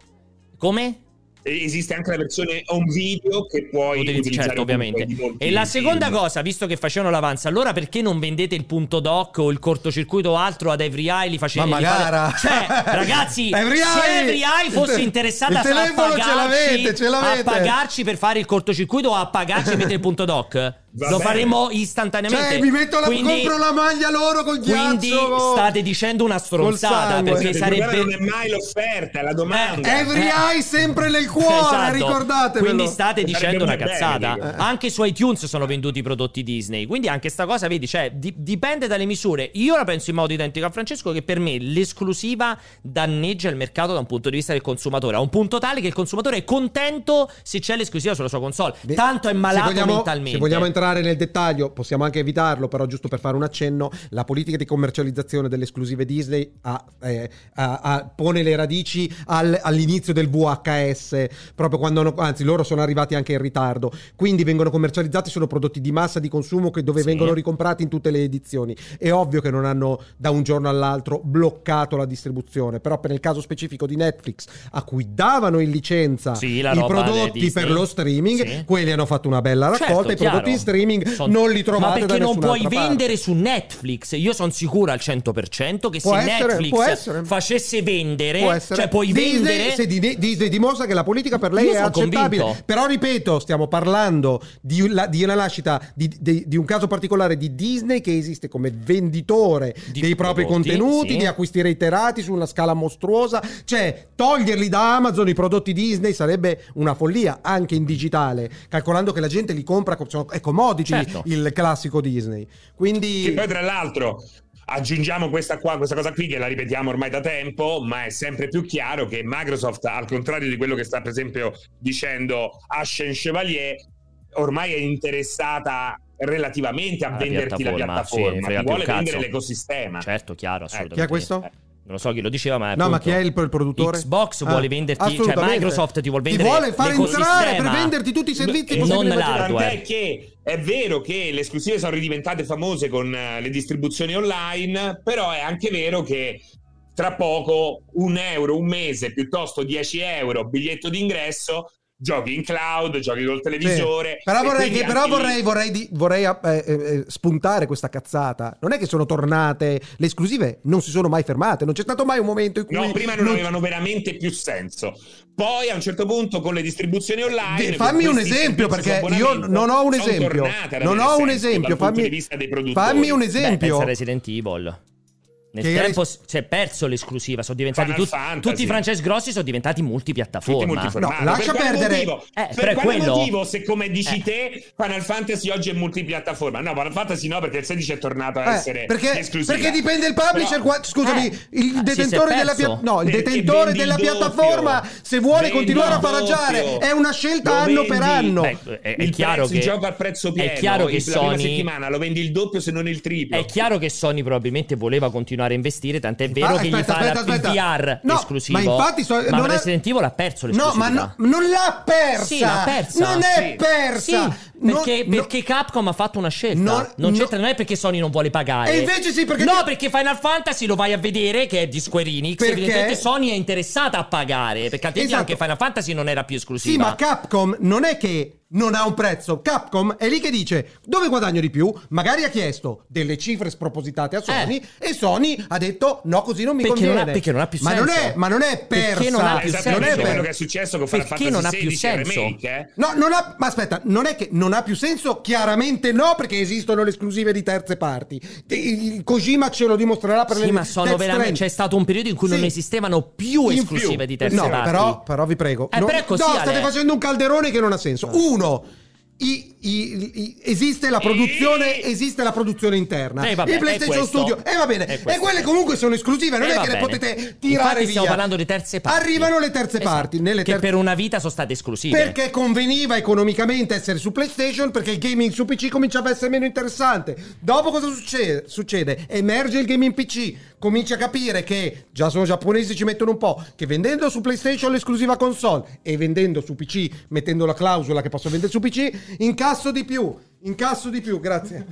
Speaker 1: Come?
Speaker 3: E esiste anche la versione home video che puoi
Speaker 1: Utili-
Speaker 3: utilizzare
Speaker 1: certo,
Speaker 3: ovunque
Speaker 1: ovviamente.
Speaker 3: di molti
Speaker 1: E la
Speaker 3: film.
Speaker 1: seconda cosa, visto che facevano l'avanza, allora perché non vendete il punto doc o il cortocircuito o altro ad Every Eye? Li facete
Speaker 2: Ma
Speaker 1: li fate-
Speaker 2: magari.
Speaker 1: Cioè, ragazzi,
Speaker 2: Every
Speaker 1: se
Speaker 2: Eye!
Speaker 1: Every Eye fosse
Speaker 2: Il te- il
Speaker 1: interessata a
Speaker 2: telefono ce
Speaker 1: pagarci,
Speaker 2: l'avete, ce l'avete.
Speaker 1: a pagarci per fare il cortocircuito o a pagarci per mettere il punto doc, lo
Speaker 3: bene.
Speaker 1: faremo istantaneamente.
Speaker 2: Cioè, mi metto la,
Speaker 1: Quindi-
Speaker 2: compro la maglia loro col
Speaker 1: Quindi
Speaker 2: ghiaccio. oh.
Speaker 1: state dicendo una stronzata
Speaker 2: sangue.
Speaker 1: perché
Speaker 3: Cioè, Il problema
Speaker 1: sarebbe
Speaker 3: non è mai l'offerta, è la domanda.
Speaker 2: Every
Speaker 1: Eh.
Speaker 2: eye sempre nel cuore,
Speaker 1: Esatto.
Speaker 2: ricordatevelo.
Speaker 1: Quindi state
Speaker 3: Sarebbe
Speaker 1: dicendo una
Speaker 3: pure bene,
Speaker 1: cazzata.
Speaker 3: dico.
Speaker 1: Eh. Anche su iTunes sono venduti i prodotti Disney. Quindi anche sta cosa, vedi, cioè, di- dipende dalle misure. Io la penso in modo identico a Francesco che per me l'esclusiva danneggia il mercato da un punto di vista del consumatore, a un punto tale che il consumatore è contento se c'è l'esclusiva sulla sua console.
Speaker 2: Beh,
Speaker 1: Tanto è malato
Speaker 2: se vogliamo,
Speaker 1: mentalmente.
Speaker 2: Se vogliamo entrare nel dettaglio, possiamo anche evitarlo, però giusto per fare un accenno, la politica di commercializzazione delle esclusive Disney ha- eh, ha- ha- pone le radici al- all'inizio del VHS, proprio quando, hanno- anzi loro sono arrivati anche in ritardo, quindi vengono commercializzati solo prodotti di massa di consumo che- dove
Speaker 1: Sì.
Speaker 2: vengono ricomprati in tutte le edizioni. È ovvio che non hanno da un giorno all'altro bloccato la distribuzione, però per il caso specifico di Netflix, a cui davano in licenza
Speaker 1: Sì, la
Speaker 2: i
Speaker 1: roba di
Speaker 2: prodotti
Speaker 1: Disney.
Speaker 2: per lo streaming,
Speaker 1: Sì.
Speaker 2: quelli hanno fatto una bella raccolta.
Speaker 1: Certo,
Speaker 2: I
Speaker 1: chiaro.
Speaker 2: prodotti in streaming
Speaker 1: Son-
Speaker 2: non li trovate
Speaker 1: Ma
Speaker 2: da
Speaker 1: perché non puoi
Speaker 2: nessun'altra parte.
Speaker 1: vendere su Netflix? Io sono sicuro al 100% che se
Speaker 2: Può essere, può essere.
Speaker 1: Netflix facesse vendere,
Speaker 2: Può essere.
Speaker 1: cioè puoi
Speaker 2: Disney,
Speaker 1: vendere
Speaker 2: se di- Disney dimostra che la politica per lei
Speaker 1: Io
Speaker 2: è
Speaker 1: sono
Speaker 2: accettabile.
Speaker 1: convinto.
Speaker 2: Però ripeto, stiamo parlando di, la- di una nascita di, di- di un caso particolare di Disney che esiste come venditore
Speaker 1: Di
Speaker 2: dei propri
Speaker 1: prodotti,
Speaker 2: contenuti,
Speaker 1: sì.
Speaker 2: di acquisti reiterati su una scala mostruosa. Cioè, toglierli da Amazon i prodotti Disney sarebbe una follia anche in digitale, calcolando che la gente li compra, sono- è commodity
Speaker 1: Certo.
Speaker 2: il classico Disney. Quindi
Speaker 3: Che poi tra l'altro Aggiungiamo questa qua, questa cosa qui che la ripetiamo ormai da tempo, ma è sempre più chiaro che Microsoft, al contrario di quello che sta per esempio dicendo Ashen Chevalier, ormai è interessata relativamente a
Speaker 1: Alla
Speaker 3: venderti la
Speaker 1: piattaforma, sì,
Speaker 3: piattaforma,
Speaker 1: frega
Speaker 3: ti
Speaker 1: più
Speaker 3: vuole
Speaker 1: cazzo.
Speaker 3: vendere l'ecosistema.
Speaker 1: Certo, chiaro, assolutamente.
Speaker 2: Chi è questo?
Speaker 3: Eh,
Speaker 1: Non lo so chi lo diceva, ma.
Speaker 2: No, ma
Speaker 1: appunto-
Speaker 2: chi è il, il produttore? Ah,
Speaker 1: Xbox vuole venderti- cioè,
Speaker 2: Eh, assolutamente.
Speaker 1: Microsoft ti vuol vendere
Speaker 2: Ti vuole far
Speaker 1: l'ecosistema.
Speaker 2: entrare per venderti tutti i
Speaker 3: Eh,
Speaker 2: servizi
Speaker 1: E
Speaker 2: possibili
Speaker 1: non
Speaker 2: e
Speaker 1: la-
Speaker 2: immaginabili.
Speaker 1: l'hardware.
Speaker 3: Tant'è che è vero che le esclusive sono ridiventate famose con eh, le distribuzioni online, però è anche vero che tra poco un euro, un mese, piuttosto 10 euro biglietto d'ingresso, giochi in cloud, giochi col televisore.
Speaker 2: Sì. Però,
Speaker 3: e
Speaker 2: vorrei,
Speaker 3: quindi
Speaker 2: che- però
Speaker 3: anche lì-
Speaker 2: vorrei, vorrei di- vorrei, eh, eh, spuntare questa cazzata. Non è che sono tornate le esclusive, non si sono mai fermate. Non c'è stato mai un momento in cui.
Speaker 3: No, prima non avevano veramente più senso. Poi a un certo punto con le distribuzioni online.
Speaker 2: Di- fammi
Speaker 3: con
Speaker 2: un
Speaker 3: questi
Speaker 2: esempio
Speaker 3: servizi
Speaker 2: perché
Speaker 3: su
Speaker 2: io
Speaker 3: abbonamento,
Speaker 2: non ho un
Speaker 3: sono
Speaker 2: esempio.
Speaker 3: tornate ad
Speaker 2: Non
Speaker 3: avere
Speaker 2: ho un
Speaker 3: senso
Speaker 2: esempio.
Speaker 3: dal punto
Speaker 2: Fammi,
Speaker 3: di vista dei produttori.
Speaker 2: fammi un
Speaker 1: Beh,
Speaker 2: esempio.
Speaker 1: pensa a Resident Evil. Nel
Speaker 2: Che-
Speaker 1: tempo s- si è perso l'esclusiva, sono diventati
Speaker 3: Final
Speaker 1: tut-
Speaker 3: Fantasy.
Speaker 1: tutti i franchise grossi sono diventati multipiattaforma.
Speaker 3: Tutti multiformati.
Speaker 2: No, lascia
Speaker 3: per quale
Speaker 2: perdere-
Speaker 3: motivo?
Speaker 1: Eh,
Speaker 3: per
Speaker 1: però è
Speaker 3: quale
Speaker 1: quello-
Speaker 3: motivo, se come dici
Speaker 1: Eh.
Speaker 3: te, Final Fantasy oggi è multipiattaforma? No, Final Fantasy no, perché il 16 è tornato a
Speaker 2: Eh,
Speaker 3: essere
Speaker 2: perché,
Speaker 3: esclusiva.
Speaker 2: perché dipende il publisher.
Speaker 3: Però-
Speaker 2: qua- scusami,
Speaker 1: eh, ah, sì, si
Speaker 2: il
Speaker 1: è
Speaker 2: detentore della,
Speaker 1: perso.
Speaker 2: pia- no, il
Speaker 3: Perché
Speaker 2: detentore
Speaker 3: vendi il
Speaker 2: della
Speaker 3: doppio.
Speaker 2: piattaforma. Se vuole
Speaker 3: Vendi
Speaker 2: continuare a
Speaker 3: il
Speaker 2: paraggiare,
Speaker 3: doppio.
Speaker 2: è una scelta
Speaker 3: Lo
Speaker 2: anno per
Speaker 3: vendi.
Speaker 2: anno.
Speaker 1: Beh, è, è
Speaker 3: il
Speaker 1: chiaro
Speaker 3: prezzo,
Speaker 1: che
Speaker 3: il gioco a prezzo pieno.
Speaker 1: È chiaro che
Speaker 3: il- la prima
Speaker 1: Sony
Speaker 3: settimana lo vendi il doppio se non il triplo.
Speaker 1: È chiaro che Sony probabilmente voleva continuare a investire, tant'è vero
Speaker 2: Ah,
Speaker 1: che
Speaker 2: aspetta,
Speaker 1: gli fa
Speaker 2: aspetta, aspetta.
Speaker 1: la VR
Speaker 2: No,
Speaker 1: esclusivo.
Speaker 2: ma infatti so-
Speaker 1: ma
Speaker 2: non è-
Speaker 1: Resident Evil ha perso
Speaker 2: No,
Speaker 1: l'esclusività.
Speaker 2: ma no- non l'ha persa.
Speaker 1: Sì, l'ha persa.
Speaker 2: Non è
Speaker 1: Sì.
Speaker 2: persa.
Speaker 1: Sì,
Speaker 2: Non-
Speaker 1: perché,
Speaker 2: no-
Speaker 1: perché Capcom ha fatto una scelta.
Speaker 2: Non-
Speaker 1: non
Speaker 2: no-
Speaker 1: c'entra, non è perché Sony non vuole pagare.
Speaker 2: E invece sì, perché-
Speaker 1: No, perché Final Fantasy lo vai a vedere che è di Square Enix.
Speaker 2: Perché?
Speaker 1: Evidentemente Sony è interessata a pagare. Perché altrimenti
Speaker 2: Esatto.
Speaker 1: anche Final Fantasy non era più esclusiva.
Speaker 2: Sì, ma Capcom non è che non ha un prezzo. Capcom è lì che dice dove guadagno di più. Magari ha chiesto delle cifre spropositate a Sony e Sony ha detto no, così non mi
Speaker 1: Eh. Perché non
Speaker 2: conviene.
Speaker 1: ha- perché non ha più
Speaker 2: ma
Speaker 1: senso.
Speaker 2: Non è, ma non è
Speaker 1: Perché
Speaker 2: persa.
Speaker 1: non ha
Speaker 3: È
Speaker 1: più
Speaker 2: Non
Speaker 3: esattamente
Speaker 2: è
Speaker 1: senso.
Speaker 3: Esatto, quello
Speaker 2: per-
Speaker 3: che è successo con Final
Speaker 1: Perché
Speaker 3: Fantasy
Speaker 1: non ha più
Speaker 3: 16 il
Speaker 1: senso?
Speaker 3: remake, eh?
Speaker 2: No, non ha, ma aspetta, non è che non ha più senso? Chiaramente no, perché esistono le esclusive di terze parti. Il Kojima ce lo dimostrerà per
Speaker 1: Sì,
Speaker 2: le
Speaker 1: ma sono
Speaker 2: Death
Speaker 1: veramente. cioè,
Speaker 2: Stranding.
Speaker 1: C'è stato un periodo in cui non
Speaker 2: Sì.
Speaker 1: esistevano più
Speaker 3: In
Speaker 1: esclusive
Speaker 3: più.
Speaker 1: di terze
Speaker 2: no,
Speaker 1: parti.
Speaker 2: Però, però vi prego.
Speaker 1: Eh,
Speaker 2: no,
Speaker 1: però è così,
Speaker 2: no, state
Speaker 1: Ale.
Speaker 2: facendo un calderone che non ha senso. Uno. i- i- i- esiste la produzione
Speaker 3: Eeeh.
Speaker 2: esiste la produzione interna
Speaker 1: Eh, vabbè,
Speaker 2: il
Speaker 1: è
Speaker 2: PlayStation
Speaker 1: questo.
Speaker 2: Studio e va bene
Speaker 1: È
Speaker 2: e
Speaker 1: questo.
Speaker 2: quelle comunque sono esclusive non
Speaker 1: Eh,
Speaker 2: è
Speaker 1: va
Speaker 2: che le
Speaker 1: bene.
Speaker 2: potete
Speaker 1: Infatti
Speaker 2: tirare via
Speaker 1: stiamo parlando di terze parti.
Speaker 2: arrivano le terze
Speaker 1: Esatto,
Speaker 2: parti nelle
Speaker 1: che
Speaker 2: terze-
Speaker 1: per una vita sono state esclusive.
Speaker 2: perché conveniva economicamente essere su PlayStation perché il gaming su PC cominciava a essere meno interessante. Dopo cosa succede? Succede? Emerge il gaming PC, comincia a capire che già sono giapponesi ci mettono un po', che vendendo su PlayStation l'esclusiva console e vendendo su PC, mettendo la clausola che posso vendere su PC, incasso di più, incasso di più, grazie.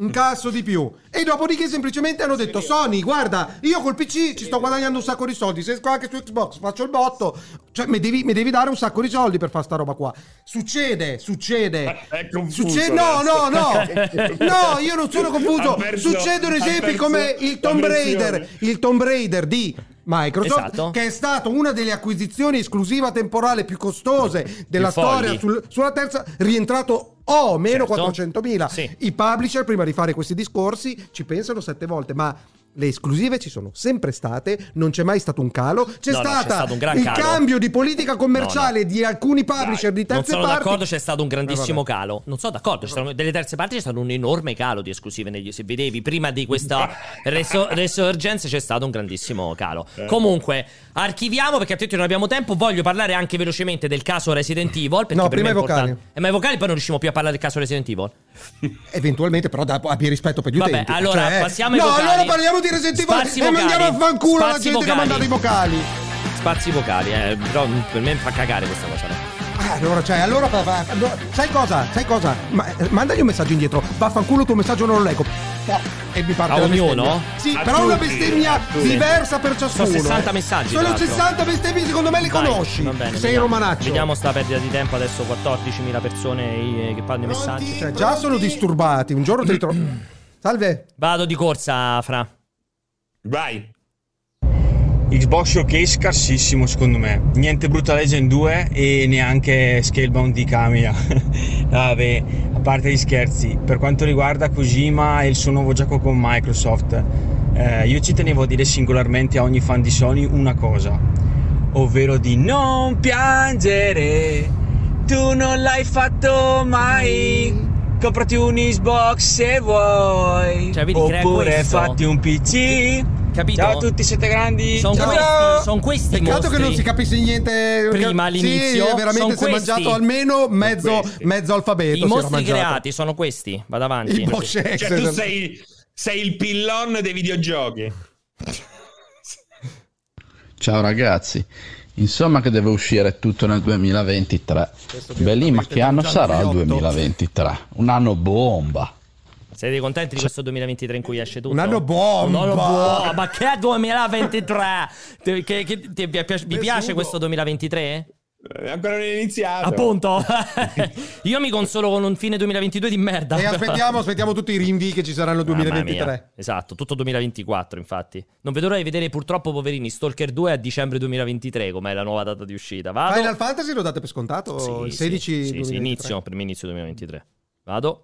Speaker 2: Incasso di più. E dopodiché semplicemente hanno detto: Sony, guarda, io col PC ci sto guadagnando un sacco di soldi. Se esco anche su Xbox, faccio il botto. Cioè, mi devi, mi devi dare un sacco di soldi per fare sta roba qua. Succede, succede.
Speaker 3: Eh, è confuso
Speaker 2: Succede. No, no, no.
Speaker 3: adesso.
Speaker 2: No, io non sono confuso.
Speaker 3: Ha perso-
Speaker 2: Succedono
Speaker 3: ha
Speaker 2: esempi
Speaker 3: perso
Speaker 2: come il Tomb
Speaker 3: la
Speaker 2: Raider.
Speaker 3: versione.
Speaker 2: Il Tomb Raider di. Microsoft,
Speaker 1: Esatto.
Speaker 2: che è stata una delle acquisizioni esclusiva temporale più costose della
Speaker 1: Più
Speaker 2: storia
Speaker 1: folli.
Speaker 2: sul- sulla terza, rientrato o meno
Speaker 1: Certo.
Speaker 2: 400.000.
Speaker 1: Sì.
Speaker 2: I publisher, prima di fare questi discorsi, ci pensano sette volte, ma le esclusive ci sono sempre state, non c'è mai stato un calo. C'è,
Speaker 1: No, no, c'è
Speaker 2: stata
Speaker 1: stato un gran
Speaker 2: il
Speaker 1: calo.
Speaker 2: cambio di politica commerciale
Speaker 1: No,
Speaker 2: di alcuni publisher
Speaker 1: Dai,
Speaker 2: di terze
Speaker 1: non sono
Speaker 2: parti.
Speaker 1: d'accordo, c'è stato un grandissimo
Speaker 2: Eh, vabbè.
Speaker 1: calo. Non sono d'accordo, c'è stato- delle terze parti c'è stato un enorme calo di esclusive. negli- se vedevi prima di questa reso- resurgence c'è stato un grandissimo calo.
Speaker 2: Eh.
Speaker 1: Comunque, archiviamo perché altrimenti non abbiamo tempo. Voglio parlare anche velocemente del caso Resident Evil. Perché
Speaker 2: No,
Speaker 1: per
Speaker 2: prima
Speaker 1: me è
Speaker 2: i vocali.
Speaker 1: importante. Eh, ma i vocali poi non riusciamo più a parlare del caso Resident Evil.
Speaker 2: Eventualmente, però, da- abbi rispetto per gli
Speaker 1: Vabbè,
Speaker 2: utenti.
Speaker 1: allora
Speaker 2: Cioè,
Speaker 1: passiamo ai
Speaker 2: No,
Speaker 1: vocali.
Speaker 2: allora parliamo di Resident Evil
Speaker 1: Spazi
Speaker 2: e mandiamo a
Speaker 1: vocali.
Speaker 2: fanculo la
Speaker 1: Spazi
Speaker 2: gente che ha
Speaker 1: vocali.
Speaker 2: mandato i vocali.
Speaker 1: Spazi vocali, eh, però mm, per me fa cagare questa cosa. no?
Speaker 2: Ah, Allora, cioè, allora, va- va- allora, sai cosa? Sai cosa? Ma, eh, mandagli un messaggio indietro. Vaffanculo, il tuo messaggio non lo leggo. Po- E mi parte
Speaker 1: A
Speaker 2: la
Speaker 1: ognuno?
Speaker 2: bestemmia. Sì,
Speaker 3: A
Speaker 2: però una
Speaker 3: tutti,
Speaker 2: bestemmia
Speaker 3: a tutti.
Speaker 2: diversa per ciascuno.
Speaker 1: Sono 60
Speaker 2: eh.
Speaker 1: messaggi, tra
Speaker 2: Sono
Speaker 1: l'altro.
Speaker 2: 60 bestemmie, secondo me le
Speaker 1: Vai,
Speaker 2: conosci.
Speaker 1: va bene,
Speaker 2: Sei
Speaker 1: vediamo.
Speaker 2: romanaccio.
Speaker 1: Vediamo sta perdita di tempo adesso 14.000 persone eh, che fanno i
Speaker 4: Pronti?
Speaker 1: messaggi.
Speaker 2: Cioè, già sono disturbati. Un giorno ti ritrovo. Salve.
Speaker 1: Vado di corsa, Fra.
Speaker 3: Vai.
Speaker 5: Xbox Showcase scarsissimo secondo me, niente brutta Legend 2 e neanche Scalebound di Kamiya. Vabbè, a parte gli scherzi, per quanto riguarda Kojima e il suo nuovo gioco con Microsoft, eh, io ci tenevo a dire singolarmente a ogni fan di Sony una cosa, ovvero di non piangere, tu non l'hai fatto mai. Comprati un Xbox se vuoi.
Speaker 1: Cioè, vedi, crea
Speaker 5: Oppure
Speaker 1: questo.
Speaker 5: fatti un PC.
Speaker 1: Capito?
Speaker 5: Ciao a tutti, siete grandi.
Speaker 1: Sono
Speaker 5: Ciao.
Speaker 1: questi,
Speaker 2: Ciao.
Speaker 1: son questi i
Speaker 2: Peccato che
Speaker 1: mostri.
Speaker 2: non si capisse niente
Speaker 1: Prima,
Speaker 2: Sì,
Speaker 1: all'inizio,
Speaker 2: veramente
Speaker 1: son
Speaker 2: si è
Speaker 1: questi.
Speaker 2: mangiato almeno mezzo,
Speaker 3: questi.
Speaker 2: mezzo alfabeto.
Speaker 1: I
Speaker 2: si era
Speaker 1: mostri
Speaker 2: mangiato.
Speaker 1: creati sono questi. Vado
Speaker 2: I
Speaker 1: avanti.
Speaker 2: Bosch
Speaker 3: Cioè, tu sei, sei il pillon dei videogiochi.
Speaker 6: Ciao ragazzi, insomma che deve uscire tutto nel 2023. Beh lì, ma che anno sarà il 2023? Un anno bomba.
Speaker 1: Siete contenti di questo 2023 in cui esce tutto?
Speaker 2: Cioè- Un anno bomba!
Speaker 1: Un anno bomba! Ma che 2023? Te- che- che- ti- vi piace- vi
Speaker 3: Beh,
Speaker 1: piace
Speaker 3: Hugo.
Speaker 1: questo 2023?
Speaker 3: Eh, Ancora non è iniziato.
Speaker 1: Appunto. Io mi consolo con un fine 2022 di merda.
Speaker 2: E aspettiamo, aspettiamo tutti i rinvii che ci saranno nel
Speaker 1: Mamma
Speaker 2: 2023.
Speaker 1: mia. Esatto, tutto 2024 infatti. Non vedo l'ora di vedere purtroppo, poverini, Stalker 2 a dicembre 2023, com'è la nuova data di uscita. Vado.
Speaker 2: Final Fantasy lo date per scontato?
Speaker 1: Sì,
Speaker 2: il
Speaker 1: sì,
Speaker 2: 16
Speaker 1: sì, sì,
Speaker 2: 2023?
Speaker 1: inizio, per me inizio 2023. Vado.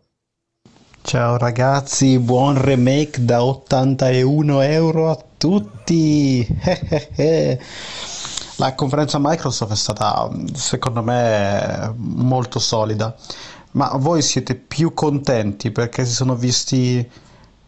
Speaker 7: Ciao ragazzi, buon remake da 81 euro a tutti! La conferenza Microsoft è stata, secondo me, molto solida, ma voi siete più contenti perché si sono visti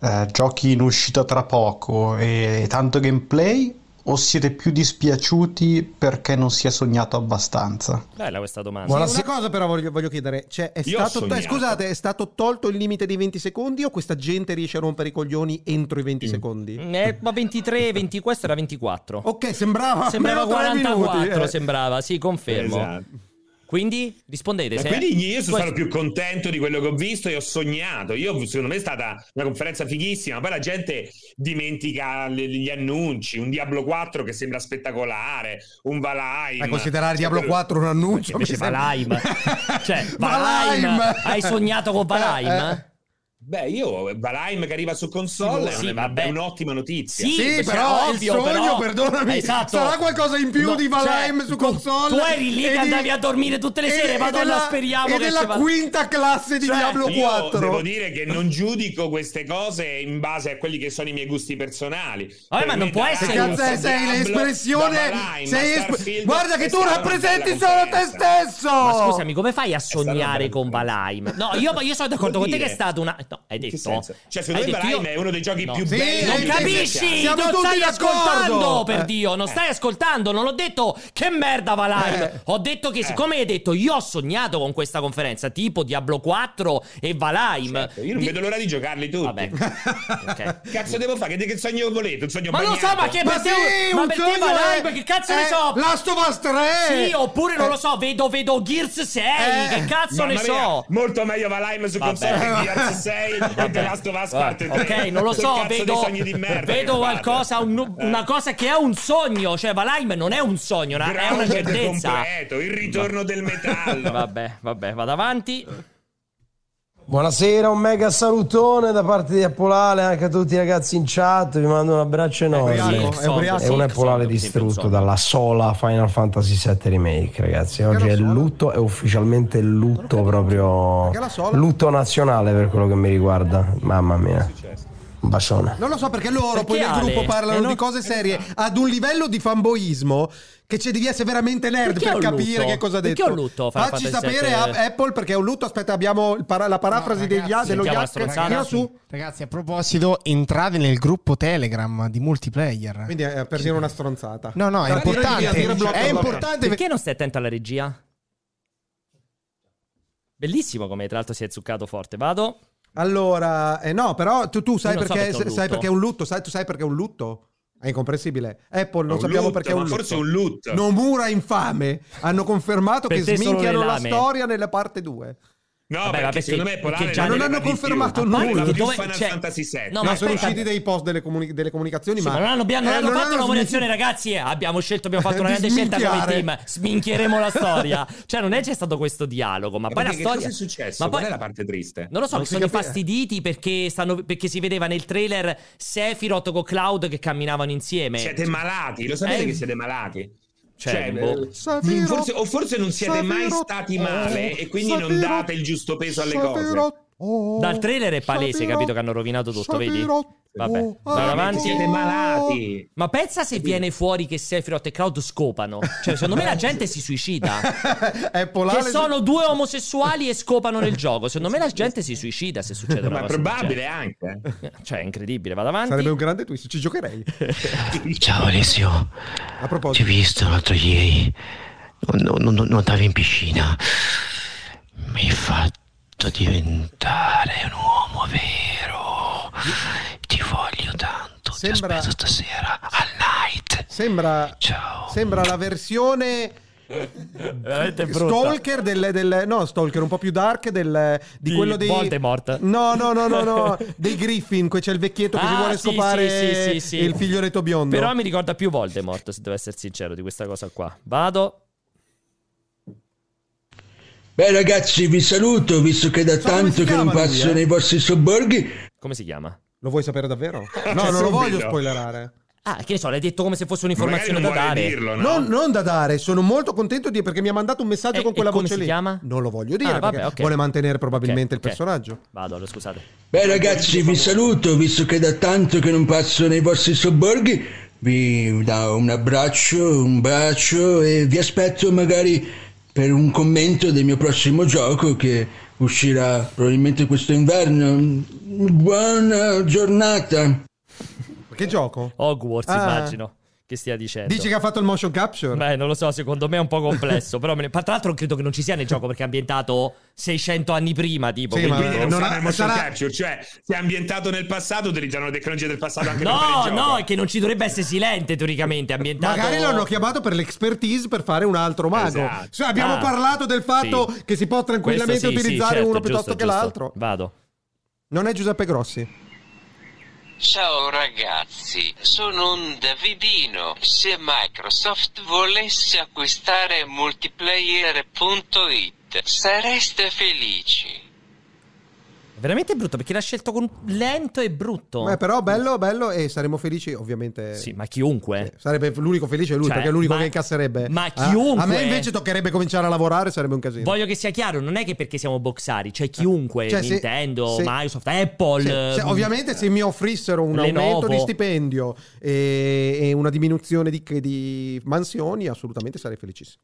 Speaker 7: eh, giochi in uscita tra poco e tanto gameplay, o siete più dispiaciuti perché non si è sognato abbastanza?
Speaker 1: Bella questa domanda.
Speaker 2: Sì, Una cosa però voglio, voglio chiedere, cioè, è
Speaker 3: Io ho
Speaker 2: stato,
Speaker 3: sognato.
Speaker 2: eh, scusate, è stato tolto il limite di 20 secondi o questa gente riesce a rompere i coglioni entro i 20 secondi?
Speaker 1: Eh, ma 23, 20, questo era 24.
Speaker 2: Ok, sembrava,
Speaker 1: sembrava
Speaker 2: almeno tre
Speaker 1: 44,
Speaker 2: Oh, minuti, eh.
Speaker 1: sembrava, sì, confermo.
Speaker 3: Esatto.
Speaker 1: Quindi rispondete.
Speaker 3: Ma
Speaker 1: Eh, se-
Speaker 3: quindi io
Speaker 1: questo-
Speaker 3: sono stato più contento di quello che ho visto e ho sognato. Io, secondo me, è stata una conferenza fighissima. Poi la gente dimentica le- gli annunci. Un Diablo 4 che sembra spettacolare, un Valheim.
Speaker 2: Ma Ecco, considerare Diablo
Speaker 3: Cioè,
Speaker 2: 4 un annuncio?
Speaker 1: Invece
Speaker 2: mi sembra- Eh,
Speaker 1: Valheim. Cioè, Valheim. Hai sognato con Valheim?
Speaker 3: Beh, io Valheim che arriva su console
Speaker 1: Sì,
Speaker 3: è, una-
Speaker 1: vabbè.
Speaker 3: è un'ottima notizia.
Speaker 1: Sì,
Speaker 2: Sì,
Speaker 1: perché
Speaker 2: però
Speaker 1: ovvio,
Speaker 2: il sogno,
Speaker 1: però-
Speaker 2: perdonami,
Speaker 1: Esatto.
Speaker 2: sarà qualcosa in più
Speaker 1: No,
Speaker 2: di Valheim
Speaker 1: cioè,
Speaker 2: su
Speaker 1: tu-
Speaker 2: console.
Speaker 1: tu eri lì
Speaker 2: e
Speaker 1: che
Speaker 2: di-
Speaker 1: andavi a dormire tutte le sere, madonna,
Speaker 2: della-
Speaker 1: speriamo che
Speaker 2: e della
Speaker 1: ci va-
Speaker 2: quinta classe di
Speaker 1: Cioè,
Speaker 2: Diablo
Speaker 3: Io
Speaker 2: 4.
Speaker 3: devo dire che non giudico queste cose in base a quelli che sono i miei gusti personali.
Speaker 1: Vabbè,
Speaker 3: Per
Speaker 1: ma
Speaker 3: me
Speaker 1: non può
Speaker 3: da
Speaker 1: essere
Speaker 2: Che
Speaker 3: Diablo,
Speaker 2: cazzo
Speaker 1: Sì,
Speaker 2: è?
Speaker 3: da
Speaker 2: sei
Speaker 3: Diablo,
Speaker 2: l'espressione?
Speaker 3: da Valheim,
Speaker 2: sei
Speaker 3: da
Speaker 2: esp-
Speaker 3: Starfield,
Speaker 2: Guarda che
Speaker 3: questa
Speaker 2: tu
Speaker 3: è una
Speaker 2: rappresenti
Speaker 3: bella
Speaker 2: solo te
Speaker 3: conferenza.
Speaker 2: stesso!
Speaker 1: Ma scusami, come fai a
Speaker 3: stata una
Speaker 1: sognare
Speaker 3: bella
Speaker 1: con
Speaker 3: conferenza.
Speaker 1: Valheim? No, io, io sono d'accordo con te
Speaker 3: Vuol
Speaker 1: che è
Speaker 3: dire?
Speaker 1: stato una. No, hai
Speaker 3: In che
Speaker 1: detto.
Speaker 3: senso? Cioè, secondo
Speaker 1: Hai
Speaker 3: me
Speaker 1: detto
Speaker 3: Valheim è uno dei giochi più
Speaker 2: Sì,
Speaker 3: belli.
Speaker 1: Non
Speaker 2: Eh,
Speaker 1: capisci?
Speaker 2: siamo
Speaker 1: non
Speaker 2: tutti
Speaker 1: stai
Speaker 2: d'accordo!
Speaker 1: ascoltando, per
Speaker 2: Eh.
Speaker 1: Dio, non stai ascoltando. Non ho detto che merda Valheim.
Speaker 2: Eh.
Speaker 1: Ho detto che, siccome hai detto, io ho sognato con questa conferenza, tipo Diablo 4 e Valheim.
Speaker 3: Certo, io non
Speaker 1: Di-
Speaker 3: vedo l'ora di giocarli tutti.
Speaker 1: Vabbè. Ok.
Speaker 3: Cazzo devo fare? Che, che sogno volete? Un sogno
Speaker 1: Ma lo
Speaker 3: bagnato?
Speaker 1: so, ma che per
Speaker 2: Ma
Speaker 1: te,
Speaker 2: sì,
Speaker 1: ma
Speaker 2: un
Speaker 1: per te
Speaker 2: sogno
Speaker 1: Valheim,
Speaker 2: è-
Speaker 1: che cazzo
Speaker 2: è
Speaker 3: eh,
Speaker 1: ne so?
Speaker 2: Last of Us 3!
Speaker 1: Sì, oppure non
Speaker 2: Eh.
Speaker 1: lo so, vedo, vedo Gears 6,
Speaker 2: Eh.
Speaker 1: che cazzo
Speaker 3: Mamma
Speaker 1: ne
Speaker 3: mia,
Speaker 1: so?
Speaker 3: Molto meglio Valheim su
Speaker 1: Vabbè.
Speaker 3: console che Gears 6 e The Last of Us parte
Speaker 1: Ok,
Speaker 3: 3.
Speaker 1: non lo
Speaker 3: Che
Speaker 1: so,
Speaker 3: cazzo di
Speaker 1: vedo,
Speaker 3: sogni di merda
Speaker 1: vedo
Speaker 3: che fate?
Speaker 1: qualcosa, un-
Speaker 3: Eh.
Speaker 1: una cosa che è un sogno, cioè Valheim non è un sogno, una- Ah, è una
Speaker 3: Grounded
Speaker 1: certezza.
Speaker 3: completo, il ritorno del metallo.
Speaker 1: Vabbè, vabbè, vado avanti.
Speaker 8: Buonasera, un mega salutone da parte di Appolale, anche a tutti i ragazzi in chat, vi mando un abbraccio
Speaker 2: Ubriaco,
Speaker 8: enorme.
Speaker 2: ubriaco. è ubriaco.
Speaker 8: E un Appolale distrutto dalla sola Final Fantasy VII Remake, ragazzi. Oggi
Speaker 2: Era
Speaker 8: è
Speaker 2: sola?
Speaker 8: lutto, è ufficialmente lutto proprio,
Speaker 2: Perché era sola?
Speaker 8: lutto nazionale per quello che mi riguarda. Mamma mia, un bacione.
Speaker 2: Non lo so perché loro
Speaker 1: Perché
Speaker 2: poi nel
Speaker 1: Ale?
Speaker 2: gruppo parlano
Speaker 1: Eh, no-
Speaker 2: di cose serie ad un livello di fanboismo che c'è devi essere veramente nerd
Speaker 1: Perché è
Speaker 2: per
Speaker 1: un
Speaker 2: capire
Speaker 1: lutto?
Speaker 2: che cosa ha
Speaker 1: Perché
Speaker 2: detto.
Speaker 1: è un lutto, Final
Speaker 2: Facci
Speaker 1: Fantasy
Speaker 2: sapere
Speaker 1: VII?
Speaker 2: a Apple perché è un lutto. Aspetta, abbiamo il para- la parafrasi
Speaker 4: No,
Speaker 2: degli-
Speaker 4: ragazzi,
Speaker 2: dello
Speaker 1: sentiamo la
Speaker 2: Yak.
Speaker 1: stronzata.
Speaker 2: Tira su.
Speaker 4: Ragazzi, a proposito, entrate nel gruppo Telegram di multiplayer.
Speaker 2: Quindi eh, per dire una stronzata.
Speaker 4: No, no, è
Speaker 2: Tira- tira-
Speaker 4: importante.
Speaker 2: tira- tira- blocca-
Speaker 4: è
Speaker 2: blocca.
Speaker 4: importante perché
Speaker 1: Perché non stai attento alla regia? Bellissimo come tra l'altro si è zuccato forte. Vado.
Speaker 2: Allora, eh, no, però tu, tu sai,
Speaker 1: Io non so
Speaker 2: perché,
Speaker 1: perché è un
Speaker 2: sai
Speaker 1: lutto.
Speaker 2: perché è un lutto. Sai, tu sai perché è un lutto? È incomprensibile. Apple non
Speaker 3: Un
Speaker 2: sappiamo
Speaker 3: lutto,
Speaker 2: perché è
Speaker 3: ma
Speaker 2: un lutto.
Speaker 3: Forse è un lutto.
Speaker 2: Nomura infame hanno confermato
Speaker 1: Per
Speaker 2: che
Speaker 1: te solo le
Speaker 2: sminchiano la
Speaker 1: lame.
Speaker 2: storia nella parte 2
Speaker 3: No,
Speaker 1: Vabbè,
Speaker 3: perché
Speaker 1: vabbè,
Speaker 3: secondo
Speaker 1: sì,
Speaker 3: me Polare
Speaker 1: perché già-
Speaker 2: Ma
Speaker 3: ne
Speaker 2: non hanno
Speaker 3: parla di più.
Speaker 2: confermato
Speaker 3: Ma
Speaker 2: nulla.
Speaker 3: parla più
Speaker 1: Dove-
Speaker 3: Final
Speaker 1: cioè-
Speaker 3: Fantasy 7.
Speaker 1: No,
Speaker 2: No,
Speaker 1: ma
Speaker 2: sono
Speaker 1: aspetta.
Speaker 2: usciti dei post delle, comuni- delle comunicazioni,
Speaker 1: Sì,
Speaker 2: ma,
Speaker 1: ma non hanno, abbiamo,
Speaker 2: eh,
Speaker 1: non hanno
Speaker 2: non
Speaker 1: fatto una
Speaker 2: hanno
Speaker 1: votazione,
Speaker 2: smin-
Speaker 1: ragazzi. Abbiamo scelto, abbiamo fatto una
Speaker 2: Di
Speaker 1: grande scelta come
Speaker 2: sminchiare.
Speaker 1: team. Sminchieremo la storia. cioè, non è c'è stato questo dialogo, ma poi
Speaker 3: Ma
Speaker 1: la
Speaker 3: perché che
Speaker 1: storia.
Speaker 3: cosa è successo?
Speaker 1: Ma poi-
Speaker 3: Qual è la parte triste?
Speaker 1: Non lo so,
Speaker 2: Non
Speaker 1: che
Speaker 2: si
Speaker 1: sono
Speaker 2: capi-
Speaker 1: infastiditi perché, stanno, perché si vedeva nel trailer Sephiroth con Cloud che camminavano insieme.
Speaker 3: Siete malati, lo sapete
Speaker 1: Eh.
Speaker 3: che siete malati.
Speaker 1: Cioè,
Speaker 3: Cioè,
Speaker 1: boh.
Speaker 3: eh,
Speaker 2: Sephiroth,
Speaker 3: forse- o forse non siete mai
Speaker 2: Sephiroth,
Speaker 3: stati male
Speaker 2: eh,
Speaker 3: e quindi non
Speaker 2: Sephiroth,
Speaker 3: date il giusto peso alle
Speaker 2: Sephiroth, Oh,
Speaker 1: Dal trailer è palese,
Speaker 2: Shapiro-
Speaker 1: capito che hanno rovinato tutto, vedi?
Speaker 2: Shapiro-
Speaker 1: Vabbè,
Speaker 2: oh,
Speaker 1: vado avanti.
Speaker 3: Siete malati.
Speaker 1: Ma pensa se viene fuori che Sephiroth e Cloud scopano. Cioè, secondo me la gente si suicida.
Speaker 2: è polare
Speaker 1: Che sono due omosessuali e scopano nel gioco. Secondo me la gente si suicida se succede una
Speaker 3: Ma è
Speaker 1: cosa.
Speaker 3: probabile anche. eh.
Speaker 1: del genere. Cioè, è incredibile. Vado avanti.
Speaker 2: Sarebbe un grande twist, ci giocherei.
Speaker 9: Ciao Alessio,
Speaker 2: A
Speaker 9: ti ho
Speaker 2: proposito,
Speaker 9: visto l'altro ieri, non, non- non- nuotavi in piscina, mi hai fatto diventare un uomo vero, ti voglio tanto,
Speaker 2: Sembra-
Speaker 9: ti aspetto stasera al night,
Speaker 2: sembra,
Speaker 9: ciao.
Speaker 2: sembra la versione
Speaker 1: Veramente brutta.
Speaker 2: Stalker del, del- no, Stalker un po' più dark del, di,
Speaker 1: Di
Speaker 2: quello dei
Speaker 1: Voldemort.
Speaker 2: No, no, no, no, no, dei Griffin, qui c'è il vecchietto che si
Speaker 1: Ah,
Speaker 2: vuole
Speaker 1: sì,
Speaker 2: scopare
Speaker 1: sì, sì, sì, sì.
Speaker 2: il figlioletto biondo.
Speaker 1: Però mi ricorda più Voldemort, se devo essere sincero, di questa cosa qua. Vado.
Speaker 10: Beh ragazzi, vi saluto, visto che da
Speaker 2: So come si
Speaker 10: tanto che non
Speaker 2: chiama lui,
Speaker 10: passo
Speaker 2: eh?
Speaker 10: nei vostri sobborghi.
Speaker 1: Come si chiama?
Speaker 2: Lo vuoi sapere davvero? No,
Speaker 3: Cioè,
Speaker 2: non lo
Speaker 3: subito.
Speaker 2: voglio spoilerare.
Speaker 1: Ah, che ne so, l'hai detto come se fosse
Speaker 3: Magari
Speaker 1: un'informazione
Speaker 3: non
Speaker 1: da
Speaker 3: vuole
Speaker 1: dare.
Speaker 3: dirlo, no?
Speaker 2: Non, non da dare, sono molto contento di perché mi ha mandato un messaggio
Speaker 1: E-
Speaker 2: con quella
Speaker 1: e come
Speaker 2: voce
Speaker 1: si
Speaker 2: lì.
Speaker 1: chiama?
Speaker 2: Non lo voglio dire
Speaker 1: Ah, vabbè,
Speaker 2: perché
Speaker 1: ok.
Speaker 2: vuole mantenere
Speaker 1: Ok,
Speaker 2: probabilmente il
Speaker 1: ok.
Speaker 2: personaggio.
Speaker 1: Vado, allora, scusate.
Speaker 10: Beh ragazzi, vi saluto, visto che da tanto che non passo nei vostri sobborghi. Vi do un abbraccio, un bacio e vi aspetto magari per un commento del mio prossimo gioco che uscirà probabilmente questo inverno. Buona giornata!
Speaker 1: Eh,
Speaker 2: Che gioco?
Speaker 1: Hogwarts,
Speaker 2: Ah.
Speaker 1: immagino che stia dicendo.
Speaker 2: Dici che ha fatto il motion capture?
Speaker 1: Beh, non lo so, secondo me è un po' complesso. però, me ne- tra l'altro, credo che non ci sia nel gioco perché è ambientato 600 anni prima. Tipo,
Speaker 2: Sì,
Speaker 1: quindi-
Speaker 2: ma-
Speaker 3: Quindi Eh, non,
Speaker 2: non
Speaker 3: fa
Speaker 2: ha-
Speaker 3: nel motion
Speaker 2: sarà-
Speaker 3: capture, cioè se è ambientato nel passato utilizzano le tecnologie del passato anche per fare
Speaker 1: No,
Speaker 3: il gioco.
Speaker 1: no, è che non ci dovrebbe essere silente teoricamente. è Ambientato.
Speaker 2: Magari l'hanno chiamato per l'expertise per fare un altro mago.
Speaker 3: Esatto.
Speaker 2: Cioè, abbiamo
Speaker 1: Ah.
Speaker 2: parlato del fatto
Speaker 1: Sì.
Speaker 2: che si può tranquillamente
Speaker 1: Questo sì, sì,
Speaker 2: utilizzare
Speaker 1: certo,
Speaker 2: uno
Speaker 1: giusto,
Speaker 2: piuttosto che
Speaker 1: giusto.
Speaker 2: l'altro.
Speaker 1: Vado.
Speaker 2: Non è Giuseppe Grossi.
Speaker 9: Ciao ragazzi, sono un Davidino. Se Microsoft volesse acquistare multiplayer.it, sareste felici.
Speaker 1: È veramente brutto perché l'ha scelto con lento e brutto.
Speaker 2: Eh, però bello, bello e saremo felici ovviamente.
Speaker 1: Sì, ma chiunque.
Speaker 2: Eh, Sarebbe l'unico felice lui
Speaker 1: Cioè,
Speaker 2: perché è l'unico
Speaker 1: ma-
Speaker 2: che incasserebbe.
Speaker 1: ma
Speaker 2: Ah,
Speaker 1: chiunque-
Speaker 2: A me invece toccherebbe cominciare a lavorare, sarebbe un casino.
Speaker 1: Voglio che sia chiaro, non è che perché siamo boxari, c'è chiunque,
Speaker 2: Cioè, se-
Speaker 1: Nintendo,
Speaker 2: se-
Speaker 1: Microsoft, Apple.
Speaker 2: Sì, se-
Speaker 1: ehm,
Speaker 2: ovviamente se mi offrissero un
Speaker 1: Lenovo.
Speaker 2: aumento di stipendio e, e una diminuzione di, di mansioni, assolutamente sarei felicissimo.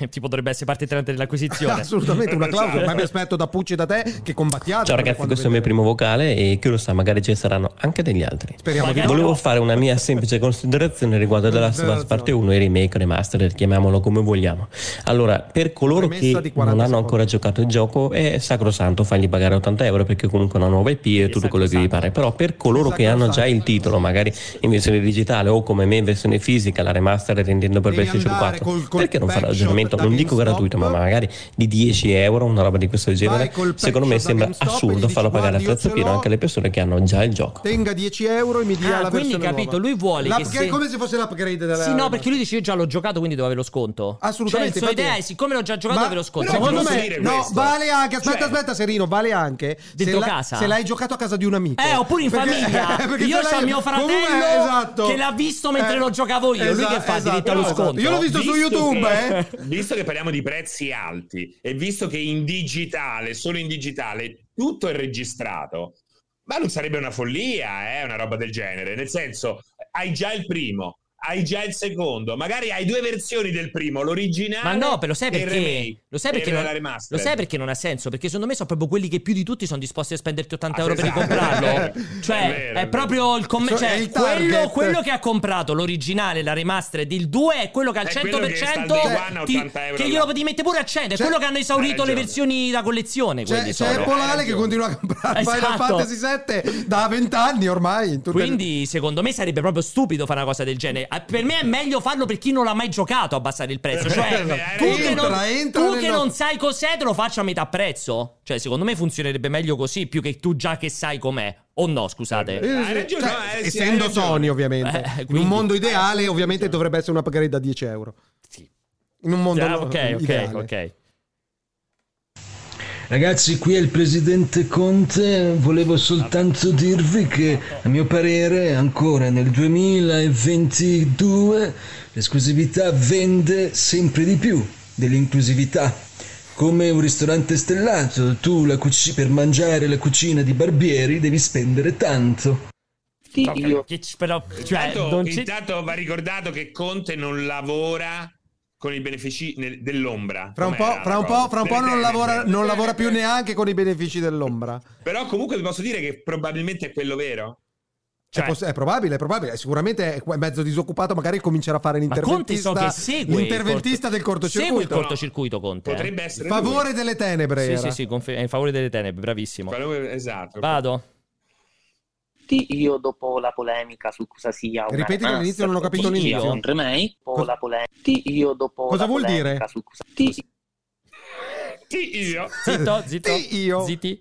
Speaker 1: eh, Tipo dovrebbe essere parte integrante dell'acquisizione.
Speaker 2: Cioè, assolutamente una clausola, ma mi aspetto da Pucci e da te che combattiate.
Speaker 11: Ciao ragazzi,
Speaker 2: quando
Speaker 11: questo è il mio primo
Speaker 2: vedete.
Speaker 11: vocale e chi lo sa, magari ce ne saranno anche degli altri.
Speaker 2: Speriamo di
Speaker 1: Magari-
Speaker 2: no.
Speaker 11: Volevo fare una mia semplice considerazione riguardo alla Last of Us parte 1 e remake, remaster, chiamiamolo come vogliamo. Allora, per coloro che
Speaker 2: Premessa
Speaker 11: non
Speaker 2: di 40
Speaker 11: hanno
Speaker 2: secondi.
Speaker 11: ancora giocato il gioco, è sacrosanto fargli pagare 80 euro perché comunque è una nuova IP e tutto quello che vi pare. Però per coloro che hanno già il titolo, magari in versione digitale o come me in versione fisica, la remaster rendendo per
Speaker 2: Devi
Speaker 11: PlayStation
Speaker 2: andare
Speaker 11: 4,
Speaker 2: col- col
Speaker 11: perché non fare
Speaker 2: backshot
Speaker 11: ragionamento,
Speaker 2: da
Speaker 11: non dico
Speaker 2: GameStop?
Speaker 11: gratuito, ma magari di 10 euro, una roba di questo genere,
Speaker 2: col
Speaker 11: secondo me
Speaker 2: backshot da
Speaker 11: sembra
Speaker 2: GameStop e gli
Speaker 11: assurdo
Speaker 2: dici,
Speaker 11: farlo pagare a
Speaker 2: "Guardi, io
Speaker 11: prezzo
Speaker 2: ce
Speaker 11: pieno
Speaker 2: l'ho".
Speaker 11: anche le persone che hanno già il gioco.
Speaker 2: Tenga 10 euro e mi dia
Speaker 1: Ah,
Speaker 2: la
Speaker 1: quindi
Speaker 2: versione
Speaker 1: capito,
Speaker 2: nuova.
Speaker 1: lui vuole che
Speaker 2: L'upgrade-
Speaker 1: se-
Speaker 2: come se fosse l'upgrade della
Speaker 1: Sì, no, perché lui dice io già l'ho giocato, quindi devo avere lo sconto.
Speaker 2: Assolutamente.
Speaker 1: Cioè, la sua
Speaker 2: infatti-
Speaker 1: idea è siccome l'ho già giocato, devo
Speaker 2: Ma-
Speaker 1: avere lo sconto.
Speaker 2: però
Speaker 1: Secondo
Speaker 2: secondo
Speaker 1: me
Speaker 3: posso dire
Speaker 2: me, no,
Speaker 3: questo?
Speaker 2: vale anche. Aspetta,
Speaker 3: Cioè-
Speaker 2: aspetta, Serino, vale anche se,
Speaker 1: Dentro
Speaker 2: l'hai-
Speaker 1: casa?
Speaker 2: se l'hai giocato a casa di un amico.
Speaker 1: Eh, oppure in
Speaker 2: Perché-
Speaker 1: famiglia.
Speaker 2: perché
Speaker 1: Io
Speaker 2: se l'hai-
Speaker 1: c'ho mio fratello
Speaker 2: Comunque, esatto.
Speaker 1: che l'ha visto mentre lo giocavo io. Lui che fa diritto allo
Speaker 2: io lo so.
Speaker 1: sconto?
Speaker 2: esatto. Io l'ho visto su YouTube,
Speaker 3: che,
Speaker 2: eh.
Speaker 3: Visto che parliamo di prezzi alti e visto che in digitale, solo in digitale, tutto è registrato, ma non sarebbe una follia, eh, una roba del genere. Nel senso, hai già il primo, hai già il secondo, magari hai due versioni del primo, l'originale
Speaker 1: Ma no, però lo sai
Speaker 3: e il
Speaker 1: perché?
Speaker 3: remake,
Speaker 1: Lo sai
Speaker 3: e
Speaker 1: perché,
Speaker 3: la
Speaker 1: non,
Speaker 3: remastered.
Speaker 1: lo sai perché non ha senso? Perché secondo me sono proprio quelli che più di tutti sono disposti a spenderti 80
Speaker 3: Ah,
Speaker 1: euro per
Speaker 3: esatto, è
Speaker 1: ricomprarlo.
Speaker 3: vero,
Speaker 1: cioè,
Speaker 3: è
Speaker 1: è,
Speaker 3: vero, è
Speaker 1: proprio il com-
Speaker 2: So-
Speaker 1: cioè,
Speaker 2: è il
Speaker 1: quello,
Speaker 2: target.
Speaker 1: quello che ha comprato l'originale, la remastered, il 2 è quello che al
Speaker 3: È
Speaker 1: 100%
Speaker 3: quello che sta al day one a
Speaker 1: ti-
Speaker 3: 80 euro
Speaker 1: che glielo
Speaker 3: là. Eh,
Speaker 1: ti mette pure a 100. È
Speaker 2: Cioè-
Speaker 1: quello che hanno esaurito
Speaker 3: Hai
Speaker 1: le
Speaker 3: ragione.
Speaker 1: versioni da collezione.
Speaker 2: C'è,
Speaker 1: quelli sono.
Speaker 2: Cioè, c'è Polale che continua a comprare Final
Speaker 1: Esatto.
Speaker 2: Fantasy 7 da 20 anni ormai. in tutte le-
Speaker 1: Eh, Quindi, secondo me, sarebbe proprio stupido fare una cosa del genere. Ah, Per me è meglio farlo per chi non l'ha mai giocato, abbassare il prezzo. Cioè,
Speaker 3: Esatto.
Speaker 1: tu che, non,
Speaker 2: Entra, entra
Speaker 1: tu
Speaker 2: nel
Speaker 1: che
Speaker 2: nostro-
Speaker 1: non sai cos'è, te lo faccio a metà prezzo. Cioè, secondo me funzionerebbe meglio così, più che tu già che sai com'è. O no, scusate.
Speaker 2: Eh,
Speaker 3: Hai
Speaker 2: sì. Cioè,
Speaker 3: ragione, no, eh, sì, hai
Speaker 2: essendo
Speaker 3: ragione.
Speaker 2: Sony, ovviamente.
Speaker 1: Eh,
Speaker 2: In un
Speaker 1: quindi- Eh,
Speaker 2: mondo ideale, ovviamente dovrebbe essere un upgrade da 10 euro.
Speaker 1: Sì.
Speaker 2: In un mondo
Speaker 1: Ah, ok, ok,
Speaker 2: ideale.
Speaker 1: ok.
Speaker 10: Ragazzi, qui è il presidente Conte, volevo soltanto dirvi che a mio parere ancora nel 2022 l'esclusività vende sempre di più dell'inclusività. Come un ristorante stellato, tu la cuci- per mangiare la cucina di Barbieri devi spendere tanto.
Speaker 1: Porca- che c- però, cioè,
Speaker 3: Intanto,
Speaker 1: non c'è-
Speaker 3: intanto va ricordato che Conte non lavora con i benefici nel- dell'ombra.
Speaker 2: Fra un po',
Speaker 3: Com'era
Speaker 2: fra un
Speaker 3: la
Speaker 2: po',
Speaker 3: cosa? Cioè.
Speaker 2: fra un po'
Speaker 3: Delle
Speaker 2: non,
Speaker 3: tenebre.
Speaker 2: lavora, non lavora più neanche con i benefici dell'ombra.
Speaker 3: Però comunque vi posso dire che probabilmente è quello vero.
Speaker 2: Cioè,
Speaker 3: Cioè-
Speaker 2: poss- è probabile, è probabile. Sicuramente è mezzo disoccupato, magari comincerà a fare
Speaker 1: Ma Conte
Speaker 2: l'interventista,
Speaker 1: so che segue il corto-
Speaker 2: l'interventista del
Speaker 1: Segue il
Speaker 2: cortocircuito.
Speaker 1: cortocircuito Conte. eh.
Speaker 3: Potrebbe essere
Speaker 2: Favore delle tenebre.
Speaker 1: Sì,
Speaker 2: era.
Speaker 1: sì, sì, confer- in favore delle tenebre, bravissimo.
Speaker 3: lui. Favore- Esatto.
Speaker 1: Vado.
Speaker 12: Io dopo la polemica su cosa sia una
Speaker 2: Ripeti
Speaker 12: remaster,
Speaker 2: l'inizio, non ho capito
Speaker 12: io
Speaker 2: l'inizio.
Speaker 12: un remake, dopo
Speaker 2: Cosa-
Speaker 12: la polemica, io dopo
Speaker 2: Cosa
Speaker 12: la
Speaker 2: vuol
Speaker 12: polemica
Speaker 2: dire?
Speaker 12: su cosa sia
Speaker 3: Sì, io.
Speaker 1: Zitto, zitto.
Speaker 2: io.
Speaker 1: Zitti.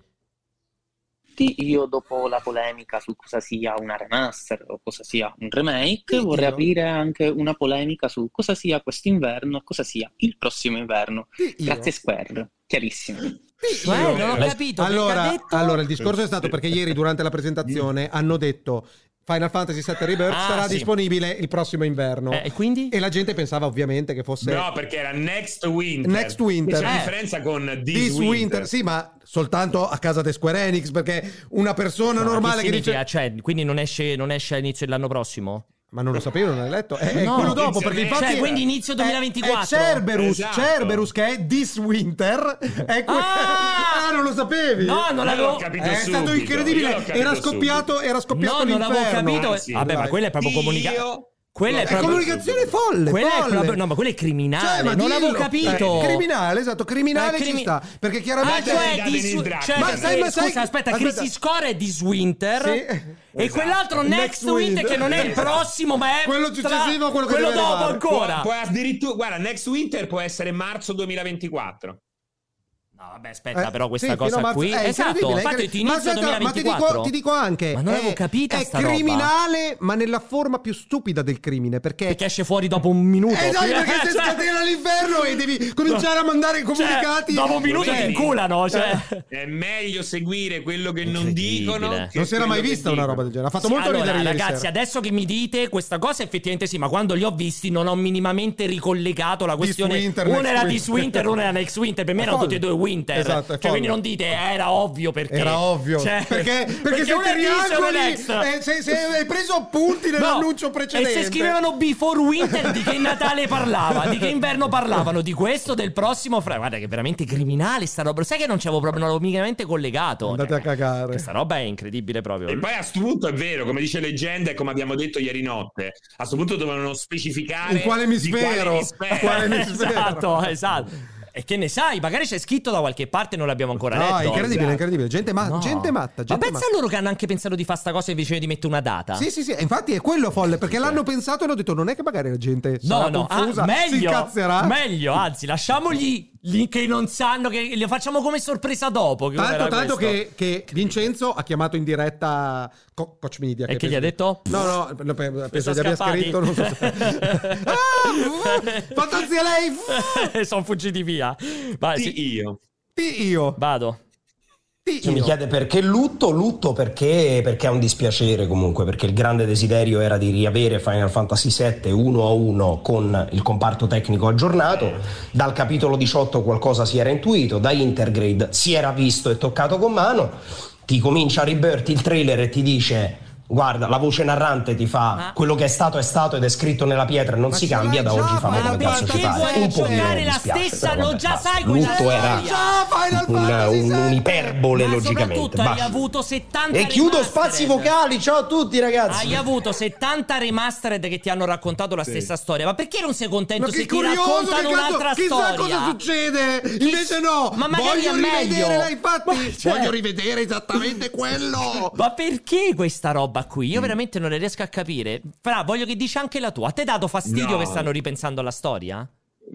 Speaker 12: io dopo la polemica su cosa sia una remaster o cosa sia un remake,
Speaker 2: Sì,
Speaker 12: vorrei
Speaker 2: io.
Speaker 12: aprire anche una polemica su cosa sia quest'inverno e cosa sia il prossimo inverno.
Speaker 2: io.
Speaker 12: Grazie Square, chiarissimo.
Speaker 1: Eh, non ho capito.
Speaker 2: Allora,
Speaker 1: perché ha detto-
Speaker 2: allora, il discorso è stato perché ieri durante la presentazione hanno detto Final Fantasy VII Rebirth
Speaker 1: Ah,
Speaker 2: sarà
Speaker 1: sì.
Speaker 2: disponibile il prossimo inverno.
Speaker 1: Eh, e quindi?
Speaker 2: E la gente pensava ovviamente che fosse
Speaker 3: No, perché era Next Winter.
Speaker 2: Next Winter.
Speaker 3: C'è la
Speaker 2: Eh.
Speaker 3: differenza con This,
Speaker 2: This Winter. Sì, ma soltanto a casa di Square Enix perché una persona
Speaker 1: No, ma
Speaker 2: normale che
Speaker 1: significa?
Speaker 2: dice...
Speaker 1: Cioè, quindi non esce, non esce all'inizio dell'anno prossimo?
Speaker 2: Ma non lo sapevo, non l'hai letto. È
Speaker 1: No.
Speaker 2: quello dopo, perché infatti...
Speaker 1: Cioè, quindi inizio
Speaker 2: è-
Speaker 1: 2024.
Speaker 2: È Cerberus,
Speaker 3: Esatto.
Speaker 2: Cerberus che è This Winter. È que-
Speaker 1: Ah!
Speaker 2: ah, non lo sapevi?
Speaker 1: No, non
Speaker 3: Io l'ho
Speaker 1: l'avevo...
Speaker 3: capito
Speaker 2: È
Speaker 3: subito.
Speaker 2: stato
Speaker 3: Io l'ho
Speaker 2: incredibile.
Speaker 3: capito
Speaker 2: Era scoppiato, era scoppiato
Speaker 1: No, non l'avevo
Speaker 2: l'inferno.
Speaker 1: capito.
Speaker 3: Anzi,
Speaker 1: Vabbè, ma
Speaker 2: dai.
Speaker 1: quella è proprio comunicazione.
Speaker 3: Io-
Speaker 1: Quella è
Speaker 2: È
Speaker 1: proprio...
Speaker 2: comunicazione folle,
Speaker 1: Quella è
Speaker 2: folle.
Speaker 1: proprio... No, ma quella è criminale.
Speaker 2: Cioè, ma
Speaker 1: non
Speaker 2: dillo.
Speaker 1: l'avevo capito.
Speaker 2: Eh, criminale, esatto, criminale
Speaker 1: Ma è crimi-
Speaker 2: ci sta. Perché
Speaker 1: Ah,
Speaker 2: chiaramente...
Speaker 1: cioè,
Speaker 3: Guarda
Speaker 1: di
Speaker 3: nel
Speaker 1: su-
Speaker 3: draft.
Speaker 1: cioè,
Speaker 2: Ma sai, ma sai-
Speaker 1: scusa, aspetta,
Speaker 2: aspetta.
Speaker 1: Crisis Core è di Swinter
Speaker 2: Sì.
Speaker 1: e
Speaker 3: Esatto.
Speaker 1: quell'altro Next,
Speaker 2: Next
Speaker 1: Winter
Speaker 2: Winter.
Speaker 1: che non è il
Speaker 2: Esatto.
Speaker 1: prossimo, ma è
Speaker 2: Quello successivo, quello che deve
Speaker 1: dopo
Speaker 2: arrivare.
Speaker 1: ancora.
Speaker 3: Può, può addirittura, guarda, Next Winter può essere marzo 2024.
Speaker 1: No, vabbè, aspetta,
Speaker 2: Eh,
Speaker 1: però questa
Speaker 2: sì,
Speaker 1: cosa
Speaker 2: fino a marzo-
Speaker 1: qui
Speaker 2: è
Speaker 1: Esatto,
Speaker 2: incredibile, è
Speaker 1: infatti ti
Speaker 2: incredibile.
Speaker 1: inizio
Speaker 2: ma, aspetta, ma ti
Speaker 1: 2024.
Speaker 2: dico, ti dico anche
Speaker 1: Ma non
Speaker 2: è-
Speaker 1: avevo capito
Speaker 2: è
Speaker 1: sta roba.
Speaker 2: criminale ma nella forma più stupida del crimine perché
Speaker 1: Perché esce fuori dopo un minuto.
Speaker 2: Eh, dai, perché
Speaker 1: Cioè,
Speaker 2: sei scatena l'inferno e devi cominciare a mandare i
Speaker 1: cioè,
Speaker 2: comunicati Eh.
Speaker 1: dopo un minuto
Speaker 3: Cioè,
Speaker 1: ti inculano, cioè.
Speaker 3: È meglio seguire quello che non
Speaker 1: Incredibile.
Speaker 3: dicono. che
Speaker 2: non si era
Speaker 3: quello
Speaker 2: mai
Speaker 3: che
Speaker 2: vista una
Speaker 3: dicono.
Speaker 2: roba del genere ha fatto
Speaker 1: Sì,
Speaker 2: molto
Speaker 1: allora,
Speaker 2: ridere ieri
Speaker 1: ragazzi,
Speaker 2: sera.
Speaker 1: adesso che mi dite questa cosa, effettivamente sì, ma quando li ho visti non ho minimamente ricollegato la questione.
Speaker 2: Winter,
Speaker 1: una
Speaker 2: Next
Speaker 1: era
Speaker 2: Winter.
Speaker 1: di Swinter, una era Next Winter. Per me
Speaker 2: È
Speaker 1: erano
Speaker 2: folle.
Speaker 1: tutti e due Winter.
Speaker 2: Esatto, è
Speaker 1: cioè,
Speaker 2: folle.
Speaker 1: quindi non dite eh, era ovvio perché.
Speaker 2: Era ovvio.
Speaker 1: Cioè,
Speaker 2: perché perché, se
Speaker 1: uno è this e uno è
Speaker 2: triangoli
Speaker 1: next.
Speaker 2: eh, se, se hai preso appunti
Speaker 1: No,
Speaker 2: nell'annuncio precedente.
Speaker 1: E se scrivevano before winter di che Natale parlava, di che inverno parlavano, di questo, del prossimo fra. Guarda che è veramente criminale sta roba. Sai che non c'avevo proprio, non l'avevo minimamente collegato.
Speaker 2: Andate a cagare.
Speaker 1: Questa roba è incredibile proprio.
Speaker 3: E poi a questo punto è vero, come dice leggenda e come abbiamo detto ieri notte, a questo punto dovevano specificare
Speaker 2: In quale
Speaker 3: di
Speaker 2: emisfero?
Speaker 3: quale emisfero.
Speaker 2: A quale emisfero?
Speaker 1: esatto, esatto. E che ne sai? Magari c'è scritto da qualche parte e non l'abbiamo ancora
Speaker 2: No, è
Speaker 1: letto.
Speaker 2: incredibile, è incredibile. Gente, ma-
Speaker 1: No.
Speaker 2: gente matta. Gente
Speaker 1: Ma pensa
Speaker 2: matta.
Speaker 1: a loro che hanno anche pensato di fare sta cosa invece di mettere una data.
Speaker 2: Sì, sì, sì, infatti è quello folle perché l'hanno pensato e hanno detto non è che magari la gente sarà
Speaker 1: No, no, ah,
Speaker 2: confusa, si
Speaker 1: meglio,
Speaker 2: incazzerà.
Speaker 1: meglio, anzi, lasciamogli lì che non sanno, che le facciamo come sorpresa dopo. che
Speaker 2: Tanto,
Speaker 1: guarderà
Speaker 2: tanto
Speaker 1: questo.
Speaker 2: che, che Vincenzo ha chiamato in diretta Co- Coach Media.
Speaker 1: E che gli
Speaker 2: penso-
Speaker 1: ha detto?
Speaker 2: No, no, no, pe- penso
Speaker 1: sono
Speaker 2: gli abbia
Speaker 1: scappati.
Speaker 2: scritto. Non so se... ah, fantasia lei!
Speaker 1: Sono fuggiti via. Vai, sì,
Speaker 3: Sì, io.
Speaker 2: Ti io,
Speaker 1: vado.
Speaker 2: ti
Speaker 8: Chi Cioè, mi
Speaker 2: io.
Speaker 8: chiede perché lutto, lutto perché, perché è un dispiacere comunque, perché il grande desiderio era di riavere Final Fantasy VII 1 a 1 con il comparto tecnico aggiornato, dal capitolo 18 qualcosa si era intuito, da Intergrade si era visto e toccato con mano, ti comincia a Rebirth il trailer e ti dice guarda la voce narrante ti fa
Speaker 1: Ma-
Speaker 8: quello che è stato è stato ed è scritto nella pietra e non
Speaker 2: Ma
Speaker 8: si
Speaker 2: ce
Speaker 8: cambia,
Speaker 2: l'hai
Speaker 8: da
Speaker 2: già,
Speaker 8: oggi
Speaker 2: ma
Speaker 8: fammi come
Speaker 2: perché
Speaker 8: cazzo ci fai,
Speaker 2: vuoi
Speaker 8: un po'
Speaker 2: giocare
Speaker 8: mi
Speaker 1: la
Speaker 8: dispiace,
Speaker 1: stessa?
Speaker 8: però
Speaker 1: Non
Speaker 8: vabbè,
Speaker 1: già
Speaker 8: basta.
Speaker 1: sai quella
Speaker 8: lutto era
Speaker 1: storia.
Speaker 2: Ah, Final
Speaker 8: un,
Speaker 2: Fantasy
Speaker 8: un-
Speaker 2: VII.
Speaker 8: un'iperbole
Speaker 1: Ma
Speaker 8: logicamente.
Speaker 1: soprattutto hai
Speaker 8: basta.
Speaker 1: avuto 70
Speaker 8: E chiudo
Speaker 1: remastered.
Speaker 8: spazi vocali, ciao a tutti ragazzi.
Speaker 1: Hai avuto 70 remastered che ti hanno raccontato la stessa storia. Ma perché non sei contento
Speaker 2: Ma
Speaker 1: se
Speaker 2: che
Speaker 1: ti
Speaker 2: curioso, che
Speaker 1: raccontano un'altra
Speaker 2: cazzo, chissà
Speaker 1: storia?
Speaker 2: cosa succede. Invece no,
Speaker 1: Ma magari
Speaker 2: voglio
Speaker 1: è meglio.
Speaker 2: rivedere, l'hai fatto.
Speaker 1: Ma- cioè-
Speaker 2: Voglio rivedere esattamente quello.
Speaker 1: Ma perché questa roba qui?
Speaker 3: Mm.
Speaker 1: Io veramente non ne riesco a capire. Fra, voglio che dici anche la tua. A te dato fastidio
Speaker 3: No.
Speaker 1: che stanno ripensando alla storia?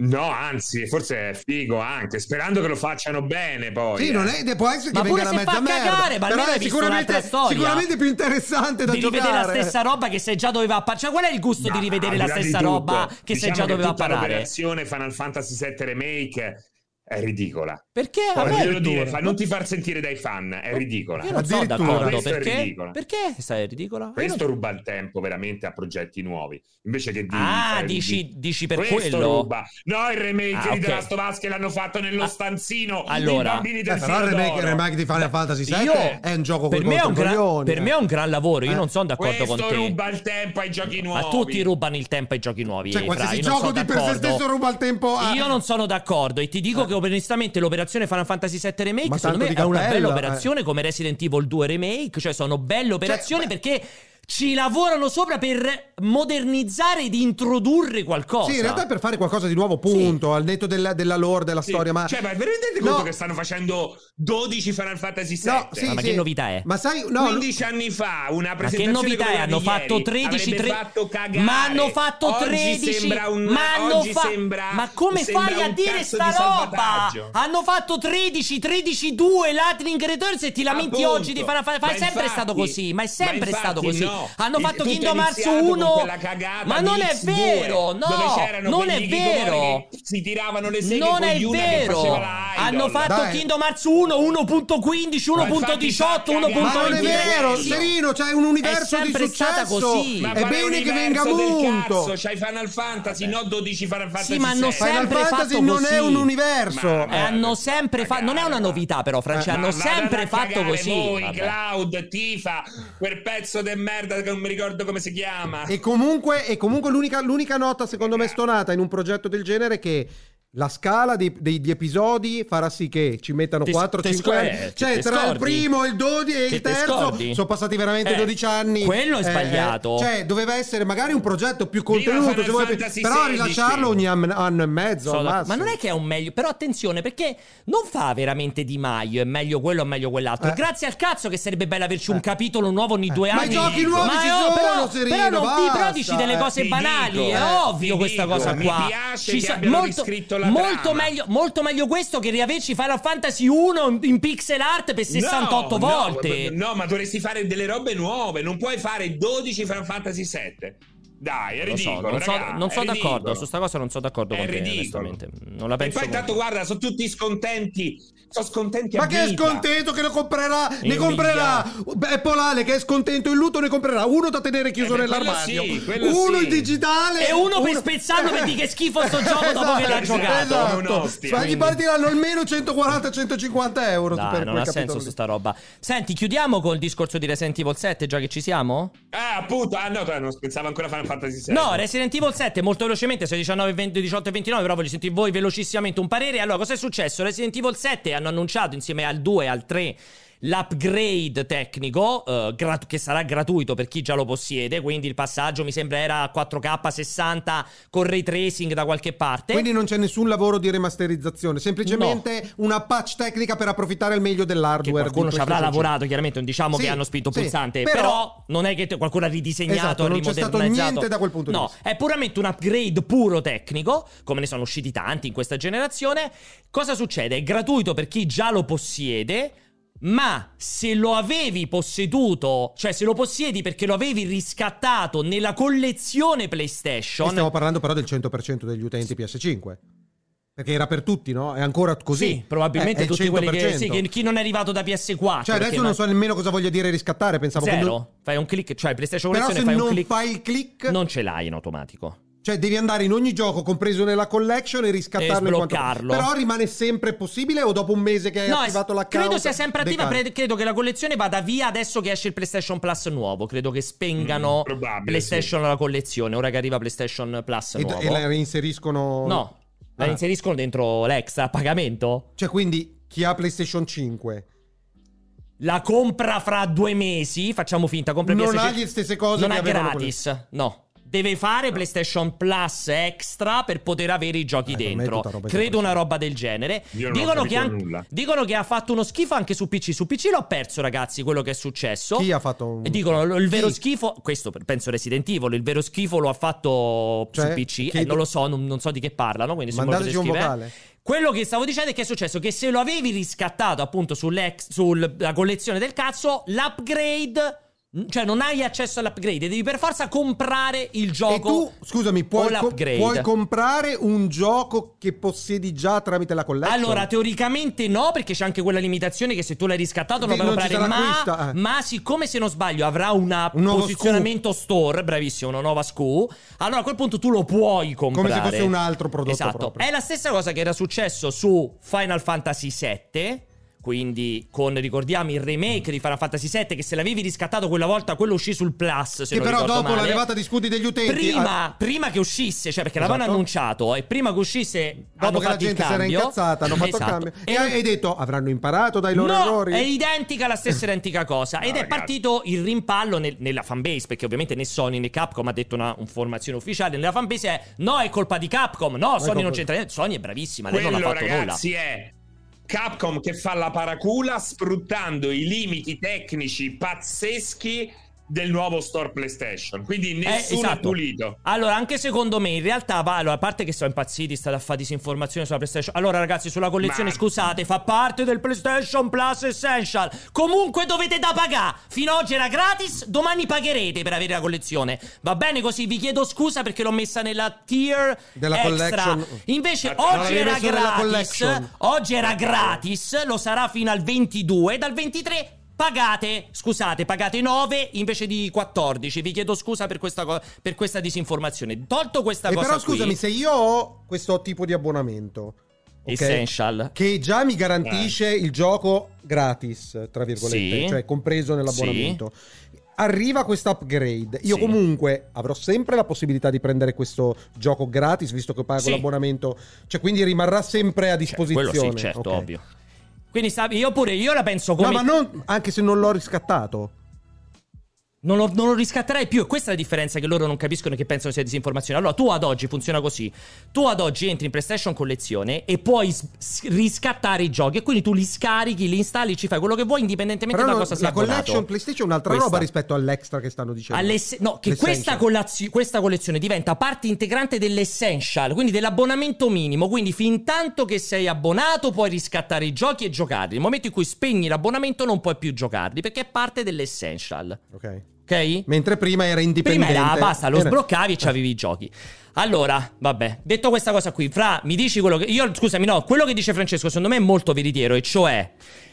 Speaker 3: No, anzi, forse è figo anche, sperando che lo facciano bene poi.
Speaker 2: Sì,
Speaker 3: eh.
Speaker 2: non è, può essere
Speaker 1: Ma
Speaker 2: che
Speaker 1: pure
Speaker 2: venga una
Speaker 1: se
Speaker 2: mezza
Speaker 1: fa
Speaker 2: merda,
Speaker 1: cagare, ma almeno
Speaker 2: però
Speaker 1: hai
Speaker 2: è
Speaker 1: visto
Speaker 2: sicuramente,
Speaker 1: un'altra storia.
Speaker 2: sicuramente più interessante da
Speaker 1: di rivedere
Speaker 2: giocare.
Speaker 1: la stessa roba che sai già doveva apparire. Cioè, qual è il gusto di
Speaker 3: No,
Speaker 1: rivedere
Speaker 3: al
Speaker 1: la
Speaker 3: di là di
Speaker 1: stessa
Speaker 3: tutto,
Speaker 1: roba che sai
Speaker 3: diciamo
Speaker 1: già doveva
Speaker 3: tutta
Speaker 1: parlare?
Speaker 3: L'operazione Final Fantasy VII Remake è ridicola.
Speaker 1: Perché
Speaker 3: Ora,
Speaker 1: a me
Speaker 3: glielo dire,
Speaker 1: addirittura-
Speaker 3: fa- non ti far sentire dai fan, è ridicola.
Speaker 1: Io non sono
Speaker 3: Addirittura.
Speaker 1: d'accordo
Speaker 3: Questo è
Speaker 1: perché,
Speaker 3: ridicola.
Speaker 1: perché stai ridicola? Io
Speaker 3: Questo
Speaker 1: non-
Speaker 3: ruba il tempo veramente a progetti nuovi. Invece che di
Speaker 1: Ah,
Speaker 3: fare il-
Speaker 1: dici- dici per
Speaker 3: Questo
Speaker 1: quello?
Speaker 3: Ruba. No, il remake
Speaker 1: Ah, ok. Ah,
Speaker 3: di The Last of Us che l'hanno fatto nello stanzino.
Speaker 1: allora.
Speaker 3: dei bambini del
Speaker 2: Eh, però il
Speaker 3: Filo
Speaker 2: remake, il
Speaker 3: d'Oro.
Speaker 2: remake di Final Fantasy VII
Speaker 1: Io-
Speaker 2: è un gioco
Speaker 1: per
Speaker 2: con
Speaker 1: me è un, gran-
Speaker 2: coglioni.
Speaker 1: per me è un gran lavoro, io
Speaker 2: Eh.
Speaker 1: non sono d'accordo
Speaker 3: Questo
Speaker 1: con te.
Speaker 3: ruba il tempo ai giochi nuovi.
Speaker 1: Ma tutti rubano il tempo ai giochi nuovi.
Speaker 2: Cioè,
Speaker 1: eh, fra,
Speaker 2: qualsiasi
Speaker 1: io non
Speaker 2: gioco
Speaker 1: sono
Speaker 2: di per se
Speaker 1: d'accordo.
Speaker 2: stesso ruba il tempo a...
Speaker 1: Io non sono d'accordo e ti dico che onestamente l'operazione Final Fantasy VII Remake
Speaker 2: Ma
Speaker 1: secondo me
Speaker 2: tanto
Speaker 1: è
Speaker 2: di
Speaker 1: una
Speaker 2: cautela,
Speaker 1: bella
Speaker 2: eh.
Speaker 1: operazione come Resident Evil 2 Remake, cioè sono belle operazioni perché ci lavorano sopra per modernizzare ed introdurre qualcosa.
Speaker 2: Sì, in realtà è per fare qualcosa di nuovo, punto, al netto della, della lore, della
Speaker 3: Sì.
Speaker 2: storia, ma...
Speaker 3: Cioè, ma vi rendete conto
Speaker 2: No.
Speaker 3: che stanno facendo 12 Final Fantasy VII?
Speaker 2: No, sì,
Speaker 1: Ma, ma
Speaker 2: sì.
Speaker 1: che novità è?
Speaker 2: Ma sai, no,
Speaker 3: 15 anni fa
Speaker 1: Ma
Speaker 3: una
Speaker 1: che
Speaker 3: presentazione
Speaker 1: novità
Speaker 3: come
Speaker 1: è?
Speaker 3: quella
Speaker 1: Hanno
Speaker 3: di
Speaker 1: fatto
Speaker 3: ieri
Speaker 1: 13
Speaker 3: avrebbe
Speaker 1: tre-
Speaker 3: fatto cagare.
Speaker 1: Ma hanno fatto
Speaker 3: Oggi
Speaker 1: 13
Speaker 3: sembra un-
Speaker 1: Ma hanno
Speaker 3: oggi
Speaker 1: fa-
Speaker 3: sembra-
Speaker 1: Ma come
Speaker 3: sembra
Speaker 1: fai a
Speaker 3: un
Speaker 1: dire
Speaker 3: cazzo
Speaker 1: sta
Speaker 3: di
Speaker 1: roba?
Speaker 3: salvataggio.
Speaker 1: Hanno fatto 13 13 2 Lightning Returns e ti lamenti
Speaker 3: Appunto.
Speaker 1: oggi di fare
Speaker 3: Ma
Speaker 1: Fa è sempre
Speaker 3: infatti-
Speaker 1: stato così, ma è sempre
Speaker 3: ma infatti
Speaker 1: stato così.
Speaker 3: no.
Speaker 1: Hanno
Speaker 3: Il-
Speaker 1: fatto
Speaker 3: tutto è
Speaker 1: Kingdom Hearts
Speaker 3: iniziato con
Speaker 1: 1.
Speaker 3: quella cagata
Speaker 1: Ma
Speaker 3: di
Speaker 1: non è
Speaker 3: X2,
Speaker 1: vero,
Speaker 3: dove
Speaker 1: no,
Speaker 3: c'erano
Speaker 1: non è
Speaker 3: quelli che
Speaker 1: vero.
Speaker 3: correvano, si tiravano le seghe
Speaker 1: Non
Speaker 3: con
Speaker 1: è
Speaker 3: Yuna che
Speaker 1: vero.
Speaker 3: faceva la idol.
Speaker 1: Hanno fatto
Speaker 2: Dai.
Speaker 1: Kingdom Hearts 1, 1.15,
Speaker 3: Ma infatti fa
Speaker 1: 1.18,
Speaker 3: cagare.
Speaker 2: Ma non è
Speaker 1: 1.22.
Speaker 2: vero,
Speaker 3: Sì.
Speaker 2: Serino, c'è un universo
Speaker 1: È
Speaker 2: di
Speaker 1: sempre stata
Speaker 2: successo.
Speaker 1: così.
Speaker 3: Ma
Speaker 2: È
Speaker 3: qual
Speaker 2: bene che venga Eh.
Speaker 3: l'universo del
Speaker 2: munto.
Speaker 3: cazzo? cioè, C'hai Final Fantasy, no 12 Final Fantasy.
Speaker 1: ma hanno
Speaker 3: VII.
Speaker 1: sempre
Speaker 2: Final
Speaker 1: fatto
Speaker 2: Fantasy non
Speaker 1: così.
Speaker 2: è un universo.
Speaker 3: Ma-
Speaker 1: Eh, hanno sempre fatto. Non è una novità, però, Francia.
Speaker 3: Ma
Speaker 1: cioè, Hanno
Speaker 3: vadano
Speaker 1: sempre
Speaker 3: a
Speaker 1: fatto
Speaker 3: cagare
Speaker 1: così.
Speaker 3: Voi,
Speaker 1: Vabbè.
Speaker 3: Cloud, Tifa, quel pezzo di merda che non mi ricordo come si chiama.
Speaker 2: E comunque, e comunque l'unica, l'unica nota, secondo me, stonata in un progetto del genere è che la scala dei- dei- di episodi farà sì che ci mettano
Speaker 1: Ti-
Speaker 2: 4,
Speaker 1: ti
Speaker 2: 5
Speaker 1: scordi,
Speaker 2: anni.
Speaker 1: ti-
Speaker 2: Cioè,
Speaker 1: ti
Speaker 2: tra il
Speaker 1: scordi.
Speaker 2: primo, il 12 e
Speaker 1: Che
Speaker 2: il
Speaker 1: ti
Speaker 2: terzo
Speaker 1: scordi.
Speaker 2: sono passati veramente
Speaker 1: Eh,
Speaker 2: 12 anni.
Speaker 1: quello è
Speaker 2: Eh,
Speaker 1: sbagliato.
Speaker 2: eh, cioè, doveva essere magari un progetto più
Speaker 3: Viva
Speaker 2: contenuto.
Speaker 3: Final
Speaker 2: se vuoi,
Speaker 3: Fantasy
Speaker 2: però
Speaker 3: XVI.
Speaker 2: rilasciarlo ogni an- anno e mezzo.
Speaker 1: Sono
Speaker 2: al
Speaker 1: da-
Speaker 2: massimo.
Speaker 1: ma non è che è un meglio, però attenzione perché non fa veramente Di Maio, è meglio quello o meglio quell'altro.
Speaker 2: Eh.
Speaker 1: Grazie al cazzo che sarebbe bello averci un
Speaker 2: Eh.
Speaker 1: capitolo nuovo ogni
Speaker 2: Eh.
Speaker 1: due
Speaker 2: Ma
Speaker 1: anni.
Speaker 2: i giochi nuovi ci
Speaker 1: io-
Speaker 2: sono,
Speaker 1: però,
Speaker 2: Serino,
Speaker 1: però non ti
Speaker 2: basta,
Speaker 1: però dici delle
Speaker 2: eh.
Speaker 1: cose
Speaker 3: Ti
Speaker 1: banali,
Speaker 3: dico,
Speaker 1: è
Speaker 3: eh,
Speaker 1: ovvio
Speaker 3: ti
Speaker 1: questa
Speaker 3: dico,
Speaker 1: cosa
Speaker 3: mi
Speaker 1: qua.
Speaker 3: piace che abbiano riscritto la
Speaker 1: molto,
Speaker 3: trama.
Speaker 1: meglio, molto meglio questo che riaverci Final Fantasy 1 in, in pixel art per 68
Speaker 3: No, no,
Speaker 1: volte.
Speaker 3: No, ma dovresti fare delle robe nuove. Non puoi fare 12 Final Fantasy 7. Dai, è
Speaker 1: Lo so,
Speaker 3: ridicolo.
Speaker 1: non so,
Speaker 3: raga,
Speaker 1: non
Speaker 3: è
Speaker 1: sono d'accordo,
Speaker 3: ridicolo.
Speaker 1: su sta cosa non sono d'accordo
Speaker 3: È
Speaker 1: con te,
Speaker 3: ridicolo.
Speaker 1: onestamente. Non la
Speaker 3: E
Speaker 1: penso
Speaker 3: poi intanto
Speaker 1: proprio.
Speaker 3: guarda, sono tutti scontenti. Sono scontenti
Speaker 2: Ma
Speaker 3: a
Speaker 2: che è
Speaker 3: vita.
Speaker 2: scontento che lo comprerà? Ne
Speaker 1: Emilia.
Speaker 2: comprerà Beh, Polale che è scontento in lutto, ne comprerà uno da tenere chiuso
Speaker 3: Eh, beh,
Speaker 2: nell'armadio,
Speaker 3: quello sì, quello
Speaker 2: uno
Speaker 3: sì.
Speaker 2: in digitale
Speaker 1: E uno per spezzarlo per dire che schifo sto gioco dopo che l'ha giocato.
Speaker 2: Esatto.
Speaker 3: Come un'ostia,
Speaker 2: Ma gli
Speaker 3: quindi.
Speaker 2: partiranno almeno 140-150 euro
Speaker 1: Dai,
Speaker 2: per
Speaker 1: non
Speaker 2: quel
Speaker 1: ha
Speaker 2: capitolo
Speaker 1: senso
Speaker 2: lì.
Speaker 1: su sta roba. Senti, chiudiamo col discorso di Resident Evil 7, già che ci siamo?
Speaker 3: Ah, appunto. Ah, no, tra- non pensavo ancora a Final Fantasy 7.
Speaker 1: No, Resident Evil 7, molto velocemente, sono 19, 20, 18 e 29, però voglio sentire voi velocissimamente un parere. Allora, cosa è successo? Resident Evil 7 hanno annunciato insieme al 2 e al 3 l'upgrade tecnico eh, grat- che sarà gratuito per chi già lo possiede, quindi il passaggio mi sembra era a 4K 60 con ray tracing da qualche parte.
Speaker 2: Quindi non c'è nessun lavoro di remasterizzazione, semplicemente una patch tecnica per approfittare al meglio
Speaker 1: che
Speaker 2: dell'hardware.
Speaker 1: qualcuno
Speaker 2: di
Speaker 1: ci avrà
Speaker 2: PlayStation
Speaker 1: lavorato, chiaramente non diciamo
Speaker 2: Sì,
Speaker 1: che hanno spinto
Speaker 2: sì,
Speaker 1: pulsante, però,
Speaker 2: però-
Speaker 1: non è che te- qualcuno ha ridisegnato,
Speaker 2: Esatto, non c'è stato
Speaker 1: rimodernizzato.
Speaker 2: niente da quel punto di
Speaker 1: no,
Speaker 2: vista.
Speaker 1: è puramente un upgrade puro tecnico, come ne sono usciti tanti in questa generazione. Cosa succede? È gratuito per chi già lo possiede. Ma se lo avevi posseduto, cioè se lo possiedi perché lo avevi riscattato nella collezione
Speaker 2: E
Speaker 1: PlayStation,
Speaker 2: stiamo parlando però del 100% degli utenti PS5. Perché era per tutti, no? È ancora così.
Speaker 1: sì, probabilmente
Speaker 2: Eh, è il
Speaker 1: tutti quelli che,
Speaker 2: 100%.
Speaker 1: sì, che- chi non è arrivato da PS4,
Speaker 2: Cioè,
Speaker 1: Ah, perché
Speaker 2: adesso
Speaker 1: ma-
Speaker 2: non so nemmeno cosa voglia dire riscattare. Pensavo che.
Speaker 1: zero,
Speaker 2: non-
Speaker 1: fai un click, cioè PlayStation
Speaker 2: Però
Speaker 1: Collezione
Speaker 2: se
Speaker 1: fai un
Speaker 2: non
Speaker 1: click
Speaker 2: fai il click,
Speaker 1: non ce l'hai in automatico.
Speaker 2: cioè devi andare in ogni gioco, compreso nella collection, e riscattarlo.
Speaker 1: E
Speaker 2: in quanto-
Speaker 1: sbloccarlo.
Speaker 2: Però rimane sempre possibile o dopo un mese che hai
Speaker 1: No,
Speaker 2: attivato
Speaker 1: es-
Speaker 2: l'account?
Speaker 1: credo sia sempre attiva,
Speaker 2: decadi?
Speaker 1: pre- credo che la collezione vada via adesso che esce il PlayStation Plus nuovo. Credo che spengano
Speaker 3: Mm, probabile,
Speaker 1: PlayStation alla collezione, ora che arriva PlayStation Plus
Speaker 2: E,
Speaker 1: nuovo.
Speaker 2: e la reinseriscono.
Speaker 1: No, la
Speaker 2: Ah.
Speaker 1: inseriscono dentro l'extra a pagamento.
Speaker 2: Cioè, quindi chi ha PlayStation 5
Speaker 1: La compra fra due mesi, facciamo finta, compra
Speaker 2: non
Speaker 1: PS5.
Speaker 2: ha le stesse cose
Speaker 1: Non
Speaker 2: che
Speaker 1: è
Speaker 2: avevano con-
Speaker 1: gratis, no. Deve fare PlayStation Plus extra per poter avere i giochi
Speaker 2: Eh, per me è
Speaker 1: dentro.
Speaker 2: tutta roba di
Speaker 1: Credo una
Speaker 2: PlayStation.
Speaker 1: roba del genere.
Speaker 3: Io non ho
Speaker 1: Dicono che,
Speaker 3: capito
Speaker 1: an-
Speaker 3: nulla.
Speaker 1: dicono che ha fatto uno schifo anche su PC. Su PC l'ho perso, ragazzi, quello che è successo.
Speaker 2: Chi ha fatto un-
Speaker 1: E dicono lo- il vero
Speaker 2: Chi?
Speaker 1: schifo. Questo penso Resident Evil. Il vero schifo lo ha fatto
Speaker 2: Cioè,
Speaker 1: su PC.
Speaker 2: chi-
Speaker 1: E non lo so, non, non so di che parlano. Quindi se me lo
Speaker 2: Mandateci un
Speaker 1: potete scrivere-
Speaker 2: vocale.
Speaker 1: quello che stavo dicendo è che è successo che se lo avevi riscattato appunto sull'ex- sulla collezione del cazzo, l'upgrade Cioè, non hai accesso all'upgrade, devi per forza comprare il gioco.
Speaker 2: E tu, scusami, puoi,
Speaker 1: o
Speaker 2: co-
Speaker 1: l'upgrade.
Speaker 2: puoi comprare un gioco che possiedi già tramite la collection?
Speaker 1: Allora, teoricamente no, perché c'è anche quella limitazione che se tu l'hai riscattato non
Speaker 2: Sì,
Speaker 1: lo puoi
Speaker 2: non ci
Speaker 1: comprare.
Speaker 2: sarà
Speaker 1: Ma,
Speaker 2: acquisto, eh.
Speaker 1: ma siccome, se non sbaglio, avrà una-
Speaker 2: Un
Speaker 1: un
Speaker 2: nuovo
Speaker 1: posizionamento store, bravissimo, una nuova SKU, allora a quel punto tu lo puoi comprare.
Speaker 2: come se fosse un altro prodotto
Speaker 1: Esatto.
Speaker 2: proprio.
Speaker 1: È la stessa cosa che era successo su Final Fantasy VII. Quindi con, ricordiamo, il remake di Final Fantasy VII che se l'avevi riscattato quella volta, quello uscì sul Plus. Se
Speaker 2: che
Speaker 1: non
Speaker 2: però
Speaker 1: ricordo
Speaker 2: dopo
Speaker 1: male.
Speaker 2: l'arrivata di scudi degli utenti
Speaker 1: Prima,
Speaker 2: ah,
Speaker 1: prima che uscisse, cioè perché l'avevano
Speaker 2: Esatto.
Speaker 1: annunciato e prima che uscisse hanno
Speaker 2: dopo che la
Speaker 1: fatto il
Speaker 2: gente si era
Speaker 1: cambio.
Speaker 2: incazzata hanno fatto
Speaker 1: Esatto.
Speaker 2: il cambio e, hai detto avranno imparato dai loro
Speaker 1: no,
Speaker 2: errori
Speaker 1: È identica la stessa identica cosa. Ed è
Speaker 2: ragazzi.
Speaker 1: partito il rimpallo nel- nella fanbase, perché ovviamente né Sony né Capcom ha detto una informazione ufficiale. Nella fanbase è no, è colpa di Capcom. No,
Speaker 2: è
Speaker 1: Sony
Speaker 2: colpa
Speaker 1: non
Speaker 2: di-
Speaker 1: c'entra niente. Sony è bravissima, lei non ha
Speaker 3: Quello,
Speaker 1: fatto
Speaker 3: ragazzi, è Capcom che fa la paracula sfruttando i limiti tecnici pazzeschi del nuovo store PlayStation. Quindi
Speaker 1: nulla. Eh,
Speaker 3: nessuno è
Speaker 1: esatto.
Speaker 3: pulito.
Speaker 1: Allora, anche secondo me, in realtà, va, allora, a parte che sono impazziti, state a fare disinformazione sulla PlayStation. Allora, ragazzi, sulla collezione,
Speaker 3: Ma-
Speaker 1: scusate, fa parte del PlayStation Plus Essential. Comunque dovete da pagare. Fino ad oggi era gratis, domani pagherete per avere la collezione. Va bene così? Vi chiedo scusa perché l'ho messa nella tier
Speaker 2: Della
Speaker 1: extra.
Speaker 2: collection.
Speaker 1: Invece
Speaker 2: Ah, no,
Speaker 1: oggi
Speaker 2: l'avevi
Speaker 1: era
Speaker 2: messo nella
Speaker 1: gratis.
Speaker 2: collection.
Speaker 1: Oggi era gratis, lo sarà fino al 22, dal 23 pagate, scusate, pagate 9 invece di 14. Vi chiedo scusa per questa, co- per questa disinformazione. Tolto questa
Speaker 2: e
Speaker 1: cosa
Speaker 2: Eh, però
Speaker 1: qui,
Speaker 2: scusami se io ho questo tipo di abbonamento ok,
Speaker 1: Essential.
Speaker 2: che già mi garantisce il gioco gratis tra virgolette
Speaker 1: Eh. Sì.
Speaker 2: cioè compreso nell'abbonamento Arriva questa upgrade. Io comunque avrò sempre la possibilità di prendere questo gioco gratis, visto che pago
Speaker 1: Sì.
Speaker 2: l'abbonamento. Cioè, quindi rimarrà sempre a disposizione.
Speaker 1: Quello sì, certo,
Speaker 2: Ok.
Speaker 1: ovvio. Quindi sa- io pure io la penso come
Speaker 2: No, ma non, anche se non l'ho riscattato.
Speaker 1: Non lo, non lo riscatterai più. E questa è la differenza che loro non capiscono e che pensano sia disinformazione. Allora, tu ad oggi funziona così. Tu ad oggi entri in PlayStation Collezione e puoi s- s- riscattare i giochi. E quindi tu li scarichi, li installi, ci fai quello che vuoi, indipendentemente
Speaker 2: Però
Speaker 1: da
Speaker 2: no,
Speaker 1: cosa sia
Speaker 2: la
Speaker 1: abbonato.
Speaker 2: collection PlayStation è un'altra
Speaker 1: Questa.
Speaker 2: roba rispetto all'extra che stanno dicendo.
Speaker 1: All'esse- no, che questa,
Speaker 2: L'essential.
Speaker 1: collazio- questa collezione diventa parte integrante dell'essential, quindi dell'abbonamento minimo. Quindi, fin tanto che sei abbonato, puoi riscattare i giochi e giocarli. Nel momento in cui spegni l'abbonamento, non puoi più giocarli perché è parte dell'essential.
Speaker 2: Ok.
Speaker 1: Ok?
Speaker 2: Mentre prima era
Speaker 1: Prima
Speaker 2: indipendente. Eh,
Speaker 1: era basta, lo
Speaker 2: Era-
Speaker 1: sbloccavi e c'avevi i giochi. Allora, vabbè, detto questa cosa qui, Fra, mi dici quello che. Io, scusami, no, quello che dice Francesco, secondo me è molto veritiero, e cioè.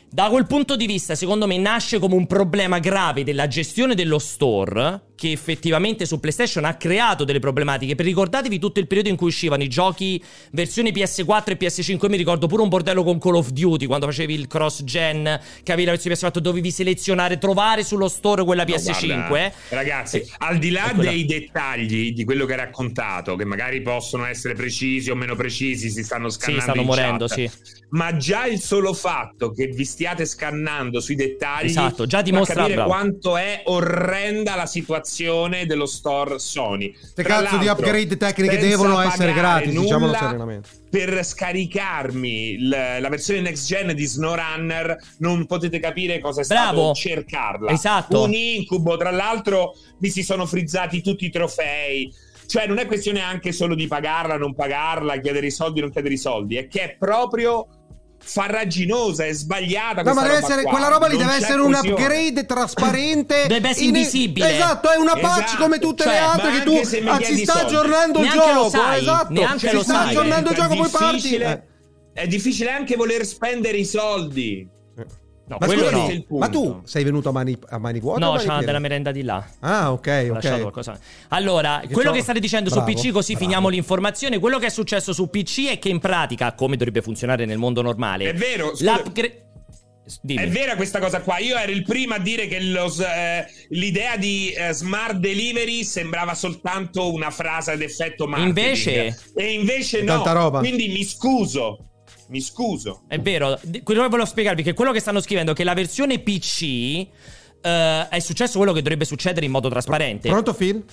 Speaker 1: Da quel punto di vista, secondo me, nasce come un problema grave della gestione dello store, che effettivamente su PlayStation ha creato delle problematiche. Per ricordatevi tutto il periodo in cui uscivano i giochi versione PS4 e PS5. Io Mi ricordo pure un bordello con Call of Duty quando facevi il cross-gen, che avevi la versione PS4, dovevi selezionare, trovare sullo store quella
Speaker 3: No,
Speaker 1: PS5.
Speaker 3: guarda, ragazzi,
Speaker 1: Eh,
Speaker 3: al di là
Speaker 1: è quella-
Speaker 3: dei dettagli di quello che hai raccontato, che magari possono essere precisi o meno precisi, si stanno scannando.
Speaker 1: stanno
Speaker 3: in
Speaker 1: morendo,
Speaker 3: chat,
Speaker 1: sì.
Speaker 3: Ma già il solo fatto che vi stiate scannando sui dettagli
Speaker 1: Esatto, già
Speaker 3: fa
Speaker 1: dimostra-
Speaker 3: capire
Speaker 1: bravo.
Speaker 3: quanto è orrenda la situazione dello store Sony.
Speaker 2: Che
Speaker 3: Tra
Speaker 2: cazzo di
Speaker 3: l'altro,
Speaker 2: upgrade tecniche
Speaker 3: senza
Speaker 2: devono essere
Speaker 3: pagare
Speaker 2: gratis, diciamolo
Speaker 3: nulla,
Speaker 2: serenamente.
Speaker 3: per scaricarmi l- la versione next gen di SnowRunner non potete capire cosa è
Speaker 1: Bravo.
Speaker 3: stato cercarla.
Speaker 1: Esatto.
Speaker 3: Un incubo, tra l'altro vi si sono frizzati tutti i trofei. Cioè non è questione anche solo di pagarla, non pagarla, chiedere i soldi, non chiedere i soldi, è che è proprio farraginosa, è sbagliata
Speaker 2: No,
Speaker 3: questa
Speaker 2: ma deve
Speaker 3: roba
Speaker 2: essere,
Speaker 3: qua.
Speaker 2: quella roba lì
Speaker 3: Non
Speaker 2: deve
Speaker 3: c'è
Speaker 2: essere un
Speaker 3: coesione.
Speaker 2: upgrade trasparente.
Speaker 1: Deve essere
Speaker 2: in-
Speaker 1: invisibile.
Speaker 2: Esatto, è una patch
Speaker 3: Esatto,
Speaker 2: come tutte
Speaker 1: cioè,
Speaker 2: le
Speaker 3: ma
Speaker 2: altre che tu
Speaker 3: anche se mi
Speaker 2: ah,
Speaker 3: chiedi
Speaker 2: ci
Speaker 3: i
Speaker 2: sta
Speaker 3: soldi.
Speaker 2: aggiornando il
Speaker 1: Neanche lo
Speaker 2: gioco.
Speaker 1: sai,
Speaker 2: esatto,
Speaker 1: neanche
Speaker 2: ci
Speaker 1: lo
Speaker 2: sta
Speaker 1: sai.
Speaker 2: aggiornando il gioco, poi parti.
Speaker 3: Difficile-
Speaker 2: Eh.
Speaker 3: È difficile anche voler spendere i soldi.
Speaker 1: No,
Speaker 2: Ma,
Speaker 1: quello
Speaker 2: scusami,
Speaker 1: no.
Speaker 3: è il punto.
Speaker 2: ma tu sei venuto a mani, a mani vuote? o a
Speaker 1: No,
Speaker 2: mani
Speaker 1: c'è
Speaker 2: piene?
Speaker 1: della merenda di là.
Speaker 2: Ah, ok,
Speaker 1: Ho lasciato
Speaker 2: ok.
Speaker 1: qualcosa. Allora,
Speaker 2: Che
Speaker 1: quello
Speaker 2: c'ho-
Speaker 1: che state dicendo
Speaker 2: Bravo,
Speaker 1: su PC, così
Speaker 2: bravo.
Speaker 1: finiamo l'informazione. Quello che è successo su PC è che in pratica, come dovrebbe funzionare nel mondo normale,
Speaker 3: È vero, scusa,
Speaker 1: l'upgrade. Dimmi.
Speaker 3: È vera questa cosa qua. Io ero il primo a dire che lo s- eh, l'idea di eh, smart delivery sembrava soltanto una frase ad effetto marketing.
Speaker 1: Invece-
Speaker 3: e invece no.
Speaker 2: Tanta roba.
Speaker 3: Quindi mi scuso. Mi scuso.
Speaker 1: È vero, Di- quello che volevo spiegarvi è che quello che stanno scrivendo è che la versione PC eh, è successo quello che dovrebbe succedere in modo trasparente.
Speaker 2: Pronto, Phil?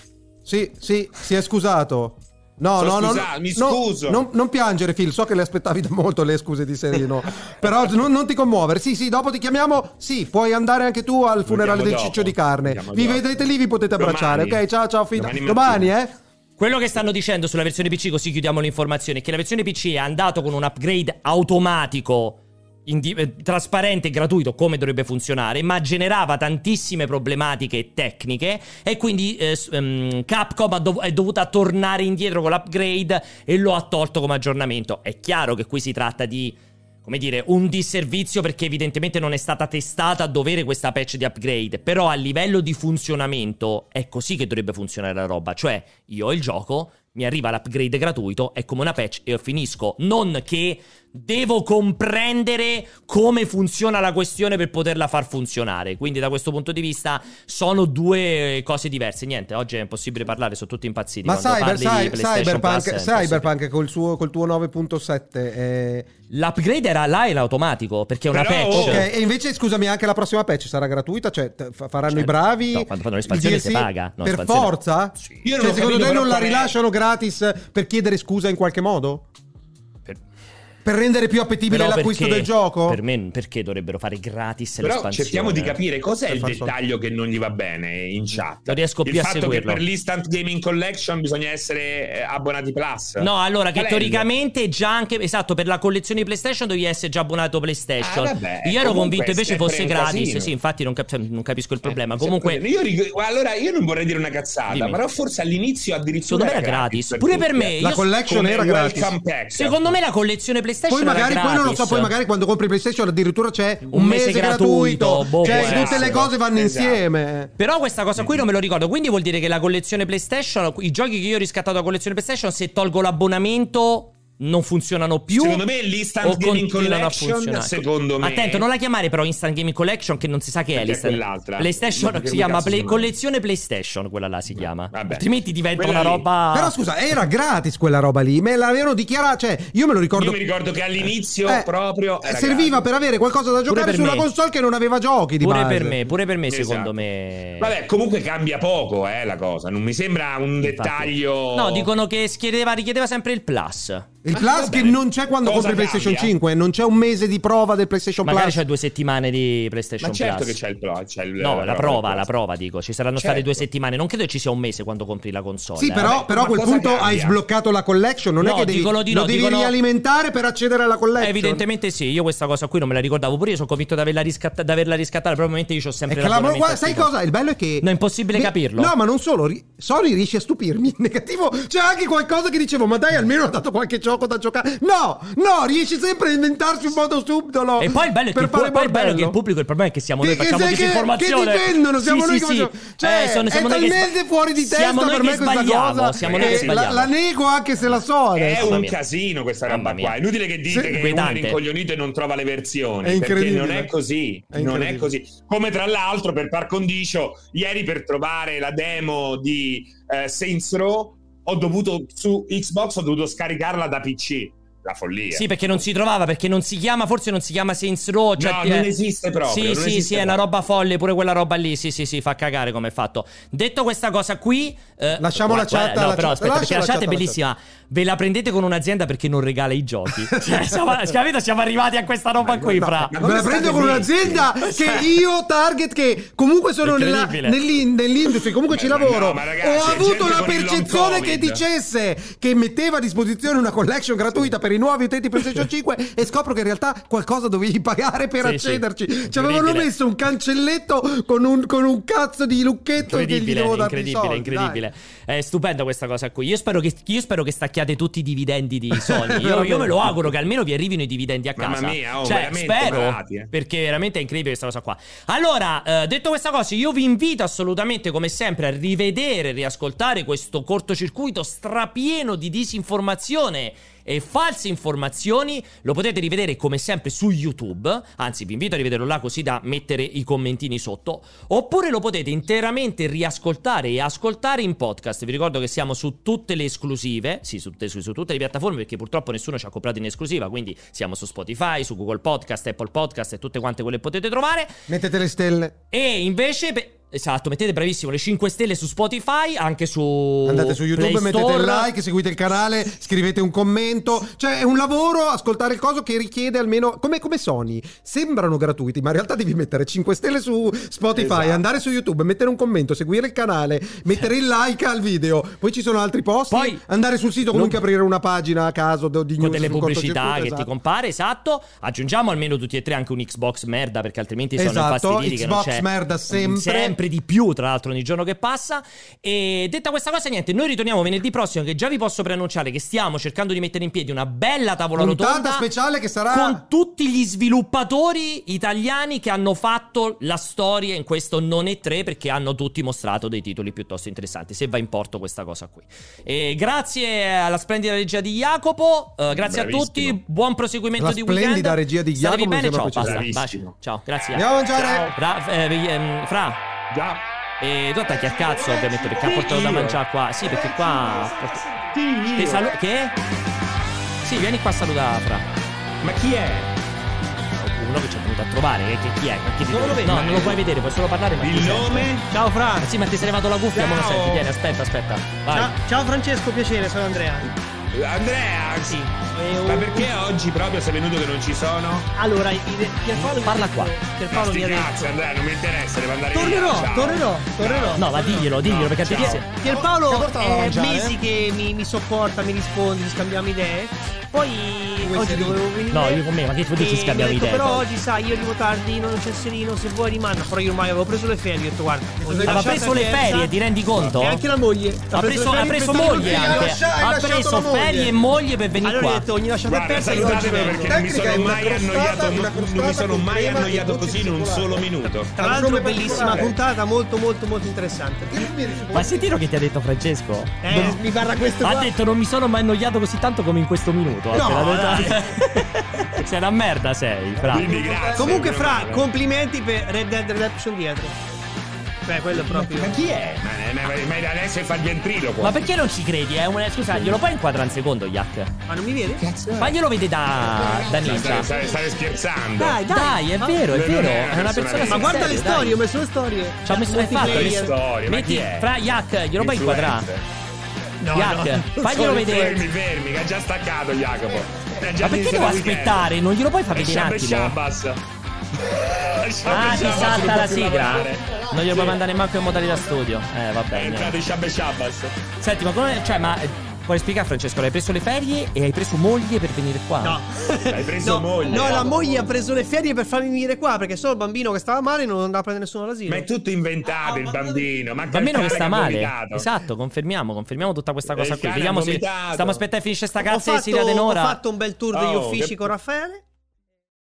Speaker 2: Sì, sì, si è scusato. No,
Speaker 3: Sono
Speaker 2: no, no,
Speaker 3: scusato,
Speaker 2: no,
Speaker 3: mi
Speaker 2: no,
Speaker 3: scuso.
Speaker 2: Non, non piangere, Phil. So che le aspettavi da molto le scuse di Serino. però non, non ti commuovere. Sì, sì, dopo ti chiamiamo. Sì, puoi andare anche tu al funerale
Speaker 3: Andiamo
Speaker 2: del
Speaker 3: dopo.
Speaker 2: ciccio di carne.
Speaker 3: Andiamo
Speaker 2: Vi
Speaker 3: dopo.
Speaker 2: vedete lì, vi potete abbracciare.
Speaker 3: Domani.
Speaker 2: Ok, ciao, ciao, Phil.
Speaker 3: Domani
Speaker 2: Domani, eh?
Speaker 1: Quello che stanno dicendo sulla versione PC, così chiudiamo l'informazione, è che la versione PC è andato con un upgrade automatico indi- eh, trasparente e gratuito come dovrebbe funzionare, ma generava tantissime problematiche tecniche e quindi eh, s- ehm, Capcom ha dov- è dovuta tornare indietro con l'upgrade e lo ha tolto come aggiornamento. È chiaro che qui si tratta di come dire, un disservizio perché evidentemente non è stata testata a dovere questa patch di upgrade, però a livello di funzionamento è così che dovrebbe funzionare la roba, cioè io ho il gioco, mi arriva l'upgrade gratuito, è come una patch e io finisco, non che devo comprendere come funziona la questione per poterla far funzionare, quindi da questo punto di vista sono due cose diverse, niente, oggi è impossibile parlare, sono tutti impazziti.
Speaker 2: Ma
Speaker 1: Quando
Speaker 2: cyber,
Speaker 1: parli di
Speaker 2: cyber,
Speaker 1: PlayStation
Speaker 2: cyberpunk,
Speaker 1: Plus è impossibile.
Speaker 2: cyberpunk col, suo, col tuo 9.7 eh,
Speaker 1: L'upgrade era là in automatico, perché è una
Speaker 2: Però-
Speaker 1: patch.
Speaker 2: ok, e invece scusami anche la prossima patch sarà gratuita cioè t- fa- faranno
Speaker 1: Cioè,
Speaker 2: i bravi
Speaker 1: no, quando fanno l'espansione
Speaker 2: il DLC
Speaker 1: si paga, no,
Speaker 2: per
Speaker 1: l'espansione-
Speaker 2: forza
Speaker 3: Io non
Speaker 2: Cioè, secondo
Speaker 3: ho capito
Speaker 2: te non
Speaker 3: però
Speaker 2: la
Speaker 3: com'è.
Speaker 2: rilasciano gratis per chiedere scusa in qualche modo per, rendere più appetibile
Speaker 1: Però
Speaker 2: l'acquisto
Speaker 1: perché-
Speaker 2: del gioco
Speaker 1: Per me, perché dovrebbero fare gratis
Speaker 3: Però
Speaker 1: l'espansione?
Speaker 3: cerchiamo di capire cos'è
Speaker 2: Per
Speaker 3: il
Speaker 2: far soldi.
Speaker 3: dettaglio che non gli va bene in chat.
Speaker 1: Non riesco più
Speaker 3: il
Speaker 1: a
Speaker 3: fatto che
Speaker 1: seguirlo.
Speaker 3: per l'Instant Gaming Collection bisogna essere eh, abbonati Plus.
Speaker 1: No, allora, che
Speaker 3: Qual è il-
Speaker 1: teoricamente già anche esatto, per la collezione di PlayStation dovevi essere già abbonato PlayStation.
Speaker 3: Ah, vabbè,
Speaker 1: Io ero
Speaker 3: comunque
Speaker 1: convinto invece
Speaker 3: sempre
Speaker 1: fosse
Speaker 3: un
Speaker 1: gratis.
Speaker 3: casino. Eh,
Speaker 1: Sì, infatti, non, cap- cioè, non capisco il problema. Comunque,
Speaker 3: Io rig- allora io non vorrei dire una cazzata,
Speaker 1: Dimmi.
Speaker 3: però forse all'inizio addirittura
Speaker 1: Secondo me era gratis. Pure per
Speaker 3: eh.
Speaker 1: me, La io- collection
Speaker 3: Come
Speaker 1: era
Speaker 3: welcome
Speaker 1: gratis.
Speaker 3: pack.
Speaker 1: secondo me la collezione PlayStation
Speaker 2: poi magari,
Speaker 1: era
Speaker 2: poi
Speaker 1: gratis.
Speaker 2: non lo so, poi magari quando compri PlayStation addirittura c'è un,
Speaker 1: Un mese
Speaker 2: mese, gratuito,
Speaker 1: gratuito, boh,
Speaker 2: cioè
Speaker 1: può
Speaker 2: tutte
Speaker 1: essere.
Speaker 2: le cose vanno
Speaker 1: Esatto.
Speaker 2: insieme.
Speaker 1: Però questa cosa
Speaker 3: Mm-hmm.
Speaker 1: qui non me lo ricordo, quindi vuol dire che la collezione PlayStation, i giochi che io ho riscattato da collezione PlayStation, se tolgo l'abbonamento non funzionano più.
Speaker 3: Secondo me l'Instant
Speaker 1: o
Speaker 3: Gaming
Speaker 1: continuano a
Speaker 3: Collection,
Speaker 1: funzionare.
Speaker 3: secondo me-
Speaker 1: Attento, non la chiamare però Instant Gaming Collection che non si sa che è
Speaker 3: Perché è
Speaker 1: l'Instant.
Speaker 3: quell'altra.
Speaker 1: PlayStation
Speaker 3: Perché
Speaker 1: si
Speaker 3: che
Speaker 1: chiama
Speaker 3: cazzo
Speaker 1: Play-
Speaker 3: si chiama?
Speaker 1: collezione PlayStation, quella là si chiama.
Speaker 3: Vabbè.
Speaker 1: Altrimenti diventa
Speaker 3: Quella
Speaker 1: una
Speaker 3: lì.
Speaker 1: roba
Speaker 2: Però scusa, era gratis quella roba lì, me l'avevano dichiarata, cioè io me lo ricordo.
Speaker 3: Io mi ricordo che all'inizio
Speaker 2: Eh,
Speaker 3: proprio
Speaker 2: eh, serviva per avere qualcosa da giocare
Speaker 1: per
Speaker 2: sulla
Speaker 1: me.
Speaker 2: console che non aveva giochi di
Speaker 1: pure
Speaker 2: base.
Speaker 1: per me, pure per me
Speaker 3: Esatto.
Speaker 1: secondo me.
Speaker 3: Vabbè, comunque cambia poco eh, la cosa. Non mi sembra un
Speaker 1: Infatti.
Speaker 3: dettaglio.
Speaker 1: No, dicono che schiedeva- richiedeva sempre il plus.
Speaker 2: Il
Speaker 3: Ah,
Speaker 2: Plus
Speaker 3: va
Speaker 2: che
Speaker 3: bene.
Speaker 2: non c'è quando
Speaker 3: Cosa
Speaker 2: compri PlayStation
Speaker 3: cambia?
Speaker 2: 5, non c'è un mese di prova del PlayStation
Speaker 1: Magari
Speaker 2: Plus.
Speaker 1: c'è due settimane di PlayStation
Speaker 3: Ma certo
Speaker 1: Plus.
Speaker 3: che c'è il pro. C'è il,
Speaker 1: No, la prova, la
Speaker 3: Plus.
Speaker 1: prova, dico. Ci saranno state
Speaker 3: Certo.
Speaker 1: due settimane. Non credo ci sia un mese quando compri la console.
Speaker 2: Sì,
Speaker 1: eh.
Speaker 2: però,
Speaker 3: vabbè,
Speaker 2: però a
Speaker 3: ma
Speaker 2: quel
Speaker 3: cosa
Speaker 2: punto
Speaker 3: cambia?
Speaker 2: hai sbloccato la collection, non
Speaker 1: No,
Speaker 2: è che devi,
Speaker 1: dicono di
Speaker 2: lo
Speaker 1: no,
Speaker 2: devi
Speaker 1: dicono-
Speaker 2: rialimentare per accedere alla collection.
Speaker 1: eh, Evidentemente sì, io questa cosa qui non me la ricordavo pure, io sono convinto di averla, riscatta- di averla riscattata, probabilmente io c'ho
Speaker 2: È
Speaker 1: sempre la
Speaker 2: clamoroso. Guarda, sai cosa? Il bello è che.
Speaker 1: No, è impossibile
Speaker 2: Ne-
Speaker 1: capirlo.
Speaker 2: No, ma non solo. ri- Sony riesce a stupirmi. In negativo, c'è anche qualcosa che dicevo, ma dai, almeno ha dato qualche gioco da giocare. No, no, riesce sempre a inventarsi un modo subdolo.
Speaker 1: E poi il bello è che,
Speaker 2: per
Speaker 1: il pu-
Speaker 2: fare
Speaker 1: poi il bello è
Speaker 2: bordello.
Speaker 1: che il pubblico, il problema è che siamo noi,
Speaker 2: Che- che-
Speaker 1: facciamo
Speaker 2: che-
Speaker 1: disinformazione.
Speaker 2: Che difendono,
Speaker 1: Sì,
Speaker 2: siamo
Speaker 1: sì,
Speaker 2: noi
Speaker 1: sì.
Speaker 2: che facciamo- Cioè,
Speaker 1: Eh, sono- siamo
Speaker 2: è
Speaker 1: noi che-
Speaker 2: talmente fuori di testa
Speaker 1: siamo noi
Speaker 2: per
Speaker 1: che
Speaker 2: me questa
Speaker 1: sbagliamo,
Speaker 2: cosa.
Speaker 1: siamo noi che
Speaker 2: che la,
Speaker 1: sbagliamo. Eh,
Speaker 2: la nego anche se la so.
Speaker 3: È
Speaker 2: adesso.
Speaker 1: Mamma
Speaker 3: un
Speaker 1: mia.
Speaker 3: casino questa
Speaker 1: Mamma
Speaker 3: roba qua.
Speaker 1: mia.
Speaker 3: È inutile che dite
Speaker 2: Sì,
Speaker 3: che uno è
Speaker 1: inquietante.
Speaker 3: rincoglionito e non trova le versioni.
Speaker 2: È
Speaker 3: Perché
Speaker 2: incredibile.
Speaker 3: non è così.
Speaker 2: È
Speaker 3: non
Speaker 2: incredibile.
Speaker 3: è così. Come tra l'altro, per par condicio, ieri per trovare la demo di eh, Saints Row, ho dovuto su Xbox ho dovuto scaricarla da PC. La follia.
Speaker 1: Sì, perché non si trovava, perché non si chiama, forse non si chiama Saints Row. Cioè,
Speaker 3: No,
Speaker 1: eh,
Speaker 3: non esiste proprio,
Speaker 1: Sì,
Speaker 3: non
Speaker 1: sì,
Speaker 3: esiste
Speaker 1: sì, è una
Speaker 3: proprio.
Speaker 1: roba folle, pure quella roba lì. Sì, sì, sì, fa cagare come è fatto. Detto questa cosa qui. eh,
Speaker 2: Lasciamo la chat,
Speaker 1: No,
Speaker 2: la
Speaker 1: però
Speaker 2: chat.
Speaker 1: aspetta, perché
Speaker 2: Lascia
Speaker 1: la
Speaker 2: la
Speaker 1: chat è
Speaker 2: chat, la
Speaker 1: bellissima. Ve la prendete con un'azienda perché non regala i giochi. cioè, siamo, capito? Siamo arrivati a questa roba qui,
Speaker 2: No,
Speaker 1: fra.
Speaker 2: ma
Speaker 3: come
Speaker 2: me la
Speaker 3: state
Speaker 2: prendo con
Speaker 3: zitti?
Speaker 2: un'azienda che io, Target, che comunque sono nella-
Speaker 1: Incredibile.
Speaker 2: nell'in- nell'industria, comunque ci
Speaker 3: Ma- ma
Speaker 2: lavoro.
Speaker 3: no, ma ragazzi,
Speaker 2: ho
Speaker 3: è gente
Speaker 2: avuto la
Speaker 3: con il long
Speaker 2: percezione che
Speaker 3: covid.
Speaker 2: dicesse che metteva a disposizione una collection gratuita per i nuovi utenti PlayStation 5 e scopro che in realtà qualcosa dovevi pagare per
Speaker 1: Sì, sì.
Speaker 2: accederci. Ci
Speaker 1: Incredibile.
Speaker 2: avevano messo un cancelletto con un, con un cazzo di lucchetto che gli
Speaker 1: Incredibile,
Speaker 2: devo dare
Speaker 1: incredibile, incredibile. È stupenda questa cosa qui. Io spero che, io spero che stacchiate tutti i dividendi di Sony. Io, io me lo auguro che almeno vi arrivino i dividendi a
Speaker 3: Mamma
Speaker 1: casa.
Speaker 3: mia, oh,
Speaker 1: cioè,
Speaker 3: veramente,
Speaker 1: spero,
Speaker 3: malati, eh.
Speaker 1: perché veramente è incredibile questa cosa qua. Allora, eh, detto questa cosa, io vi invito assolutamente, come sempre, a rivedere, riascoltare questo cortocircuito strapieno di disinformazione e false informazioni. Lo potete rivedere come sempre su YouTube. Anzi, vi invito a rivederlo là così da mettere i commentini sotto. Oppure lo potete interamente riascoltare e ascoltare in podcast. Vi ricordo che siamo su tutte le esclusive, sì, su, tutte- su tutte le piattaforme, perché purtroppo nessuno ci ha comprato in esclusiva. Quindi siamo su Spotify, su Google Podcast, Apple Podcast e tutte quante quelle che potete trovare.
Speaker 2: Mettete le stelle.
Speaker 1: E invece. pe- Esatto, mettete bravissimo le 5 stelle su Spotify, anche su
Speaker 2: Andate su YouTube,
Speaker 1: Play
Speaker 2: mettete
Speaker 1: Store.
Speaker 2: il like, seguite il canale, scrivete un commento. Cioè, è un lavoro ascoltare il coso che richiede almeno. Come, come Sony. Sembrano gratuiti, ma in realtà devi mettere 5 stelle su Spotify,
Speaker 3: Esatto.
Speaker 2: andare su YouTube, mettere un commento, seguire il canale, mettere il like al video. Poi ci sono altri posti.
Speaker 1: Poi-
Speaker 2: andare sul sito, comunque
Speaker 1: Non-
Speaker 2: aprire una pagina a caso do- di
Speaker 1: con
Speaker 2: news
Speaker 1: delle
Speaker 2: sul
Speaker 1: pubblicità
Speaker 2: cortocircuito,
Speaker 1: che ti
Speaker 2: esatto.
Speaker 1: compare, esatto. Aggiungiamo almeno tutti e tre anche un Xbox merda, perché altrimenti sono
Speaker 2: Esatto,
Speaker 1: infastiditi che non
Speaker 2: Xbox
Speaker 1: c'è
Speaker 2: merda sempre.
Speaker 1: sempre di più, tra l'altro, ogni giorno che passa. E detta questa cosa, niente, noi ritorniamo venerdì prossimo, che già vi posso preannunciare che stiamo cercando di mettere in piedi una bella tavola
Speaker 2: Puntata
Speaker 1: rotonda
Speaker 2: speciale che sarà
Speaker 1: con tutti gli sviluppatori italiani che hanno fatto la storia in questo non è 3 perché hanno tutti mostrato dei titoli piuttosto interessanti se va in porto questa cosa qui e grazie alla splendida regia di Jacopo eh, grazie a
Speaker 3: Bravissimo.
Speaker 1: tutti buon proseguimento
Speaker 2: La
Speaker 1: di weekend
Speaker 2: splendida regia di
Speaker 1: Statevi
Speaker 2: Jacopo, mi
Speaker 1: bene ciao
Speaker 2: sembra
Speaker 1: basta
Speaker 2: precisa.
Speaker 1: baci. ciao grazie
Speaker 2: Andiamo a mangiare.
Speaker 1: Ciao. Ra- eh, ehm, fra
Speaker 3: Già.
Speaker 1: e tu attacchi a cazzo ovviamente perché ha portato da
Speaker 3: Io.
Speaker 1: mangiare qua sì perché qua che, salu- che? sì vieni qua a salutare Fra
Speaker 3: Ma chi è?
Speaker 1: uno che ci è venuto a trovare, eh, che, che chi è? Ma chi ti- no, non lo puoi vedere, puoi solo parlare. Ma
Speaker 3: Il
Speaker 1: chi sei? Ah,
Speaker 3: nome?
Speaker 13: Ciao Fra.
Speaker 1: Sì, ma ti sei levato la cuffia, ma lo senti, vieni, aspetta, aspetta. Vai.
Speaker 13: Ciao, ciao Francesco, piacere, sono Andrea.
Speaker 3: Andrea, sì. Ma perché oggi proprio sei venuto che non ci sono?
Speaker 13: Allora, i- Pierpaolo
Speaker 1: Mm, Parla qua.
Speaker 3: Ma
Speaker 13: Pierpaolo
Speaker 3: sti
Speaker 13: mi ha detto.
Speaker 3: cazzo, Andrea, non mi interessa, devo andare
Speaker 13: Tornerò,
Speaker 3: via. ciao.
Speaker 13: tornerò, tornerò.
Speaker 1: No, ma diglielo, diglielo, perché
Speaker 3: ciao.
Speaker 1: altrimenti. se-
Speaker 2: Che
Speaker 13: Pierpaolo
Speaker 2: portava da
Speaker 13: è
Speaker 4: eh?
Speaker 2: mangiare?
Speaker 13: mesi che mi, mi sopporta, mi risponde, ci scambiamo idee. Poi
Speaker 2: Vuoi
Speaker 13: oggi
Speaker 2: serino?
Speaker 13: dovevo venire.
Speaker 1: No, io con me, ma che tu dici
Speaker 13: e
Speaker 1: scambiamo
Speaker 13: mi ha detto,
Speaker 1: idee,
Speaker 13: Però
Speaker 1: poi?"
Speaker 13: oggi sai, io arrivo tardi, non c'è il serino, se vuoi rimane. Però io ormai avevo preso le ferie, ho detto guarda. oggi
Speaker 1: Aveva
Speaker 13: lasciate
Speaker 1: preso le
Speaker 13: a terza
Speaker 1: ferie, ti rendi conto?
Speaker 13: E anche la moglie.
Speaker 1: Ha preso, ha preso moglie anche. Ha preso ferie e moglie per venire
Speaker 13: Allora gli ho
Speaker 1: qua.
Speaker 13: detto ogni lasciata
Speaker 3: Guarda,
Speaker 13: persa io oggi
Speaker 3: salutatemi
Speaker 13: vengo.
Speaker 3: perché non mi sono
Speaker 2: Tecnica,
Speaker 3: mai
Speaker 2: una crostata,
Speaker 3: annoiato,
Speaker 2: una
Speaker 3: non, non mi
Speaker 2: crostata
Speaker 3: sono
Speaker 2: con
Speaker 3: mai
Speaker 2: crema e
Speaker 3: annoiato
Speaker 2: dolce
Speaker 3: così in un
Speaker 2: cioccolato.
Speaker 3: solo minuto.
Speaker 13: Tra l'altro
Speaker 2: Come
Speaker 13: bellissima
Speaker 2: particolare.
Speaker 13: puntata, molto molto molto interessante.
Speaker 2: Io mi rispondo-
Speaker 1: Ma sentito che ti ha detto Francesco?
Speaker 13: Eh, mi guarda questo
Speaker 1: Ha
Speaker 13: qua.
Speaker 1: detto non mi sono mai annoiato così tanto come in questo minuto. eh,
Speaker 13: No,
Speaker 1: appena detto- sei una merda sei, fra.
Speaker 3: Quindi grazie.
Speaker 13: Comunque,
Speaker 3: Andrea,
Speaker 13: Fra, complimenti per Red Dead Redemption dietro. Beh, quello è proprio.
Speaker 3: Ma chi è? Ma, ma, ma, ma adesso è fa il ventriloquo.
Speaker 1: Ma perché non ci credi? eh? Una- Scusa, glielo puoi inquadrare un secondo, Yak?
Speaker 13: Ma non mi vede?
Speaker 1: Faglielo vedere da, da
Speaker 3: Cioè,
Speaker 1: ninja.
Speaker 3: stai, stai- stai scherzando.
Speaker 13: Dai, dai.
Speaker 1: Dai, è vero, è
Speaker 3: Ma non
Speaker 1: vero.
Speaker 3: è una
Speaker 1: È una
Speaker 3: persona
Speaker 1: persona
Speaker 3: vera.
Speaker 13: Ma guarda le
Speaker 1: sincera,
Speaker 13: storie,
Speaker 1: dai.
Speaker 13: ho messo le storie.
Speaker 1: Ci ha messo le fatto.
Speaker 3: le
Speaker 1: metti-
Speaker 3: storie, ma
Speaker 1: metti-
Speaker 3: chi è?
Speaker 1: Fra Yak, glielo puoi inquadrare.
Speaker 3: Influencer.
Speaker 13: No,
Speaker 1: Yak, faglielo vedere.
Speaker 3: Fermi, fermi, che ha già staccato Jacopo. Eh, già
Speaker 1: Ma perché
Speaker 3: inizia
Speaker 1: devo
Speaker 3: il weekend. Eh,
Speaker 1: aspettare? Non glielo puoi far
Speaker 3: E
Speaker 1: vedere un
Speaker 3: Shabba
Speaker 1: attimo?
Speaker 3: Shabbas.
Speaker 1: Ah,
Speaker 3: Ah,
Speaker 1: ti salta la sigla. Eh, Non glielo puoi mandare manco in modalità studio. Eh, va
Speaker 3: È entrato
Speaker 1: bene.
Speaker 3: in Shabba Shabbas.
Speaker 1: Senti, ma come. Cioè, ma. eh, Puoi spiegare, Francesco? L'hai preso le ferie e hai preso moglie per venire qua?
Speaker 13: No.
Speaker 3: Hai preso
Speaker 13: no,
Speaker 3: moglie.
Speaker 13: No, la moglie ha preso le ferie per farmi venire qua perché solo il bambino che stava male non andava a prendere nessuno all'asilo.
Speaker 3: Ma è tutto inventato il bambino. Ma
Speaker 1: A meno che
Speaker 13: Cioè,
Speaker 3: il cane
Speaker 1: sta
Speaker 3: ha
Speaker 1: male.
Speaker 3: vomitato.
Speaker 1: Esatto, confermiamo, confermiamo tutta questa
Speaker 3: Eh,
Speaker 1: cosa
Speaker 3: il
Speaker 1: qui.
Speaker 3: cane
Speaker 1: Vediamo
Speaker 3: ha
Speaker 1: se
Speaker 3: vomitato.
Speaker 1: stiamo aspettando che finisce sta
Speaker 13: ho,
Speaker 1: cazzo di
Speaker 13: fatto,
Speaker 1: Siria
Speaker 13: ho
Speaker 1: Denora.
Speaker 13: fatto un bel tour degli
Speaker 3: Oh,
Speaker 13: uffici
Speaker 3: che-
Speaker 13: con Raffaele.